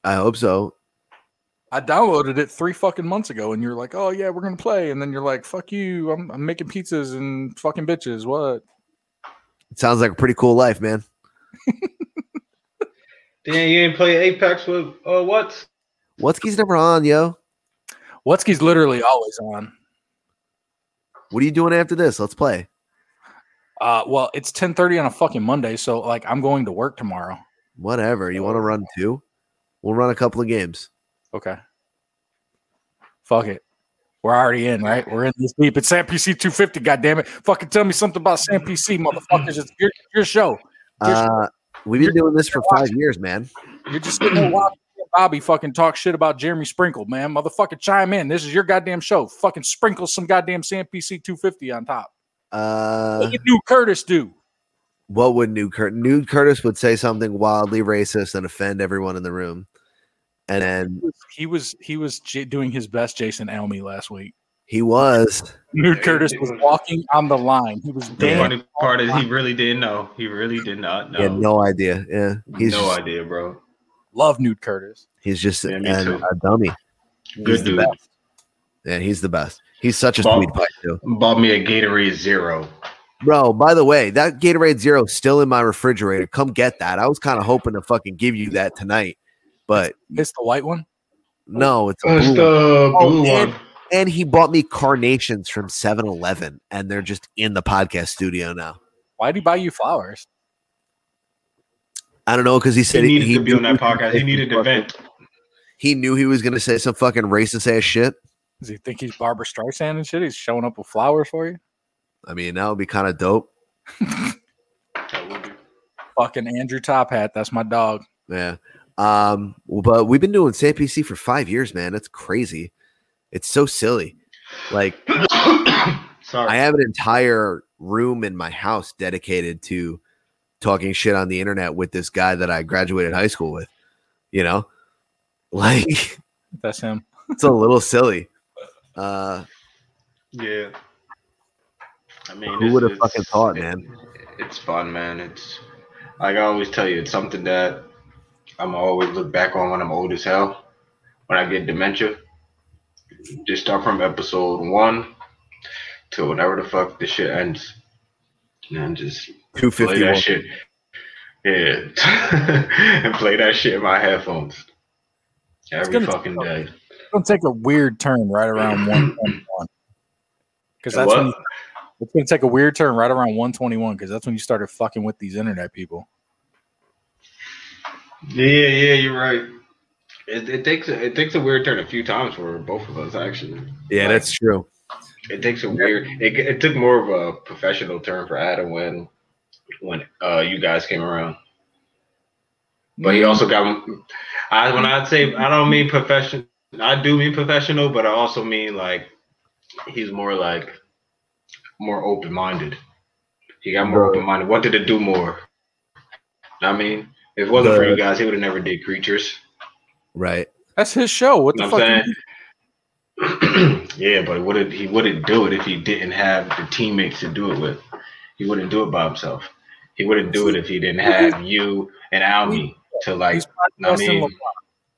Speaker 1: I hope so.
Speaker 3: I downloaded it three fucking months ago, and you're like, "Oh yeah, we're gonna play," and then you're like, "Fuck you! I'm, I'm making pizzas and fucking bitches." What?
Speaker 1: It sounds like a pretty cool life, man.
Speaker 2: Damn, you ain't play Apex with uh what?
Speaker 1: Whatski's never on, yo.
Speaker 3: Whatski's literally always on.
Speaker 1: What are you doing after this? Let's play.
Speaker 3: Uh, well, it's 10:30 on a fucking Monday, so like I'm going to work tomorrow.
Speaker 1: Whatever. You want to run two? We'll run a couple of games.
Speaker 3: Okay. Fuck it. We're already in, right? We're in this deep. It's Sam PC 250. God damn it! Fucking tell me something about Sam PC, motherfuckers. It's your, your show. Your show.
Speaker 1: Uh, we've been doing this for five years, man.
Speaker 3: You're just sitting there watching Bobby fucking talk shit about Jeremy Sprinkle, man. Motherfucker, chime in. This is your goddamn show. Fucking sprinkle some goddamn Sam PC 250 on top.
Speaker 1: Uh,
Speaker 3: What did new Curtis do?
Speaker 1: what would New Curtis? New Curtis would say something wildly racist and offend everyone in the room, and then
Speaker 3: He was he was j- doing his best, Jason Elmy, last week.
Speaker 1: he was.
Speaker 3: Nude Curtis was walking on the line. He was
Speaker 2: The
Speaker 3: damn.
Speaker 2: funny part is he really didn't know. He really did not know.
Speaker 1: He had no idea. Yeah, he's
Speaker 2: no
Speaker 1: just,
Speaker 2: idea, bro.
Speaker 3: Love Nude Curtis.
Speaker 1: he's just
Speaker 2: Yeah, me
Speaker 1: an-
Speaker 2: too.
Speaker 1: a dummy.
Speaker 2: Good dude.
Speaker 1: best. Yeah, he's the best. He's such a
Speaker 2: Ball-
Speaker 1: sweet pipe too.
Speaker 2: Bought me a Gatorade Zero.
Speaker 1: Bro, by the way, that Gatorade Zero is still in my refrigerator. Come get that. I was kind of hoping to fucking give you that tonight, but
Speaker 2: Mm.
Speaker 3: It's the white one.
Speaker 1: no, it's a
Speaker 2: Uh, It's
Speaker 1: blue one.
Speaker 2: the
Speaker 1: Oh,
Speaker 2: blue
Speaker 1: and,
Speaker 2: one.
Speaker 1: and he bought me carnations from 7 Eleven, and they're just in the podcast studio now.
Speaker 3: Why'd he buy you flowers?
Speaker 1: I don't know because he said
Speaker 2: He needed to be
Speaker 1: knew
Speaker 2: on that podcast. He needed to vent.
Speaker 1: He knew he was going to say some fucking racist ass shit.
Speaker 3: Does he think he's Barbara Streisand and shit? He's showing up with flowers for you?
Speaker 1: I mean, that would be kind of dope.
Speaker 3: Fucking Andrew Top Hat. That's my dog.
Speaker 1: Yeah. Um, but we've been doing Sam PC for five years, man. That's crazy. It's so silly. Like
Speaker 2: Sorry.
Speaker 1: I have an entire room in my house dedicated to talking shit on the internet with this guy that I graduated high school with. You know, like
Speaker 3: That's him.
Speaker 1: it's a little silly. Uh,
Speaker 2: yeah. I mean,
Speaker 1: who
Speaker 2: it's-
Speaker 1: would have
Speaker 2: it's-
Speaker 1: fucking thought, man?
Speaker 2: It's fun, man. It's like I always tell you, it's something that I'm always look back on when I'm old as hell. When I get dementia, just start from episode one to whenever the fuck this shit ends, and then just play
Speaker 1: Two fifty
Speaker 2: that
Speaker 1: one.
Speaker 2: shit. Yeah, and play that shit in my headphones every
Speaker 3: gonna-
Speaker 2: fucking day.
Speaker 3: It's gonna take a weird turn right around 121. Because that's when
Speaker 2: What?
Speaker 3: you- it's gonna take a weird turn right around 121 because that's when you started fucking with these internet people.
Speaker 2: Yeah, yeah, you're right. It, it takes a, it takes a weird turn a few times for both of us actually.
Speaker 1: Yeah, that's true.
Speaker 2: It takes a weird. It, it took more of a professional turn for Adam when when uh, you guys came around. But he also got. I when I say I don't mean professional. I do mean professional, but I also mean like he's more like more open minded. He got more open minded. Wanted to do more. I mean, if it wasn't for
Speaker 1: The-
Speaker 2: you guys, he would have never did creatures.
Speaker 1: Right.
Speaker 3: That's his show. What the
Speaker 2: You know
Speaker 3: fuck?
Speaker 2: what I'm
Speaker 3: you-
Speaker 2: yeah, but would it, he wouldn't do it if he didn't have the teammates to do it with. He wouldn't do it by himself. He wouldn't do it if he didn't have you and Almy to like.
Speaker 3: He's
Speaker 2: know what I
Speaker 3: podcasting
Speaker 2: mean,
Speaker 3: LeBron.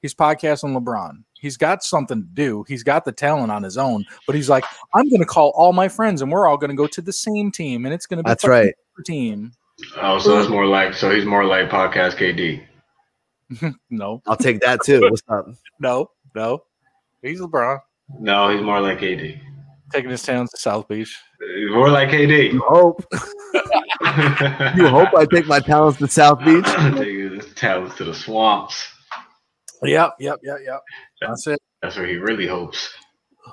Speaker 3: He's podcasting LeBron. He's got something to do. He's got the talent on his own, but he's like, I'm gonna call all my friends and we're all gonna go to the same team and it's gonna be
Speaker 1: That's
Speaker 3: fucking
Speaker 1: right.
Speaker 3: super team.
Speaker 2: oh, so it's more like so he's more like podcast KD.
Speaker 3: No,
Speaker 1: I'll take that too. What's up?
Speaker 3: no, no. He's LeBron
Speaker 2: No, he's more like KD.
Speaker 3: taking his talents to South Beach.
Speaker 2: He's more like KD.
Speaker 1: You hope you hope I take my talents to South Beach.
Speaker 2: Niggas. talents to the swamps.
Speaker 3: Yep, yep, yep, yep. That's it.
Speaker 2: That's where he really hopes.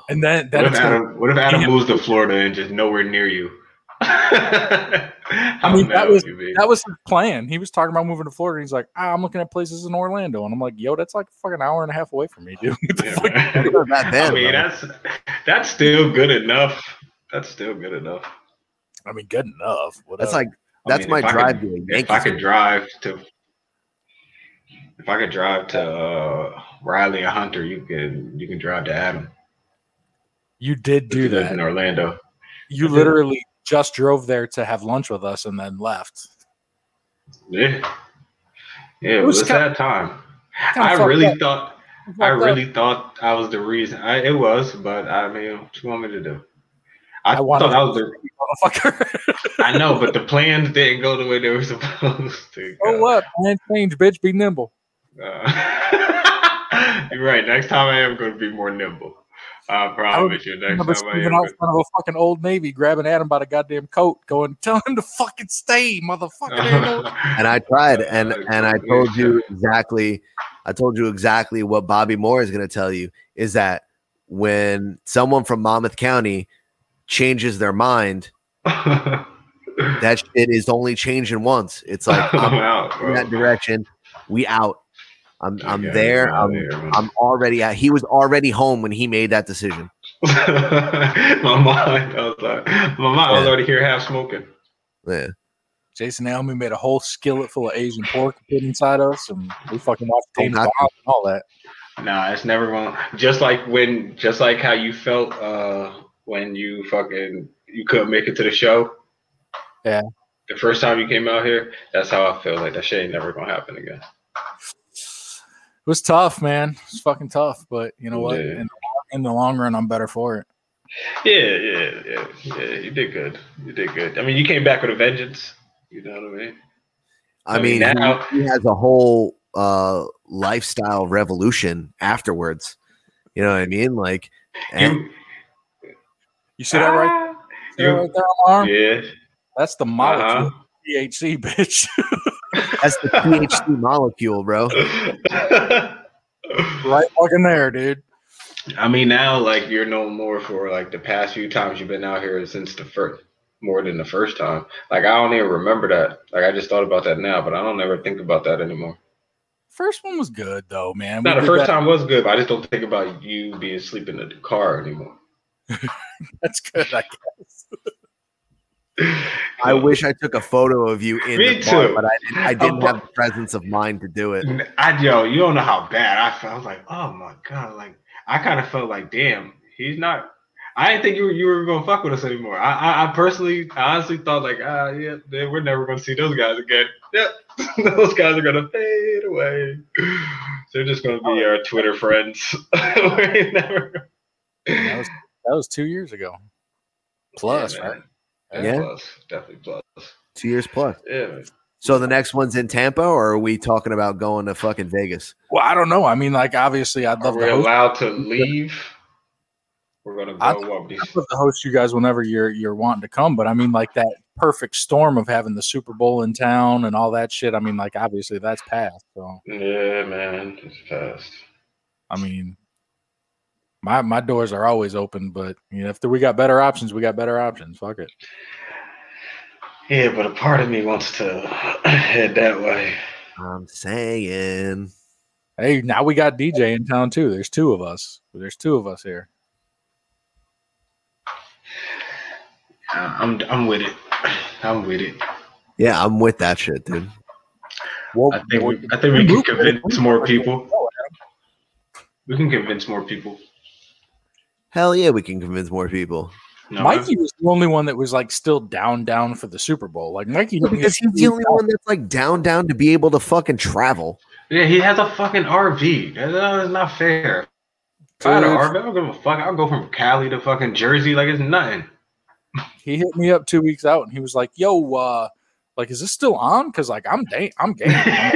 Speaker 3: And then
Speaker 2: What
Speaker 3: that
Speaker 2: if
Speaker 3: it's gonna-
Speaker 2: Adam, what if Adam
Speaker 3: Yeah.
Speaker 2: moves to Florida and just nowhere near you?
Speaker 3: I mean,
Speaker 2: mad
Speaker 3: that was
Speaker 2: would you be?
Speaker 3: that was his plan. He was talking about moving to Florida. He's like, "Ah, I'm looking at places in Orlando, and I'm like, yo, that's like fucking hour and a half away from me, dude. What the fuck you doing?
Speaker 2: I mean, that's that's still good enough. That's still good enough.
Speaker 3: I mean, good enough.
Speaker 1: That's like that's my drive. to a
Speaker 2: If I
Speaker 1: Yankees
Speaker 2: could
Speaker 1: game.
Speaker 2: drive to, if I could drive to uh, Riley or Hunter, you can you can drive to Adam.
Speaker 3: You did do
Speaker 2: He lives
Speaker 3: that.
Speaker 2: in Orlando.
Speaker 3: You literally just drove there to have lunch with us and then left.
Speaker 2: Yeah, yeah.
Speaker 3: It
Speaker 2: It
Speaker 3: was
Speaker 2: was, a
Speaker 3: kinda-
Speaker 2: sad time.
Speaker 3: kinda
Speaker 2: I
Speaker 3: fucked
Speaker 2: really
Speaker 3: up.
Speaker 2: thought. I
Speaker 3: fucked up.
Speaker 2: really thought I was the reason. I, it was, but I mean, what you want me to do? I,
Speaker 3: wanna-
Speaker 2: thought that was the motherfucker. I know, but the plans didn't go the way they were supposed to.
Speaker 3: Oh what? Man, change, bitch. Be nimble.
Speaker 2: Uh, you're right. Next time I am going to be more nimble. I promise you. Next
Speaker 3: Remember
Speaker 2: time I am.
Speaker 3: sneaking out in front of a fucking old navy, grabbing Adam by the goddamn coat, going, "Tell him to fucking stay, motherfucker."
Speaker 2: Uh-huh.
Speaker 3: There you go.
Speaker 1: and I tried, and and I told you exactly, I told you exactly what Bobby Moore is going to tell you is that when someone from Monmouth County changes their mind, that shit is only changing once. It's like
Speaker 2: I'm
Speaker 1: I'm
Speaker 2: out,
Speaker 1: in that direction, we out. I'm I'm
Speaker 2: Yeah,
Speaker 1: there.
Speaker 2: I'm
Speaker 1: I'm
Speaker 2: there, man.
Speaker 1: I'm already out. He was already home when he made that decision.
Speaker 2: my mind, I was like, my mind was already here half smoking.
Speaker 1: Yeah.
Speaker 3: Jason Almy made a whole skillet full of Asian pork and put inside us, and we fucking watched James Bond and all that.
Speaker 2: Nah, it's never wrong. Just like when, just like how you felt uh, when you fucking you couldn't make it to the show
Speaker 3: Yeah.
Speaker 2: the first time you came out here. That's how I feel. Like that shit ain't never gonna happen again.
Speaker 3: It was tough, man. It's fucking tough, but you know what?
Speaker 2: Yeah.
Speaker 3: In, the, in the long run, I'm better for it.
Speaker 2: Yeah, yeah, yeah, yeah. You did good. You did good. I mean, you came back with a vengeance. You know what I mean?
Speaker 1: I,
Speaker 2: I
Speaker 1: mean,
Speaker 2: mean,
Speaker 1: he-
Speaker 2: now-
Speaker 1: he, has a whole uh, lifestyle revolution afterwards. You know what I mean? Like, and Ah,
Speaker 3: You see that
Speaker 2: Ah.
Speaker 3: right? See that
Speaker 1: You-
Speaker 3: right there, Amar?
Speaker 2: Yeah.
Speaker 3: That's the
Speaker 2: Uh-huh.
Speaker 3: molecule of THC, bitch.
Speaker 1: that's the THC molecule, bro.
Speaker 3: right fucking there, dude.
Speaker 2: I mean, now like you're known more for like the past few times you've been out here since the first, more than the first time. Like I don't even remember that. Like I just thought about that now, but I don't ever think about that anymore.
Speaker 3: First one was good though, man.
Speaker 2: Now the
Speaker 3: We did
Speaker 2: first
Speaker 3: that-
Speaker 2: time was good, but I just don't think about you being sleeping in the car anymore.
Speaker 3: That's good. I guess.
Speaker 1: I wish I took a photo of you in
Speaker 2: Me
Speaker 1: the bar,
Speaker 2: too.
Speaker 1: but I didn't, I didn't
Speaker 2: I'm-
Speaker 1: have the presence of mind to do it.
Speaker 2: I yo, you don't know how bad I felt. I was like, oh my god, like I kind of felt like, damn, he's not. I didn't think you were, you were gonna fuck with us anymore. I I, I personally, I honestly thought like, ah, yeah, man, we're never gonna see those guys again. Yep, those guys are gonna fade away. They're just gonna be our Twitter friends. We're never-
Speaker 3: That was, that was two years ago. Plus,
Speaker 2: Yeah, man.
Speaker 3: right?
Speaker 2: Yeah,
Speaker 1: Yeah.
Speaker 2: plus, definitely plus.
Speaker 1: Two years plus.
Speaker 2: Yeah, man.
Speaker 1: So the next one's in Tampa, or are we talking about going to fucking Vegas?
Speaker 3: Well, I don't know. I mean, like obviously, I'd
Speaker 2: Are
Speaker 3: love
Speaker 2: we
Speaker 3: to host.
Speaker 2: allowed to leave? We're gonna
Speaker 3: I-
Speaker 2: go up these
Speaker 3: I'd love to host you guys whenever you're you're wanting to come. But I mean, like that perfect storm of having the Super Bowl in town and all that shit. I mean, like obviously that's past. So
Speaker 2: Yeah, man, it's fast.
Speaker 3: I mean, my my doors are always open. But you know, if we got better options, we got better options. Fuck it.
Speaker 2: Yeah, but a part of me wants to head that way.
Speaker 1: I'm saying.
Speaker 3: Hey, now we got DJ in town too. There's two of us. There's two of us here.
Speaker 2: I'm I'm with it. I'm with it.
Speaker 1: Yeah, I'm with that shit, dude.
Speaker 2: I think we, I think we can convince more people. We can convince more people.
Speaker 1: Hell yeah, we can convince more people.
Speaker 2: No,
Speaker 3: Mikey was the only one that was like still down down for the Super Bowl. Like Mikey hit me
Speaker 1: Because
Speaker 3: up
Speaker 1: he's the only one that's like down, down to be able to fucking travel.
Speaker 2: Yeah, he has a fucking RV. That- That is not fair. If I had an
Speaker 3: Dude.
Speaker 2: RV, I don't give a fuck. I'll go from Cali to fucking Jersey like it's nothing.
Speaker 3: he hit me up two weeks out and he was like, "Yo, uh, like, is this still on? Because like, I'm dang, I'm game. I'm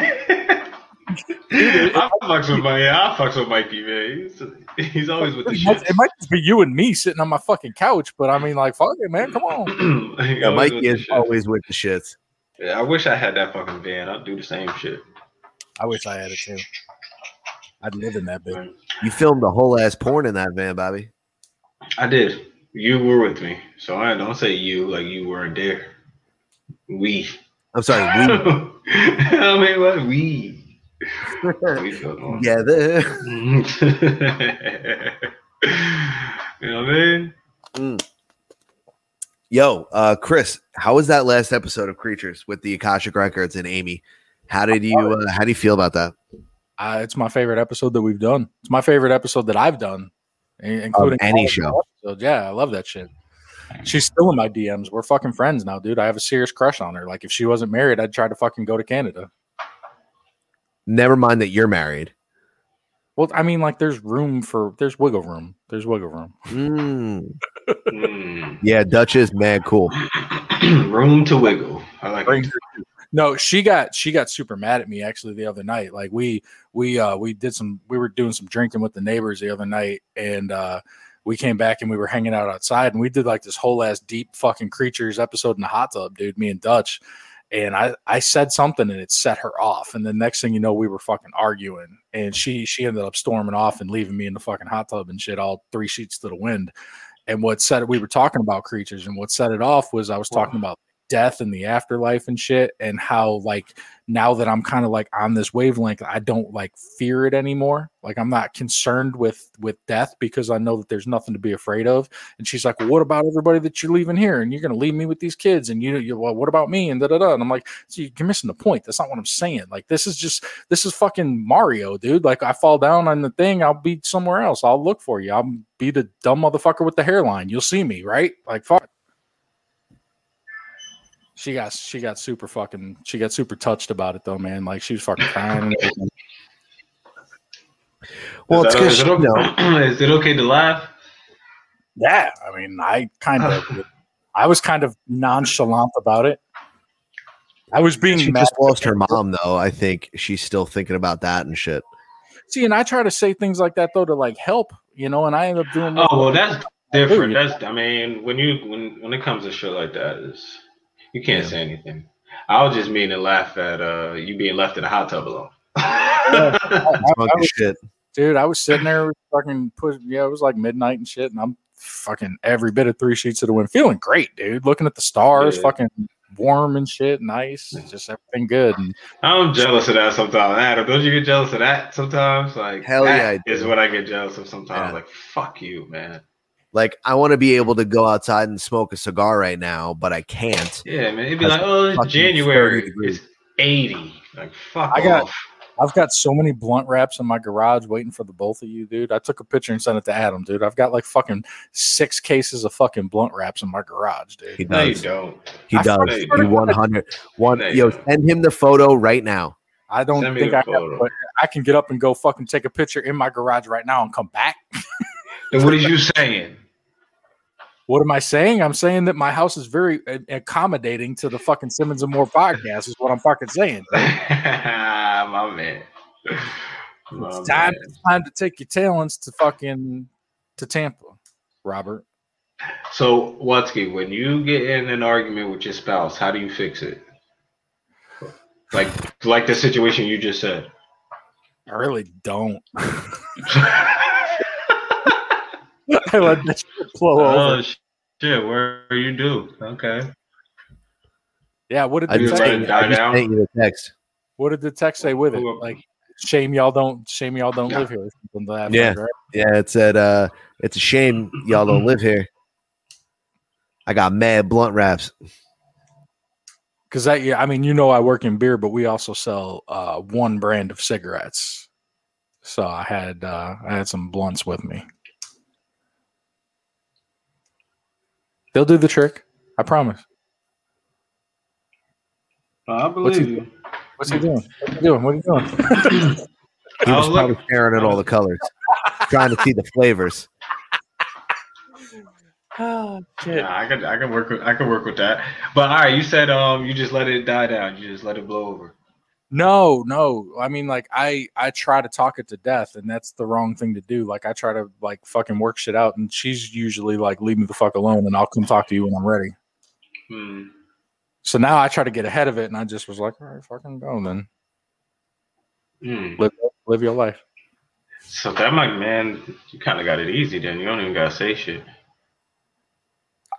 Speaker 3: like,
Speaker 2: I fucks with Mikey. I fucks with Mikey, man. He's, he's always with the
Speaker 3: it,
Speaker 2: shit.
Speaker 3: might, it might just be you and me sitting on my fucking couch, but I mean, like, fuck it, man, come on.
Speaker 1: Yeah, oh, Mikey is always with the shits.
Speaker 2: Yeah, I wish I had that fucking van. I'd do the same shit.
Speaker 3: I wish I had it too. I'd live in that bitch.
Speaker 1: You filmed a whole ass porn in that van, Bobby.
Speaker 2: I did. You were with me, so I don't say you like you weren't there. We.
Speaker 1: I'm sorry. We
Speaker 2: I mean, what we? we feel on.
Speaker 1: together.
Speaker 2: You know what I mean?
Speaker 1: Yo, uh, Chris, how was that last episode of Creatures with the Akashic Records and Amy? How did you? Uh, how do you feel about that?
Speaker 3: Uh, it's my favorite episode that we've done. It's my favorite episode that I've done, in- including
Speaker 1: any
Speaker 3: all of
Speaker 1: show.
Speaker 3: the episodes. Yeah, I love that shit. She's still in my DMs. We're fucking friends now, dude. I have a serious crush on her. Like if she wasn't married, I'd try to fucking go to Canada.
Speaker 1: Never mind that you're married.
Speaker 3: Well, I mean, like there's room for there's wiggle room. There's wiggle room.
Speaker 1: Mm. yeah, Dutch is mad cool.
Speaker 2: Hmm. Room to wiggle. I like it.
Speaker 3: No, she got she got super mad at me actually the other night. Like we we uh we did some we were doing some drinking with the neighbors the other night and uh we came back and we were hanging out outside and we did like this whole ass deep fucking creatures episode in the hot tub, dude, me and Dutch. And I I said something and it set her off. And the next thing you know, we were fucking arguing. And she she ended up storming off and leaving me in the fucking hot tub and shit, all three sheets to the wind. And what set it, we were talking about creatures, and what set it off was I was talking about death and the afterlife and shit, and how like now that I'm kind of like on this wavelength, I don't like fear it anymore. Like I'm not concerned with with death because I know that there's nothing to be afraid of. And she's like, well, "What about everybody that you're leaving here? And you're gonna leave me with these kids? And you, you well, what about me?" And da da da. And I'm like, so "You're missing the point. That's not what I'm saying. Like this is just this is fucking Mario, dude. Like I fall down on the thing, I'll be somewhere else. I'll look for you. I'll be the dumb motherfucker with the hairline. You'll see me, right? Like fuck." She got she got super fucking she got super touched about it though, man. Like she was fucking crying. and everything. Well,
Speaker 2: is, that-
Speaker 3: it's 'cause
Speaker 2: is it
Speaker 3: she
Speaker 2: okay, is it okay to laugh?
Speaker 3: Yeah, I mean, I kind of, I was kind of nonchalant about it. I was being
Speaker 1: She
Speaker 3: mad
Speaker 1: just lost her mom, though. I think she's still thinking about that and shit.
Speaker 3: See, and I try to say things like that though to like help, you know, and I end up doing.
Speaker 2: Oh well, that's different. That's I mean, when you when when it comes to shit like that, is you can't say anything. I was just meaning to laugh at uh you being left in a hot tub alone.
Speaker 1: shit.
Speaker 3: dude. I was sitting there fucking put. Yeah, it was like midnight and shit, and I'm fucking every bit of three sheets of the wind, feeling great, dude. Looking at the stars,
Speaker 2: Yeah.
Speaker 3: fucking warm and shit, nice, just everything good. And
Speaker 2: I'm jealous of that sometimes. Adam, don't you get jealous of that sometimes? Like
Speaker 1: Hell yeah,
Speaker 2: that
Speaker 1: I
Speaker 2: is what I get jealous of sometimes. Like fuck you, man.
Speaker 1: Like, I want to be able to go outside and smoke a cigar right now, but I can't.
Speaker 2: Yeah, man. It'd be
Speaker 1: That's
Speaker 2: like, oh,
Speaker 1: fucking
Speaker 2: it's
Speaker 1: 30
Speaker 2: January.
Speaker 1: degrees.
Speaker 2: It's 80. Like fuck
Speaker 3: I got,
Speaker 2: off.
Speaker 3: I've got so many blunt wraps in my garage waiting for the both of you, dude. I took a picture and sent it to Adam, dude. I've got like fucking six cases of fucking blunt wraps in my garage, dude.
Speaker 1: He does. He
Speaker 3: I
Speaker 1: does.
Speaker 3: fucking-
Speaker 1: He 100. One, yo, send him the photo right now.
Speaker 3: I don't
Speaker 1: Send me
Speaker 3: think
Speaker 1: the
Speaker 3: I have,
Speaker 1: photo.
Speaker 3: but I can get up and go fucking take a picture in my garage right now and come back.
Speaker 2: Then what are you saying?
Speaker 3: What am I saying? I'm saying that my house is very uh, accommodating to the fucking Simmons and More podcast. Is what I'm fucking saying.
Speaker 2: My man. My
Speaker 3: It's time,
Speaker 2: man.
Speaker 3: time to take your talents to fucking to Tampa, Robert.
Speaker 2: So Watsky, when you get in an argument with your spouse, how do you fix it? Like like the situation you just said.
Speaker 3: I really don't. I let that shit blow
Speaker 2: Oh
Speaker 3: over.
Speaker 2: sh- shit, where you do? Okay.
Speaker 3: Yeah, what did
Speaker 1: I
Speaker 3: the
Speaker 1: just,
Speaker 3: text,
Speaker 1: sent you, I just sent you the text.
Speaker 3: what did the text say with it? Like, shame y'all don't shame y'all don't live here. or something to that
Speaker 1: Yeah.
Speaker 3: effect, right?
Speaker 1: Yeah, it said, uh, it's a shame y'all don't live here. I got mad blunt wraps.
Speaker 3: Because that, yeah, I mean, you know, I work in beer, but we also sell uh, one brand of cigarettes. So I had uh, I had some blunts with me. They'll do the trick, I promise.
Speaker 2: I
Speaker 3: What's
Speaker 2: believe
Speaker 3: he,
Speaker 2: you.
Speaker 3: what's he doing? What's he doing? What are you doing?
Speaker 1: He
Speaker 3: I
Speaker 1: was
Speaker 3: was looking-
Speaker 1: probably staring at all the colors, trying to see the flavors.
Speaker 9: Uh,
Speaker 3: oh,
Speaker 2: Nah, I could I could work with I could work with that. But all right, you said um you just let it die down. You just let it blow over.
Speaker 3: No, no. I mean, like I I try to talk it to death, and that's the wrong thing to do. Like I try to like fucking work shit out, and she's usually like, "Leave me the fuck alone," and I'll come talk to you when I'm ready.
Speaker 2: Hmm.
Speaker 3: So now I try to get ahead of it, and I just was like, "All right, fucking go then."
Speaker 2: Mm.
Speaker 3: Live, live your life.
Speaker 2: So that might, man, you kind of got it easy then. You don't even gotta say shit.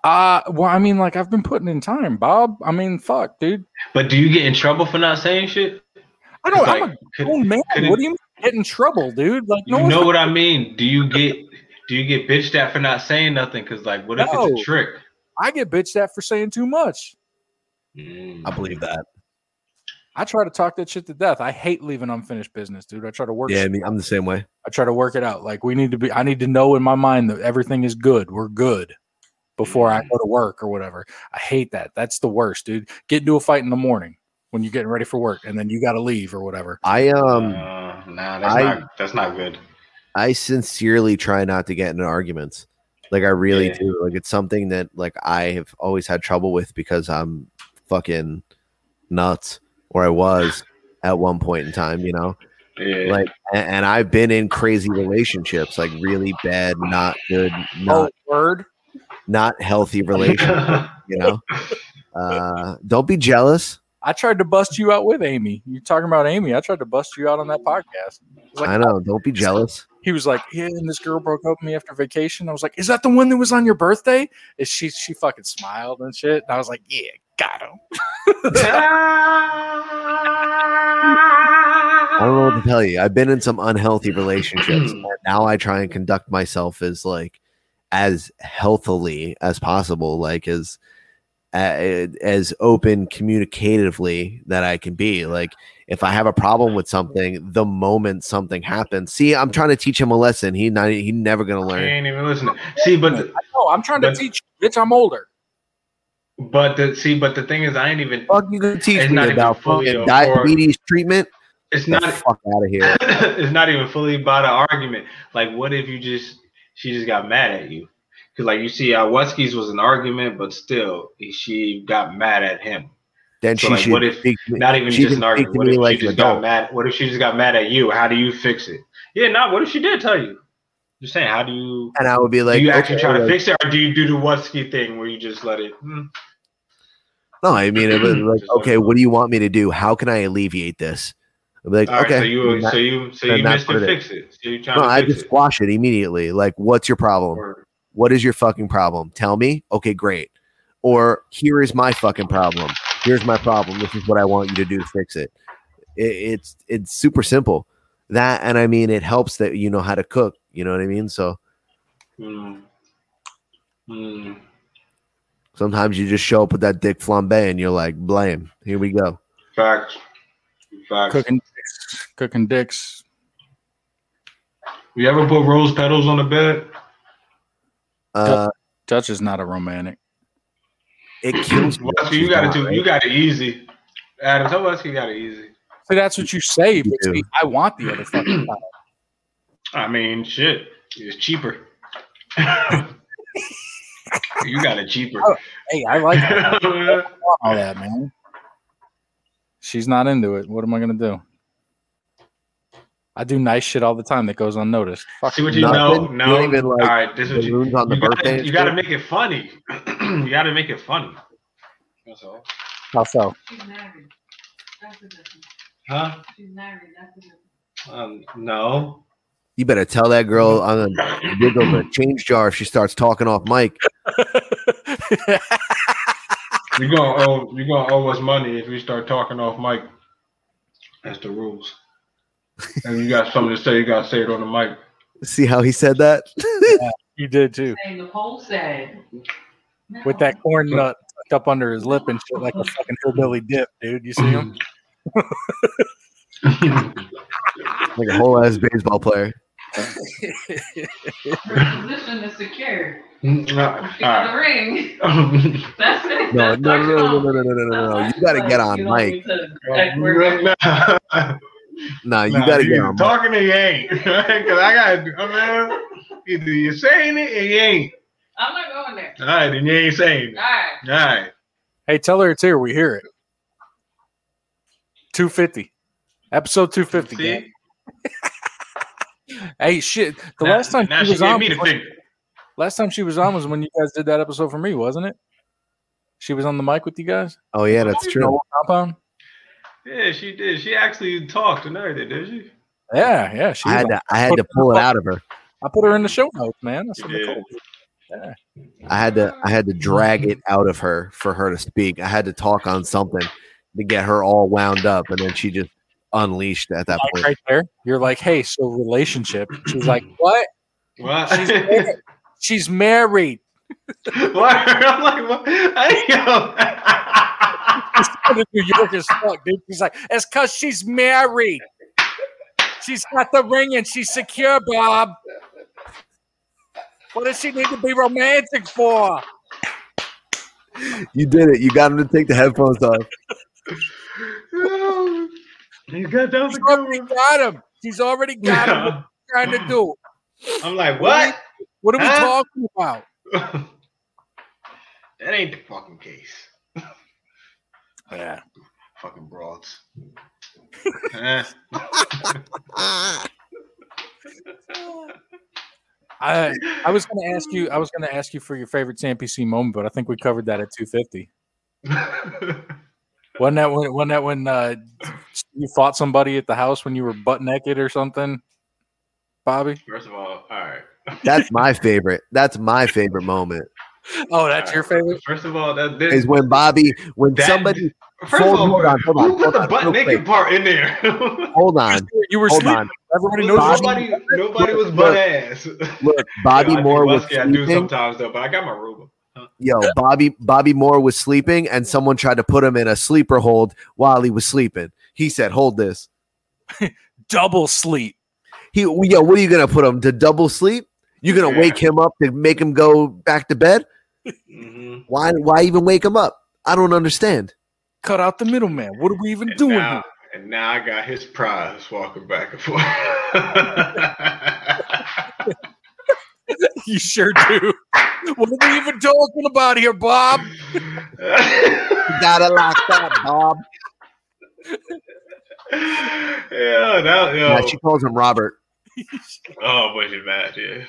Speaker 3: Uh, well, I mean, like I've been putting in time, Bob. I mean, fuck, dude.
Speaker 2: But do you get in trouble for not saying shit?
Speaker 3: I don't.
Speaker 2: It's
Speaker 3: I'm
Speaker 2: like,
Speaker 3: a grown man.
Speaker 2: could it-
Speaker 3: What do you mean get in trouble, dude? Like no
Speaker 2: you
Speaker 3: one's
Speaker 2: know what I mean? Do you get do you get bitched at for not saying nothing? Because like, what if it's
Speaker 3: No.
Speaker 2: a trick?
Speaker 3: I get bitched at for saying too much.
Speaker 1: I believe that.
Speaker 3: I try to talk that shit to death. I hate leaving unfinished business, dude. I try to work.
Speaker 1: Yeah, I mean, I'm the same way.
Speaker 3: I try to work it out. Like we need to be. I need to know in my mind that everything is good. We're good before
Speaker 2: Mm-hmm.
Speaker 3: I go to work or whatever. I hate that. That's the worst, dude. Get into a fight in the morning when you're getting ready for work, and then you got to leave or whatever.
Speaker 1: I um,
Speaker 2: Uh, nah, that's
Speaker 1: I-
Speaker 2: not that's not good.
Speaker 1: I sincerely try not to get into arguments. Like I really
Speaker 2: Yeah.
Speaker 1: do. Like it's something that like I have always had trouble with because I'm fucking nuts, or I was at one point in time. You know,
Speaker 2: Yeah.
Speaker 1: like, a- and, I've been in crazy relationships, like really bad, not good,
Speaker 3: Oh.
Speaker 1: not
Speaker 3: word,
Speaker 1: not healthy relationships.
Speaker 2: Ah,
Speaker 1: you know, uh, don't be jealous.
Speaker 3: I tried to bust you out with Amy. You're talking about Amy. I tried to bust you out on that podcast. It was like-
Speaker 1: I know. Don't be jealous.
Speaker 3: He was like, "Yeah," and this girl broke up with me after vacation. I was like, "Is that the one that was on your birthday?" And she she fucking smiled and shit. And I was like, "Yeah, got him."
Speaker 1: I don't know what
Speaker 2: Uh-huh.
Speaker 1: to tell you. I've been in some unhealthy relationships. and now I try and conduct myself as like as healthily as possible, like as a- as open communicatively that I can be. Like if I have a problem with something, the moment something happens, see, I'm trying to teach him a lesson. He not he never gonna
Speaker 2: I
Speaker 1: learn.
Speaker 2: ain't even listening. See, but the,
Speaker 3: No, I'm trying to
Speaker 2: But-
Speaker 3: teach you, bitch. I'm older.
Speaker 2: but the see, but the thing is, I ain't even.
Speaker 1: Fuck you gonna teach
Speaker 2: It's
Speaker 1: me
Speaker 2: not even
Speaker 1: about
Speaker 2: fully
Speaker 1: fucking
Speaker 2: a-
Speaker 1: diabetes treatment?
Speaker 2: It's
Speaker 1: Get
Speaker 2: not.
Speaker 1: the fuck out of here.
Speaker 2: it's not even fully about an argument. Like, what if you just she just got mad at you? Because like you see, Iwaski's was an argument, but still she got mad at him.
Speaker 1: Then
Speaker 2: So
Speaker 1: she
Speaker 2: like,
Speaker 1: should
Speaker 2: what if
Speaker 1: speak to me-
Speaker 2: not even
Speaker 1: she
Speaker 2: just
Speaker 1: can
Speaker 2: an
Speaker 1: speak
Speaker 2: argument?
Speaker 1: to
Speaker 2: What if
Speaker 1: me
Speaker 2: she
Speaker 1: like an
Speaker 2: just got
Speaker 1: adult.
Speaker 2: mad? What if she just got mad at you? How do you fix it? Yeah, nah. What if she did tell you? Just saying, how do you?
Speaker 1: And I would be like,
Speaker 2: do you actually
Speaker 1: okay,
Speaker 2: try to
Speaker 1: like-
Speaker 2: fix it, or do you do the Watsky thing where you just let it? hmm.
Speaker 1: No, I mean, it was like, okay, what do you want me to do? How can I alleviate this? I'd be like,
Speaker 2: All right,
Speaker 1: okay.
Speaker 2: so you,
Speaker 1: that-
Speaker 2: so you, so
Speaker 1: then
Speaker 2: you
Speaker 1: that's
Speaker 2: missed to
Speaker 1: what
Speaker 2: fix
Speaker 1: is.
Speaker 2: it. So you trying
Speaker 1: No,
Speaker 2: to
Speaker 1: I
Speaker 2: fix
Speaker 1: just squash it immediately. Like, what's your problem? What is your fucking problem? Tell me. Okay, great. Or here is my fucking problem. Here's my problem. This is what I want you to do to fix it. it it's it's super simple. That and I mean, it helps that you know how to cook. You know what I mean? So
Speaker 2: it. Mm. Mm.
Speaker 1: sometimes you just show up with that dick flambe and you're like, blame. Here we go.
Speaker 2: Facts. Facts.
Speaker 3: Cooking, dicks. cooking dicks.
Speaker 2: You ever put rose petals on the bed?
Speaker 1: Uh,
Speaker 3: Dutch is not a romantic.
Speaker 1: It kills
Speaker 2: Well, that's what you got it too. You got it easy. Adam, tell us you got it easy.
Speaker 3: So that's what you say. But see, I want the other fucking. side.
Speaker 2: I mean, shit, it's cheaper. you got it cheaper.
Speaker 3: hey, I like that. I want all that, man. She's not into it. What am I gonna do? I do nice shit all the time that goes unnoticed. Fuck
Speaker 2: See what you know?
Speaker 1: Nothing.
Speaker 2: No.
Speaker 1: You ain't even, like,
Speaker 2: All right, this is what you,
Speaker 1: balloons on the
Speaker 2: you gotta-
Speaker 1: birthday and
Speaker 2: You got to
Speaker 1: shit?
Speaker 2: make it funny. you got to make it funny. That's all.
Speaker 3: How so?
Speaker 2: Huh? Um, no.
Speaker 1: You better tell that girl I'm gonna dig over a change jar if she starts talking off mic.
Speaker 2: You're gonna owe you gonna owe us money if we start talking off mic. That's the rules. And you got something to say, you gotta say it on the mic.
Speaker 1: See how he said that?
Speaker 3: you did too.
Speaker 12: Nicole said.
Speaker 3: With that corn nut tucked up under his lip and shit like a fucking hillbilly dip, dude. You see him?
Speaker 1: Like a whole ass baseball player.
Speaker 12: Position is secure. the ring. That's it.
Speaker 1: No, no, no, no, no, no, no, no, no, no. You gotta get on mic.
Speaker 12: Oh,
Speaker 1: Nah, you
Speaker 2: Nah,
Speaker 1: gotta
Speaker 2: you
Speaker 1: get on mic.
Speaker 2: talking it, you ain't. Because I got, I mean, either you're saying it or you ain't.
Speaker 12: I'm not going there.
Speaker 2: All right, then you ain't saying it.
Speaker 12: All right.
Speaker 2: All right.
Speaker 3: Hey, tell her it's here. We hear it. 250. Episode 250. gang. hey, shit. The
Speaker 2: Now-
Speaker 3: last time
Speaker 2: now
Speaker 3: she
Speaker 2: she
Speaker 3: was
Speaker 2: gave
Speaker 3: on,
Speaker 2: me the
Speaker 3: was-
Speaker 2: finger.
Speaker 3: last time she was on was when you guys did that episode for me, wasn't it? She was on the mic with you guys.
Speaker 1: Oh yeah, that's
Speaker 3: You know,
Speaker 1: true.
Speaker 3: compound.
Speaker 2: Yeah, she did. She actually talked and everything, did she?
Speaker 3: Yeah, yeah. She
Speaker 1: I
Speaker 3: was
Speaker 1: had to,
Speaker 3: like-
Speaker 1: I had to pull it out of her.
Speaker 3: I put her in the show notes, man. That's really cool. Yeah.
Speaker 1: I had to I had to drag it out of her for her to speak. I had to talk on something to get her all wound up, and then she just unleashed at that
Speaker 3: Like
Speaker 1: point.
Speaker 3: right there, you're like, hey, so relationship. She's like, what?
Speaker 2: What?
Speaker 3: She's married. She's married.
Speaker 2: what? I'm like, what?
Speaker 3: She's out of New York as fuck, dude. She's like, it's because she's married. She's got the ring and she's secure, Bob. What does she need to be romantic for?
Speaker 1: You did it. You got him to take the headphones off.
Speaker 2: You got that
Speaker 3: She's already got him. She's already got him. What are you trying to do?
Speaker 2: I'm like, what?
Speaker 3: What are we
Speaker 2: Huh?
Speaker 3: talking about?
Speaker 2: That ain't the fucking case.
Speaker 3: yeah.
Speaker 2: Fucking broads. Eh.
Speaker 3: I I was gonna ask you. I was gonna ask you for your favorite CNPC moment, but I think we covered that at two fifty. wasn't that when? Wasn't that when uh, you fought somebody at the house when you were butt naked or something, Bobby?
Speaker 2: First of all, all right.
Speaker 1: That's my favorite. That's my favorite moment
Speaker 3: Oh, that's your favorite.
Speaker 2: First of all, that, that
Speaker 1: is when Bobby when
Speaker 2: That-
Speaker 1: somebody
Speaker 2: First of all,
Speaker 1: hold on, hold on,
Speaker 2: who put
Speaker 1: hold
Speaker 2: the
Speaker 1: on,
Speaker 2: butt
Speaker 1: real
Speaker 2: naked
Speaker 1: quick.
Speaker 2: part in there?
Speaker 1: Hold on.
Speaker 3: You were
Speaker 1: hold
Speaker 3: sleeping.
Speaker 1: on.
Speaker 3: Everybody knows
Speaker 1: Bobby-
Speaker 2: nobody, nobody was
Speaker 1: look,
Speaker 2: butt
Speaker 1: look,
Speaker 2: ass.
Speaker 1: Look, Bobby
Speaker 2: I do
Speaker 1: Moore was
Speaker 2: Wesky, I do
Speaker 1: sleeping.
Speaker 2: sometimes though, but I got my robe.
Speaker 1: Yo, Bobby Bobby Moore was sleeping, and someone tried to put him in a sleeper hold while he was sleeping. He said, "Hold this."
Speaker 3: double sleep.
Speaker 1: He, yo, what are you gonna put him to double sleep? You gonna
Speaker 2: Yeah.
Speaker 1: wake him up to make him go back to bed?
Speaker 3: Mm-hmm.
Speaker 2: Mhm.
Speaker 1: Why? Why even wake him up? I don't understand.
Speaker 3: Cut out the middleman. What are we even doing
Speaker 2: Now,
Speaker 3: here?
Speaker 2: and now I got his prize walking back and forth.
Speaker 3: you sure do. What are we even talking about here, Bob?
Speaker 1: Gotta lock that, Bob.
Speaker 2: yeah, that, yo.
Speaker 1: Nah, she calls him Robert.
Speaker 2: oh, but you mad, yeah.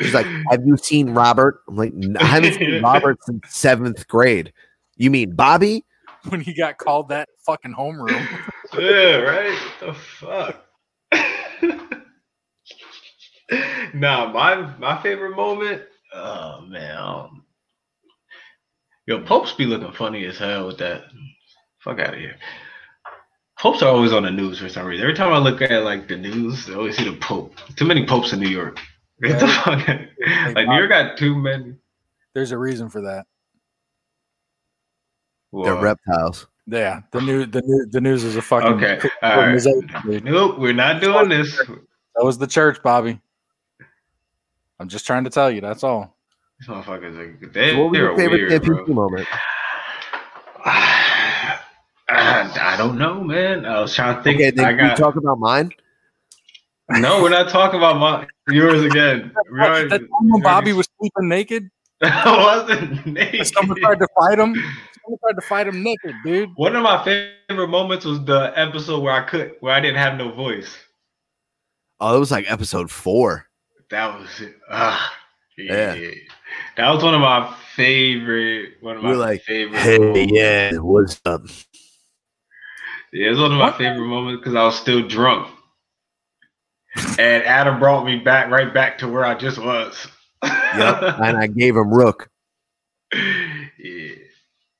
Speaker 1: She's like, "Have you seen Robert?" I'm like, "N- "I haven't seen Robert since seventh grade." You mean Bobby?
Speaker 3: When he got called that fucking homeroom.
Speaker 2: yeah, right? What the fuck? nah, my my favorite moment. Oh man. um, Yo, Popes be looking funny as hell with that. Fuck out of here. Popes are always on the news for some reason. Every time I look at like the news, I always see the Pope. Too many Popes in New York. Get the fuck out. Like New York got too many.
Speaker 3: There's a reason for that.
Speaker 1: They're
Speaker 2: Well,
Speaker 1: reptiles.
Speaker 3: Yeah, the new the new the news is a fucking
Speaker 2: Okay,
Speaker 3: crooked
Speaker 2: all right.
Speaker 3: organization, dude.
Speaker 2: Nope, we're not doing this.
Speaker 3: That was the church, Bobby. I'm just trying to tell you. That's all.
Speaker 2: These motherfuckers are they,
Speaker 1: So what was
Speaker 2: they're
Speaker 1: your favorite
Speaker 2: weird, bro.
Speaker 1: TPP moment?
Speaker 2: I, I don't know, man. I was trying to think.
Speaker 1: Okay, then
Speaker 2: I
Speaker 1: can we
Speaker 2: got
Speaker 1: talk about mine?
Speaker 2: no. We're not talking about my yours again. We already-
Speaker 3: That time when Bobby was sleeping naked,
Speaker 2: I wasn't naked.
Speaker 3: someone tried to fight him. Someone tried to fight him naked, dude.
Speaker 2: One of my favorite moments was the episode where I could, where I didn't have no voice.
Speaker 1: Oh, it was like episode four.
Speaker 2: That was it. Ah,
Speaker 1: Yeah.
Speaker 2: yeah. That was one of my favorite. One of my
Speaker 1: We're like,
Speaker 2: favorite.
Speaker 1: hey,
Speaker 2: moments.
Speaker 1: yeah, what's
Speaker 2: um,
Speaker 1: up?
Speaker 2: Yeah, it was one of my favorite moments because I was still drunk. And Adam brought me back right back to where I just was.
Speaker 1: Yep. and I gave him Rook.
Speaker 2: Yeah.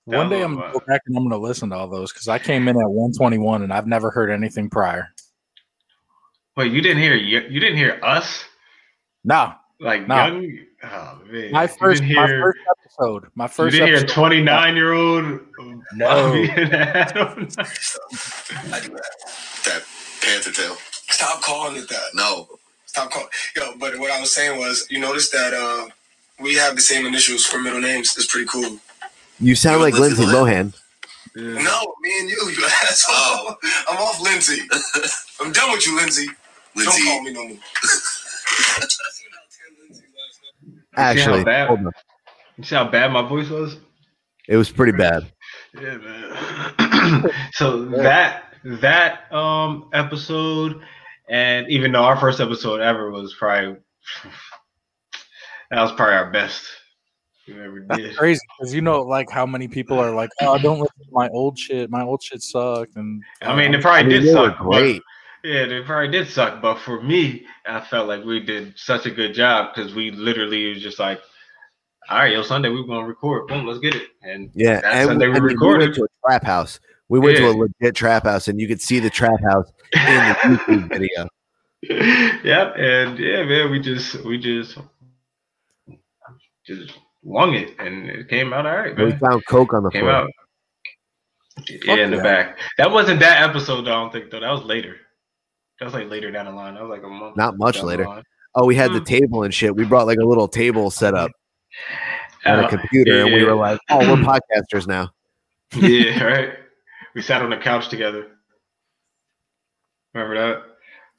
Speaker 3: One day I'm gonna go back and I'm gonna listen to all those because I came in at 121 and I've never heard anything prior.
Speaker 2: Wait, you didn't hear you, you didn't hear us
Speaker 3: No,
Speaker 2: like
Speaker 3: No.
Speaker 2: young. Oh man,
Speaker 3: my
Speaker 2: You
Speaker 3: first
Speaker 2: didn't
Speaker 3: my
Speaker 2: hear-
Speaker 3: first episode. My first
Speaker 2: you didn't hear
Speaker 3: episode- Oh.
Speaker 2: twenty nine year old.
Speaker 3: No.
Speaker 13: that panther tail. Stop calling it that. No. Stop calling. Yo, but what I was saying was, you notice that uh, we have the same initials for middle names. It's pretty cool.
Speaker 1: You sound like Lindsay Lohan.
Speaker 13: No, me and you, you asshole. I'm off Lindsay. I'm done with you, Lindsay. Don't call me no more.
Speaker 1: Actually,
Speaker 2: bad-
Speaker 1: hold on.
Speaker 2: You see how bad my voice was?
Speaker 1: it was pretty bad.
Speaker 2: Yeah, man. so that that um episode, and even though our first episode ever was probably that was probably our best. You never
Speaker 3: That's
Speaker 2: did.
Speaker 3: crazy because you know, like how many people are like, "Oh, don't listen to my old shit. My old shit sucked." And
Speaker 2: I mean, it
Speaker 3: I mean,
Speaker 2: probably did
Speaker 3: they were
Speaker 2: suck. but-
Speaker 3: great.
Speaker 2: Yeah, they probably did suck. But for me, I felt like we did such a good job because we literally was just like, all right, yo, Sunday, we're going to record. Boom, let's get it. And
Speaker 1: Yeah,
Speaker 2: that
Speaker 1: and
Speaker 2: Sunday
Speaker 1: we,
Speaker 2: we
Speaker 1: I mean, we
Speaker 2: recorded.
Speaker 1: went to a trap house. We went to a
Speaker 2: Yeah.
Speaker 1: legit trap house, and you could see the trap house in the YouTube video.
Speaker 2: yep. And yeah, man, we just, we just, just won it. And it came out all right,
Speaker 1: We
Speaker 2: man.
Speaker 1: found coke on the
Speaker 2: Came
Speaker 1: floor.
Speaker 2: out. yeah, in the
Speaker 1: yeah.
Speaker 2: back. That wasn't that episode, though, I don't think, though. That was later. That was like later down the line. That was like a month.
Speaker 1: Not much
Speaker 2: down the
Speaker 1: later.
Speaker 2: line.
Speaker 1: Oh, we
Speaker 2: Hmm.
Speaker 1: had the table and shit. We brought like a little table set up and
Speaker 2: Oh,
Speaker 1: a computer, and we
Speaker 2: yeah.
Speaker 1: were like, "Oh, we're podcasters now."
Speaker 2: yeah, right. We sat on the couch together. Remember that?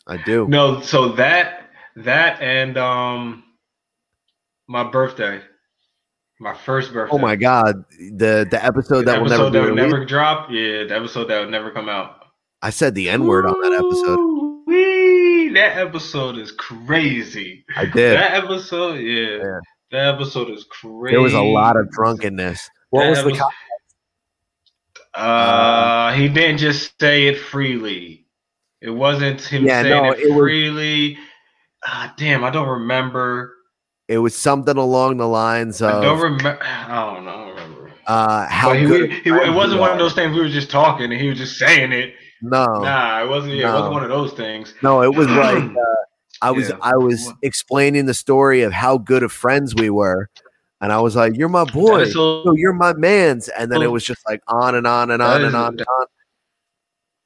Speaker 1: I do.
Speaker 2: No, so that that and um my birthday. My first birthday.
Speaker 1: Oh my god, the the episode that will never
Speaker 2: episode
Speaker 1: be
Speaker 2: that would
Speaker 1: released.
Speaker 2: never drop. Yeah, the episode that would never come out.
Speaker 1: I said the n word on that episode.
Speaker 2: Wee, that episode is crazy.
Speaker 1: I did.
Speaker 2: That episode, yeah. That episode is crazy.
Speaker 1: There was a lot of drunkenness.
Speaker 2: What was the Uh, he didn't just say it freely. It wasn't him
Speaker 1: Yeah,
Speaker 2: saying
Speaker 1: no,
Speaker 2: it,
Speaker 1: it was-
Speaker 2: freely. Ah, damn, I don't remember.
Speaker 1: It was something along the lines
Speaker 2: I don't
Speaker 1: of
Speaker 2: remember. I don't know. I don't remember.
Speaker 1: uh, how
Speaker 2: But he,
Speaker 1: good
Speaker 2: he- it wasn't one of those things we were just talking and he was just saying it.
Speaker 1: No,
Speaker 2: Nah, it wasn't. yeah, It
Speaker 1: Oh, No.
Speaker 2: wasn't one of those things.
Speaker 1: no, it was like uh, I was I was explaining the story of how good of friends we were, and I was like, "You're my boy,
Speaker 2: is so-
Speaker 1: No, Oh, you're my man's," and then it was just like on and on and
Speaker 2: Oh. That
Speaker 1: on
Speaker 2: is-
Speaker 1: and on and on,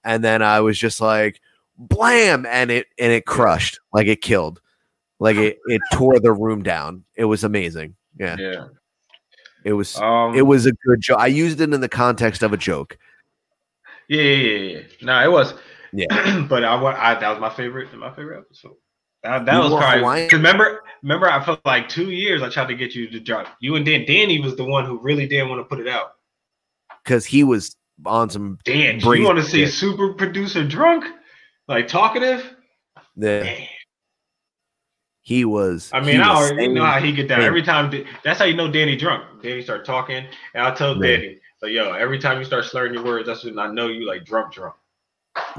Speaker 1: and then I was just like, "Blam!" and it and it crushed, like it killed, like it it tore the room down. It was amazing. Oh, Yeah,
Speaker 2: yeah.
Speaker 1: It was it
Speaker 2: um,
Speaker 1: was a good joke. I used it in the context of a joke.
Speaker 2: Yeah, yeah, yeah. yeah. No, it was.
Speaker 1: Yeah.
Speaker 2: but I, wa- I that was my favorite. My favorite episode. That, that
Speaker 1: You
Speaker 2: was
Speaker 1: were
Speaker 2: probably
Speaker 1: Hawaiian?
Speaker 2: 'cause remember. Remember, I felt like two years. I tried to get you to drop. You and Dan. Danny was the one who really didn't want to put it out.
Speaker 1: because he was on some
Speaker 2: Dan,
Speaker 1: brazy
Speaker 2: you want to see
Speaker 1: shit.
Speaker 2: super producer drunk, like talkative?
Speaker 1: Yeah. He was.
Speaker 2: I mean, I already know how he get down. Every time, Da- that's how you know Danny drunk. Danny start talking, and I tell
Speaker 1: Yeah.
Speaker 2: Danny, like, yo, every time you start slurring your words, that's when I know you like drunk, drunk.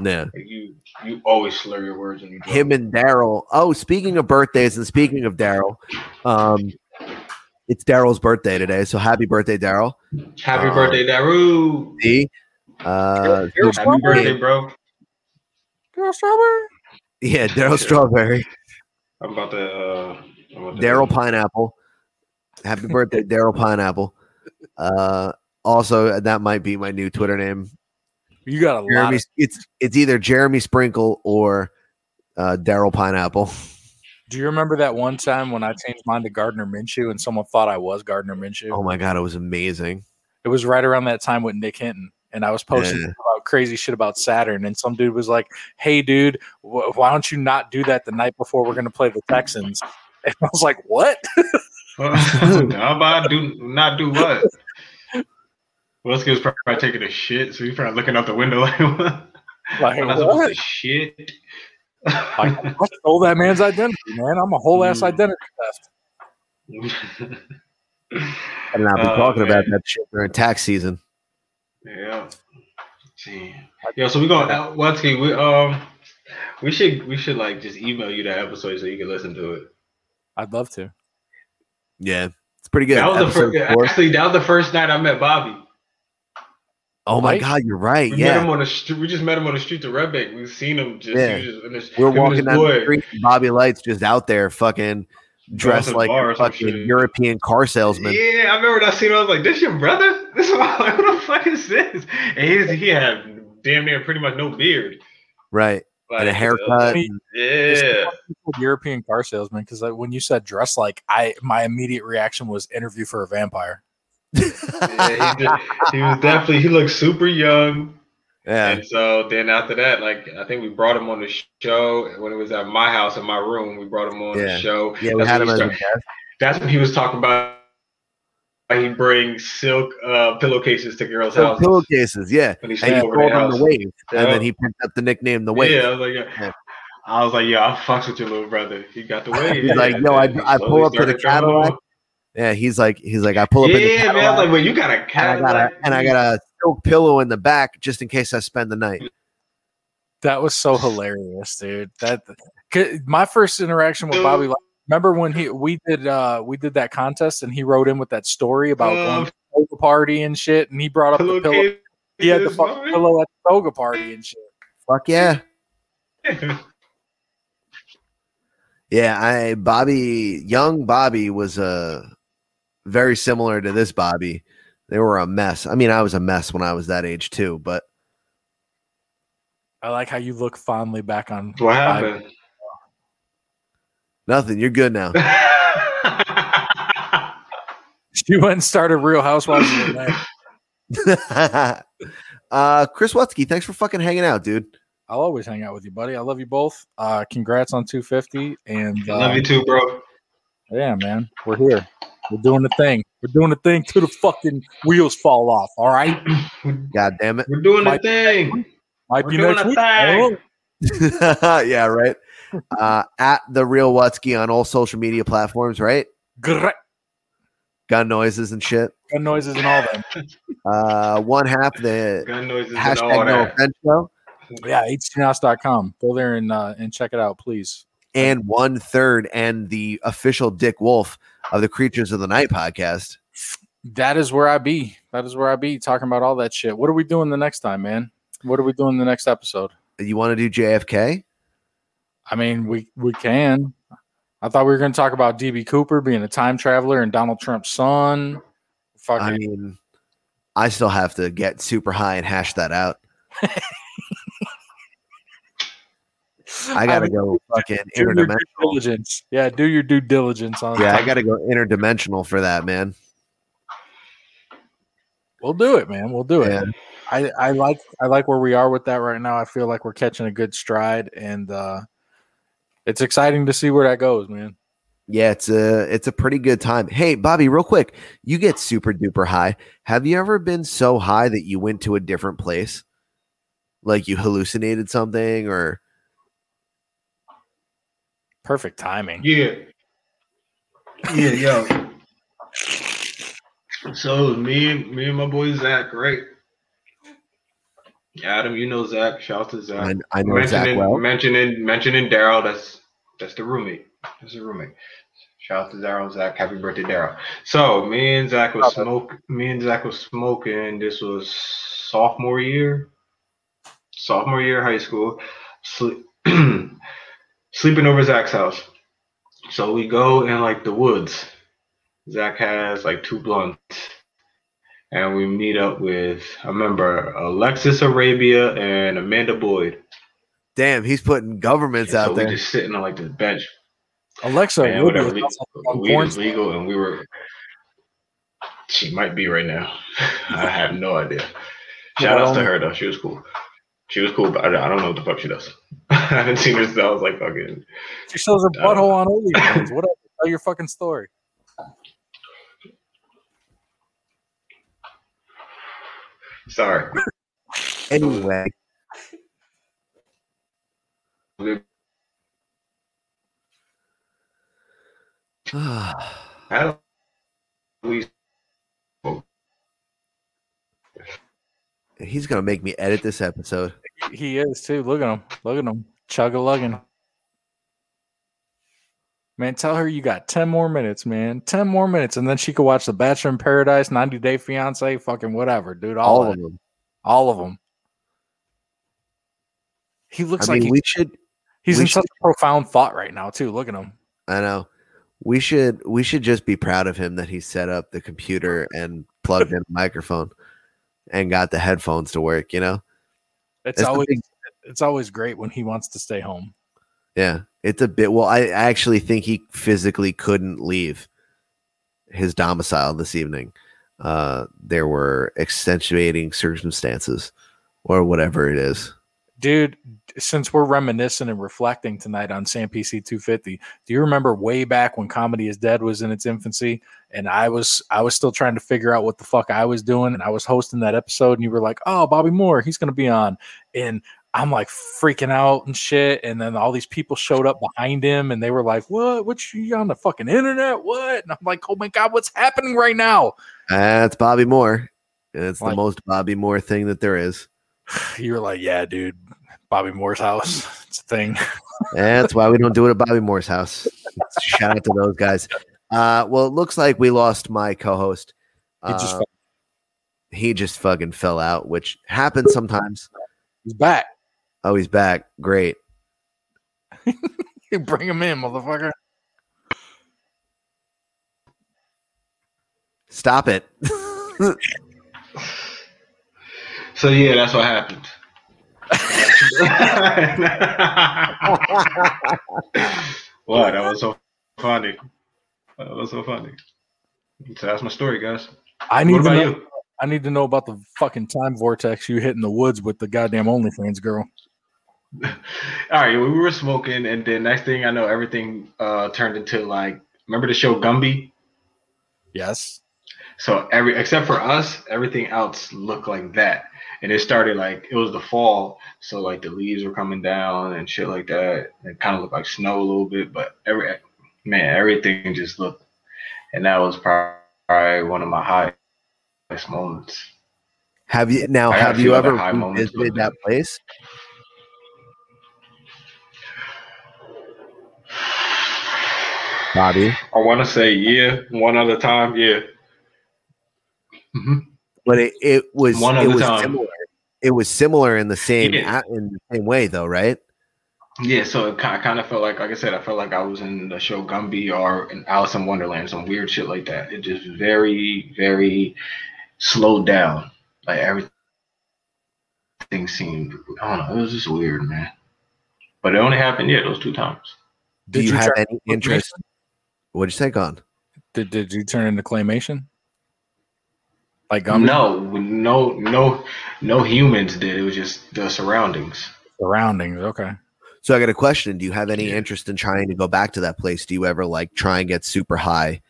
Speaker 1: Yeah.
Speaker 2: Like, you you always slur your words when you drunk.
Speaker 1: Him and Daryl. Oh, speaking of birthdays and speaking of Daryl, um, it's Daryl's birthday today. So happy birthday, Daryl.
Speaker 2: Happy
Speaker 1: Um,
Speaker 2: birthday, Daru.
Speaker 1: See? Uh,
Speaker 2: Happy birthday, bro.
Speaker 3: Girl, strawberry.
Speaker 1: Yeah, Daryl Strawberry.
Speaker 2: I'm about to. Uh, I'm about to-
Speaker 1: Daryl Pineapple. Happy birthday, Daryl Pineapple. Uh, also, that might be my new Twitter name.
Speaker 3: You got a lot.
Speaker 1: Jeremy,
Speaker 3: Of,
Speaker 1: it's it's either Jeremy Sprinkle or uh, Daryl Pineapple.
Speaker 3: do you remember that one time when I changed mine to Gardner Minshew and someone thought I was Gardner Minshew?
Speaker 1: Oh my god, it was amazing.
Speaker 3: It was right around that time with Nick Hinton, and I was posting
Speaker 1: Yeah.
Speaker 3: about crazy shit about Saturn, and some dude was like, "Hey, dude, wh- why don't you not do that the night before we're gonna play the Texans?" And I was like, "What?"
Speaker 2: How about do not do what? Wesky was probably taking a shit, so he's probably looking out the window like, what?
Speaker 3: Like,
Speaker 2: Am I supposed
Speaker 3: what?
Speaker 2: to shit.
Speaker 3: I I stole that man's identity, man. I'm a whole ass
Speaker 2: Hmm.
Speaker 3: identity theft.
Speaker 1: And I've been
Speaker 2: Oh,
Speaker 1: talking about
Speaker 2: man.
Speaker 1: that shit during tax season.
Speaker 2: Yeah. Gee. Yo, so we're going out Wesky, we um we should we should like just email you that episode so you can listen to it.
Speaker 3: I'd love to.
Speaker 1: Yeah, it's pretty good.
Speaker 2: That was the
Speaker 1: Episode
Speaker 2: first
Speaker 1: four.
Speaker 2: actually that was the first night I met Bobby.
Speaker 1: Oh my
Speaker 2: Right?
Speaker 1: god, you're right.
Speaker 2: We met
Speaker 1: yeah,
Speaker 2: him on the street. We just met him on the street to Red Bank. We've seen him just,
Speaker 1: Yeah.
Speaker 2: he was just in this,
Speaker 1: we're
Speaker 2: him and his
Speaker 1: walking down
Speaker 2: boy.
Speaker 1: the street. and Bobby Light's just out there, fucking dressed
Speaker 2: to the
Speaker 1: like
Speaker 2: bar or
Speaker 1: a
Speaker 2: some
Speaker 1: fucking
Speaker 2: shit.
Speaker 1: European car salesman.
Speaker 2: Yeah, I remember when I seen him. I was like, "This your brother? This is my, like, who the fuck is this?" And he's, he had damn near pretty much no beard.
Speaker 1: Right.
Speaker 2: Like,
Speaker 1: and a haircut. and-
Speaker 2: Yeah.
Speaker 3: European car salesman, because when you said dress like, I my immediate reaction was interview for a vampire.
Speaker 2: yeah, he, did- he was definitely he looked super young.
Speaker 1: Yeah.
Speaker 2: And so then after that, like I think we brought him on the show when it was at my house in my room. We brought him on
Speaker 1: Yeah.
Speaker 2: the show.
Speaker 1: Yeah, we
Speaker 2: That's
Speaker 1: had
Speaker 2: when
Speaker 1: him
Speaker 2: he
Speaker 1: as a
Speaker 2: started- That's when he was talking about. how He brings silk uh, pillowcases to girls'
Speaker 1: So
Speaker 2: houses.
Speaker 1: pillowcases, yeah.
Speaker 2: When he
Speaker 1: and
Speaker 2: stayed
Speaker 1: he
Speaker 2: over
Speaker 1: called
Speaker 2: their
Speaker 1: him the
Speaker 2: house.
Speaker 1: wave, and then
Speaker 2: Yeah.
Speaker 1: he picked up the nickname the wave.
Speaker 2: Yeah, I was like, yeah. I was like, yeah, I fucks with your little brother. He got the way.
Speaker 1: He's like, yo, I, I pull up to the Cadillac, Yeah, he's like, he's like, I pull up. in the
Speaker 2: Yeah, man. I was like,
Speaker 1: Cadillac,
Speaker 2: wait, you got a
Speaker 1: and I got
Speaker 2: Cadillac?
Speaker 1: a and I got a silk pillow in the back just in case I spend the night.
Speaker 3: That was so hilarious, dude. That 'cause my first interaction with Bobby. Lashley- Remember when he we did uh we did that contest and he wrote in with that story about
Speaker 2: Um.
Speaker 3: going to the toga party and shit, and he brought up the pillow. He had the fucking pillow at the toga party and shit.
Speaker 1: Fuck yeah. Yeah, I Bobby young Bobby was uh, very similar to this Bobby. They were a mess. I mean, I was a mess when I was that age too, but
Speaker 3: I like how you look fondly back on
Speaker 1: What happened?
Speaker 3: Bobby.
Speaker 1: nothing. You're good now.
Speaker 3: She went and started Real Housewives of Atlanta.
Speaker 1: uh, Chris Watsky, thanks for fucking hanging out, dude.
Speaker 3: I'll always hang out with you, buddy. I love you both. Uh, congrats on 250, and
Speaker 1: I love
Speaker 3: uh,
Speaker 1: you too,
Speaker 2: bro.
Speaker 3: Yeah, man, we're here. We're doing the thing. We're doing the thing till the fucking wheels fall off. All right.
Speaker 1: God damn it.
Speaker 2: We're doing the thing.
Speaker 3: Might
Speaker 2: We're
Speaker 3: be
Speaker 2: doing
Speaker 3: next
Speaker 2: the
Speaker 3: week. I don't know.
Speaker 2: thing.
Speaker 1: yeah, right. Uh, at the real Watsky on all social media platforms, right?
Speaker 3: Great.
Speaker 1: Gun noises and shit.
Speaker 3: Gun noises and all that.
Speaker 1: Uh, one half the
Speaker 2: Gun noises and all
Speaker 1: hashtag no
Speaker 2: that.
Speaker 1: offense show,
Speaker 3: Yeah, htnows.com. Go there and uh, and check it out, please.
Speaker 1: and one third and the official Dick Wolf of the Creatures of the Night podcast.
Speaker 3: That is where I be. That is where I be talking about all that shit. What are we doing the next time, man? What are we doing the next episode?
Speaker 1: You want to do JFK?
Speaker 3: I mean, we we can. I thought we were going to talk about DB Cooper being a time traveler and Donald Trump's son. Fucking
Speaker 1: I mean, I still have to get super high and hash that out. I gotta
Speaker 3: mean,
Speaker 1: go fucking
Speaker 3: do your due
Speaker 1: interdimensional.
Speaker 3: diligence. Yeah, do your due diligence on.
Speaker 1: Yeah, I
Speaker 3: that.
Speaker 1: gotta go interdimensional for that, man.
Speaker 3: We'll do it, man. We'll do it.
Speaker 1: Yeah.
Speaker 3: I, I like I like where we are with that right now. I feel like we're catching a good stride, and uh, it's exciting to see where that goes, man.
Speaker 1: Yeah, it's a it's a pretty good time. Hey, Bobby, real quick, you get super duper high. Have you ever been so high that you went to a different place, like you hallucinated something, or
Speaker 3: Perfect timing.
Speaker 2: Yeah. Yeah, yo. so me and me and my boy Zach, right? Adam, you know Zach. Shout out to Zach.
Speaker 1: I- I know Zach
Speaker 2: mentioning,
Speaker 1: well.
Speaker 2: Mentioning mentioning Daryl. That's that's the roommate. That's the roommate. Shout out to Daryl, Zach. Happy birthday, Daryl. So me and Zach was smoke. Me and Zach was smoking. This was sophomore year. Sophomore year of high school. Sleep, sleeping over Zach's house. So we go in like the woods. Zach has like two blunts. And we meet up with I remember Alexis Arabia and Amanda Boyd.
Speaker 1: damn, he's putting governments
Speaker 2: So
Speaker 1: out there.
Speaker 2: we just sitting on like this bench.
Speaker 3: Alexa,
Speaker 2: Man,
Speaker 3: Ruby
Speaker 2: whatever.
Speaker 3: was
Speaker 2: Weed,
Speaker 3: also on
Speaker 2: weed
Speaker 3: porn.
Speaker 2: is legal and we were she might be right now. I have no idea. Shout outs to her though. She was cool. She was cool, but I I don't know what the fuck she does. I haven't seen her since I was like fucking
Speaker 3: She shows her butthole on OnlyFans. Whatever. Tell your fucking story.
Speaker 2: sorry.
Speaker 1: Anyway,
Speaker 2: How do we
Speaker 1: he's gonna make me edit this episode.
Speaker 3: He is too. Look at him. Look at him. Chug a lugging. Man, tell her you got 10 more minutes, man. 10 more minutes. And then she could watch The Bachelor in Paradise, 90 Day Fiance, fucking whatever, dude. All, of
Speaker 1: them.
Speaker 3: All of them. He looks
Speaker 1: I
Speaker 3: like
Speaker 1: mean,
Speaker 3: he-
Speaker 1: we should.
Speaker 3: he's
Speaker 1: we
Speaker 3: in
Speaker 1: should-
Speaker 3: such a profound thought right now, too. Look at him.
Speaker 1: I know. We should we should just be proud of him that he set up the computer and plugged in a microphone and got the headphones to work, you know?
Speaker 3: It's
Speaker 1: That's the
Speaker 3: always
Speaker 1: big-
Speaker 3: it's always great when he wants to stay home.
Speaker 1: yeah. It's a bit well, I I actually think he physically couldn't leave his domicile this evening. Uh there were accentuating circumstances or whatever it is.
Speaker 3: Dude, since we're reminiscing and reflecting tonight on Sam PC 250, do you remember way back when Comedy is Dead was in its infancy and I was I was still trying to figure out what the fuck I was doing and I was hosting that episode and you were like, "Oh, Bobby Moore, he's going to be on." And I'm like freaking out and shit. And then all these people showed up behind him and they were like, What? What you on the fucking internet? What? And I'm like, Oh my God, what's happening right now?
Speaker 1: That's Bobby Moore. It's the most Bobby Moore thing that there is.
Speaker 3: You were like, Yeah, dude, Bobby Moore's house. It's a thing.
Speaker 1: That's why we don't do it at Bobby Moore's house. Shout out to those guys. Uh, well, it looks like we lost my co-host.
Speaker 3: He just
Speaker 1: Uh,
Speaker 3: fell-
Speaker 1: he just fucking fell out, which happens sometimes.
Speaker 3: He's back.
Speaker 1: Oh, he's back. Great.
Speaker 3: You bring him in, motherfucker.
Speaker 1: Stop it.
Speaker 2: So yeah, that's what happened. wow, that was so funny. That was so funny. So that's my story, guys.
Speaker 3: I need
Speaker 2: What
Speaker 3: to
Speaker 2: about
Speaker 3: know, I need to know about the fucking time vortex you hit in the woods with the goddamn OnlyFans girl.
Speaker 2: All right, we were smoking, and then next thing I know, everything uh, turned into like remember the show Gumby?
Speaker 3: Yes.
Speaker 2: So every except for us, everything else looked like that, and it started like it was the fall, so like the leaves were coming down and shit like that. It kind of looked like snow a little bit, but every man, everything just looked, and that was probably one of my highest moments.
Speaker 1: Have you now?
Speaker 2: I got a
Speaker 1: Have
Speaker 2: few
Speaker 1: you
Speaker 2: other
Speaker 1: ever
Speaker 2: high moments,
Speaker 1: visited that place? Bobby,
Speaker 2: I want to say yeah, one other time, yeah. Mm-hmm.
Speaker 1: but it, it was
Speaker 2: One
Speaker 1: it
Speaker 2: other
Speaker 1: was
Speaker 2: time.
Speaker 1: similar. It was similar in the same
Speaker 2: Yeah.
Speaker 1: a- in the same way, though, right?
Speaker 2: Yeah, so it kind of felt like, like I said, I felt like I was in the show Gumby or in Alice in Wonderland, some weird shit like that. It just very, very slowed down. Like everything seemed, I don't know, it was just weird, man. But it only happened, yeah, those two times.
Speaker 1: Do
Speaker 3: Did
Speaker 1: you,
Speaker 3: you
Speaker 1: have
Speaker 3: try-
Speaker 1: any interest? What'd you say, Gone?
Speaker 3: Did did you turn into claymation? Like Gumby?
Speaker 2: No, no, no, no humans did. It was just the surroundings.
Speaker 3: Surroundings, okay.
Speaker 1: So I got a question. Do you have any interest in trying to go back to that place? Do you ever like try and get super high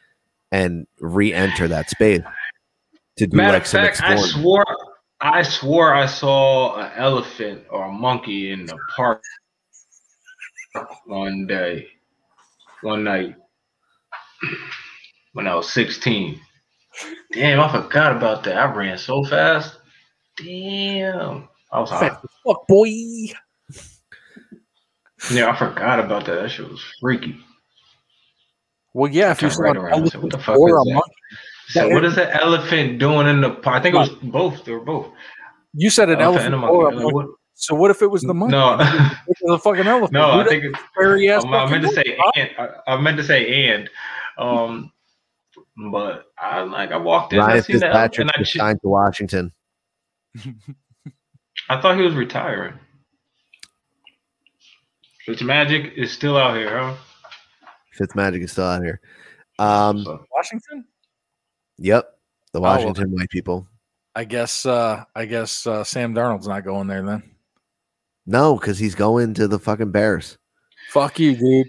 Speaker 1: and re-enter that space to do
Speaker 2: Matter
Speaker 1: like
Speaker 2: of
Speaker 1: some
Speaker 2: fact, I
Speaker 1: exploring?
Speaker 2: swore, I swore I saw an elephant or a monkey in the park one day, one night when I was 16. Damn, I forgot about that. I ran so fast. Damn, I was high.
Speaker 3: Fuck boy.
Speaker 2: Yeah, I forgot about that. That shit was freaky.
Speaker 3: Well, yeah, if
Speaker 2: I
Speaker 3: you
Speaker 2: turned
Speaker 3: saw
Speaker 2: right
Speaker 3: an
Speaker 2: around and said,
Speaker 3: elephant
Speaker 2: "What the fuck
Speaker 3: or
Speaker 2: is
Speaker 3: a
Speaker 2: that?"
Speaker 3: monkey,
Speaker 2: So what is that elephant doing in the park? I think it was both. They were both.
Speaker 3: you said an elephant,
Speaker 2: Elephant and a
Speaker 3: or a
Speaker 2: monkey. Like,
Speaker 3: monkey. So what if it was the monkey?
Speaker 2: No.
Speaker 3: it was a fucking elephant.
Speaker 2: No,
Speaker 3: Who
Speaker 2: I
Speaker 3: the
Speaker 2: think it's
Speaker 3: furry ass
Speaker 2: I'm- Um, I meant to
Speaker 3: fucking
Speaker 2: say and. I, I meant to say and. Um, but I like I walked in, I
Speaker 1: Ryan
Speaker 2: seen that, elephant,
Speaker 1: Fitzpatrick
Speaker 2: and I,
Speaker 1: was
Speaker 2: ch-
Speaker 1: signed to Washington.
Speaker 2: I thought he was retiring. Which magic is still out here, huh?
Speaker 1: Fitzmagic is still out here. Um,
Speaker 3: Washington?
Speaker 1: yep,
Speaker 2: Oh,
Speaker 1: the
Speaker 3: well.
Speaker 1: Washington white people.
Speaker 3: I guess uh I guess uh Sam Darnold's not going there then.
Speaker 1: No, because he's going to the fucking Bears.
Speaker 3: Fuck you, dude.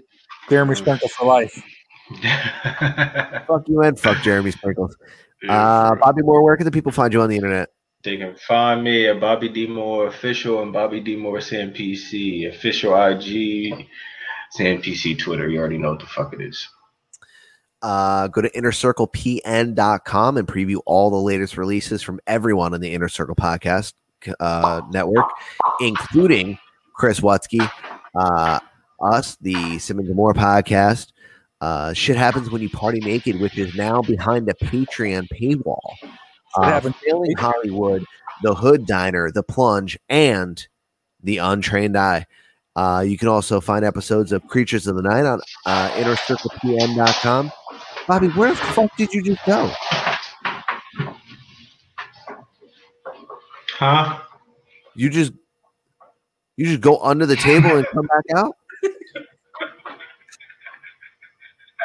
Speaker 3: Jeremy Sprinkle for life.
Speaker 1: fuck you and fuck Jeremy Sprinkles. Uh, Bobby Moore, where can the people find you on the internet?
Speaker 2: They can find me at Bobby D Moore official and Bobby D Moore CMPC official IG, CMPC Twitter. You already know what the fuck it is.
Speaker 1: Uh, go to innercirclepn.com and preview all the latest releases from everyone on the Inner Circle Podcast uh, Network, including Chris Watsky, uh, us, the Simmons and Moore podcast. Uh, shit happens when you party naked, which is now behind the Patreon paywall. Uh,
Speaker 3: happens-
Speaker 1: Failing Hollywood, The Hood Diner, The Plunge, and The Untrained Eye. Uh, you can also find episodes of Creatures of the Night on uh, innercirclepn.com. Bobby, where the fuck did you just go?
Speaker 2: Huh?
Speaker 1: You just you just go under the table and come back out?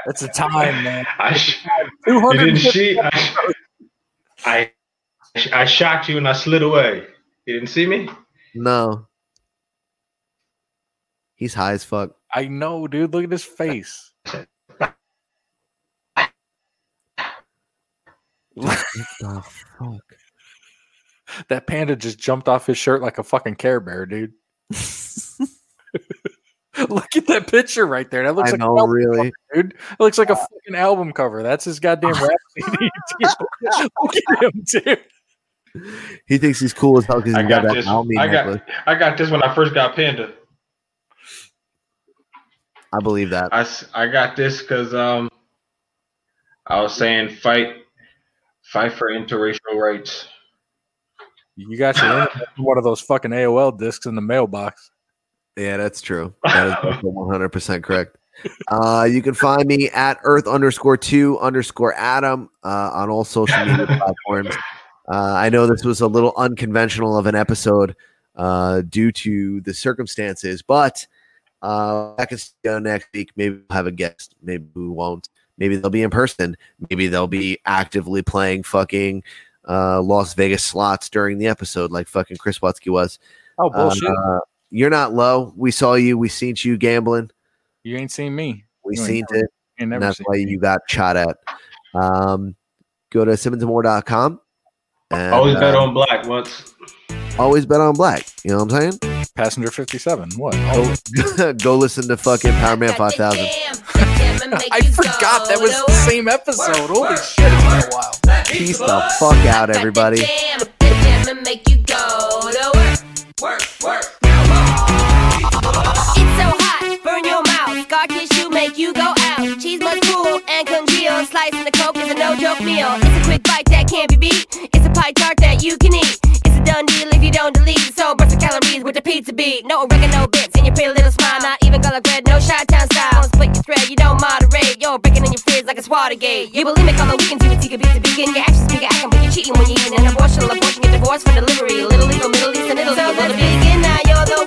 Speaker 3: That's a time, man.
Speaker 2: I sh-
Speaker 3: Two
Speaker 2: you
Speaker 3: hundred
Speaker 2: didn't see. I, sh- I, sh- I shocked you and I slid away. You didn't see me.
Speaker 1: No. He's high as fuck.
Speaker 3: I know, dude. Look at his face.
Speaker 1: fuck?
Speaker 3: Oh, That panda just jumped off his shirt like a fucking care bear, dude. Look at that picture right there. That looks
Speaker 1: I
Speaker 3: like
Speaker 1: know, Uh.
Speaker 3: an album
Speaker 1: really.
Speaker 3: cover, dude. That looks like a fucking album cover. That's his goddamn rap CD. dude. Look at him, dude.
Speaker 1: He thinks he's cool as hell because
Speaker 2: I
Speaker 1: he's got,
Speaker 2: got
Speaker 1: that
Speaker 2: this.
Speaker 1: Almi
Speaker 2: I got
Speaker 1: necklace.
Speaker 2: I got this when I first got Panda.
Speaker 1: I believe that.
Speaker 2: I, s- I got this because um I was saying fight fight for interracial rights.
Speaker 3: You got your internet from one of those fucking AOL discs in the mailbox.
Speaker 1: Yeah, that's true. That is one hundred percent correct. Uh, you can find me at Earth underscore two underscore Adam uh, on all social media platforms. Uh, I know this was a little unconventional of an episode uh, due to the circumstances, but uh, I can see you next week. Maybe we'll have a guest. Maybe we won't. Maybe they'll be in person. Maybe they'll be actively playing fucking uh, Las Vegas slots during the episode, like fucking Chris Watsky was.
Speaker 3: Oh, bullshit.
Speaker 1: Uh, you're not low. We saw you. We seen you gambling.
Speaker 3: You ain't seen me.
Speaker 1: We
Speaker 3: You ain't
Speaker 1: seen
Speaker 3: never-
Speaker 1: it.
Speaker 3: you ain't
Speaker 1: And
Speaker 3: never
Speaker 1: that's
Speaker 3: seen
Speaker 1: why you got shot at. Um, go to simmonsmore.com. And,
Speaker 2: Always bet
Speaker 1: uh,
Speaker 2: on black once.
Speaker 1: Always bet on black. You know what I'm saying?
Speaker 3: Passenger 57. What?
Speaker 1: Go, go listen to fucking Power Man 5000.
Speaker 3: I forgot that was the same episode. Holy shit, it's been a while.
Speaker 1: Peace the fuck out, everybody.
Speaker 14: It's so hot, burn your mouth. Scar tissue make you go out. Cheese must cool and congeal. Slicing the coke is a no joke meal. It's a quick bite that can't be beat. It's a pie chart that you can eat. It's a done deal if you don't delete. So burst the calories with the pizza beat. No oregano bits in your pretty little smile. Not even color red, no shy town style. Don't split your thread, you don't moderate. You're breaking in your fridge like it's Watergate. You believe me, color we can do it. You can beat the begin. Your actions speak acting, but you're cheating when you're eating. An abortion, abortion, get divorced for delivery. Little legal, Middle East, and Italy. So let's begin now. You're the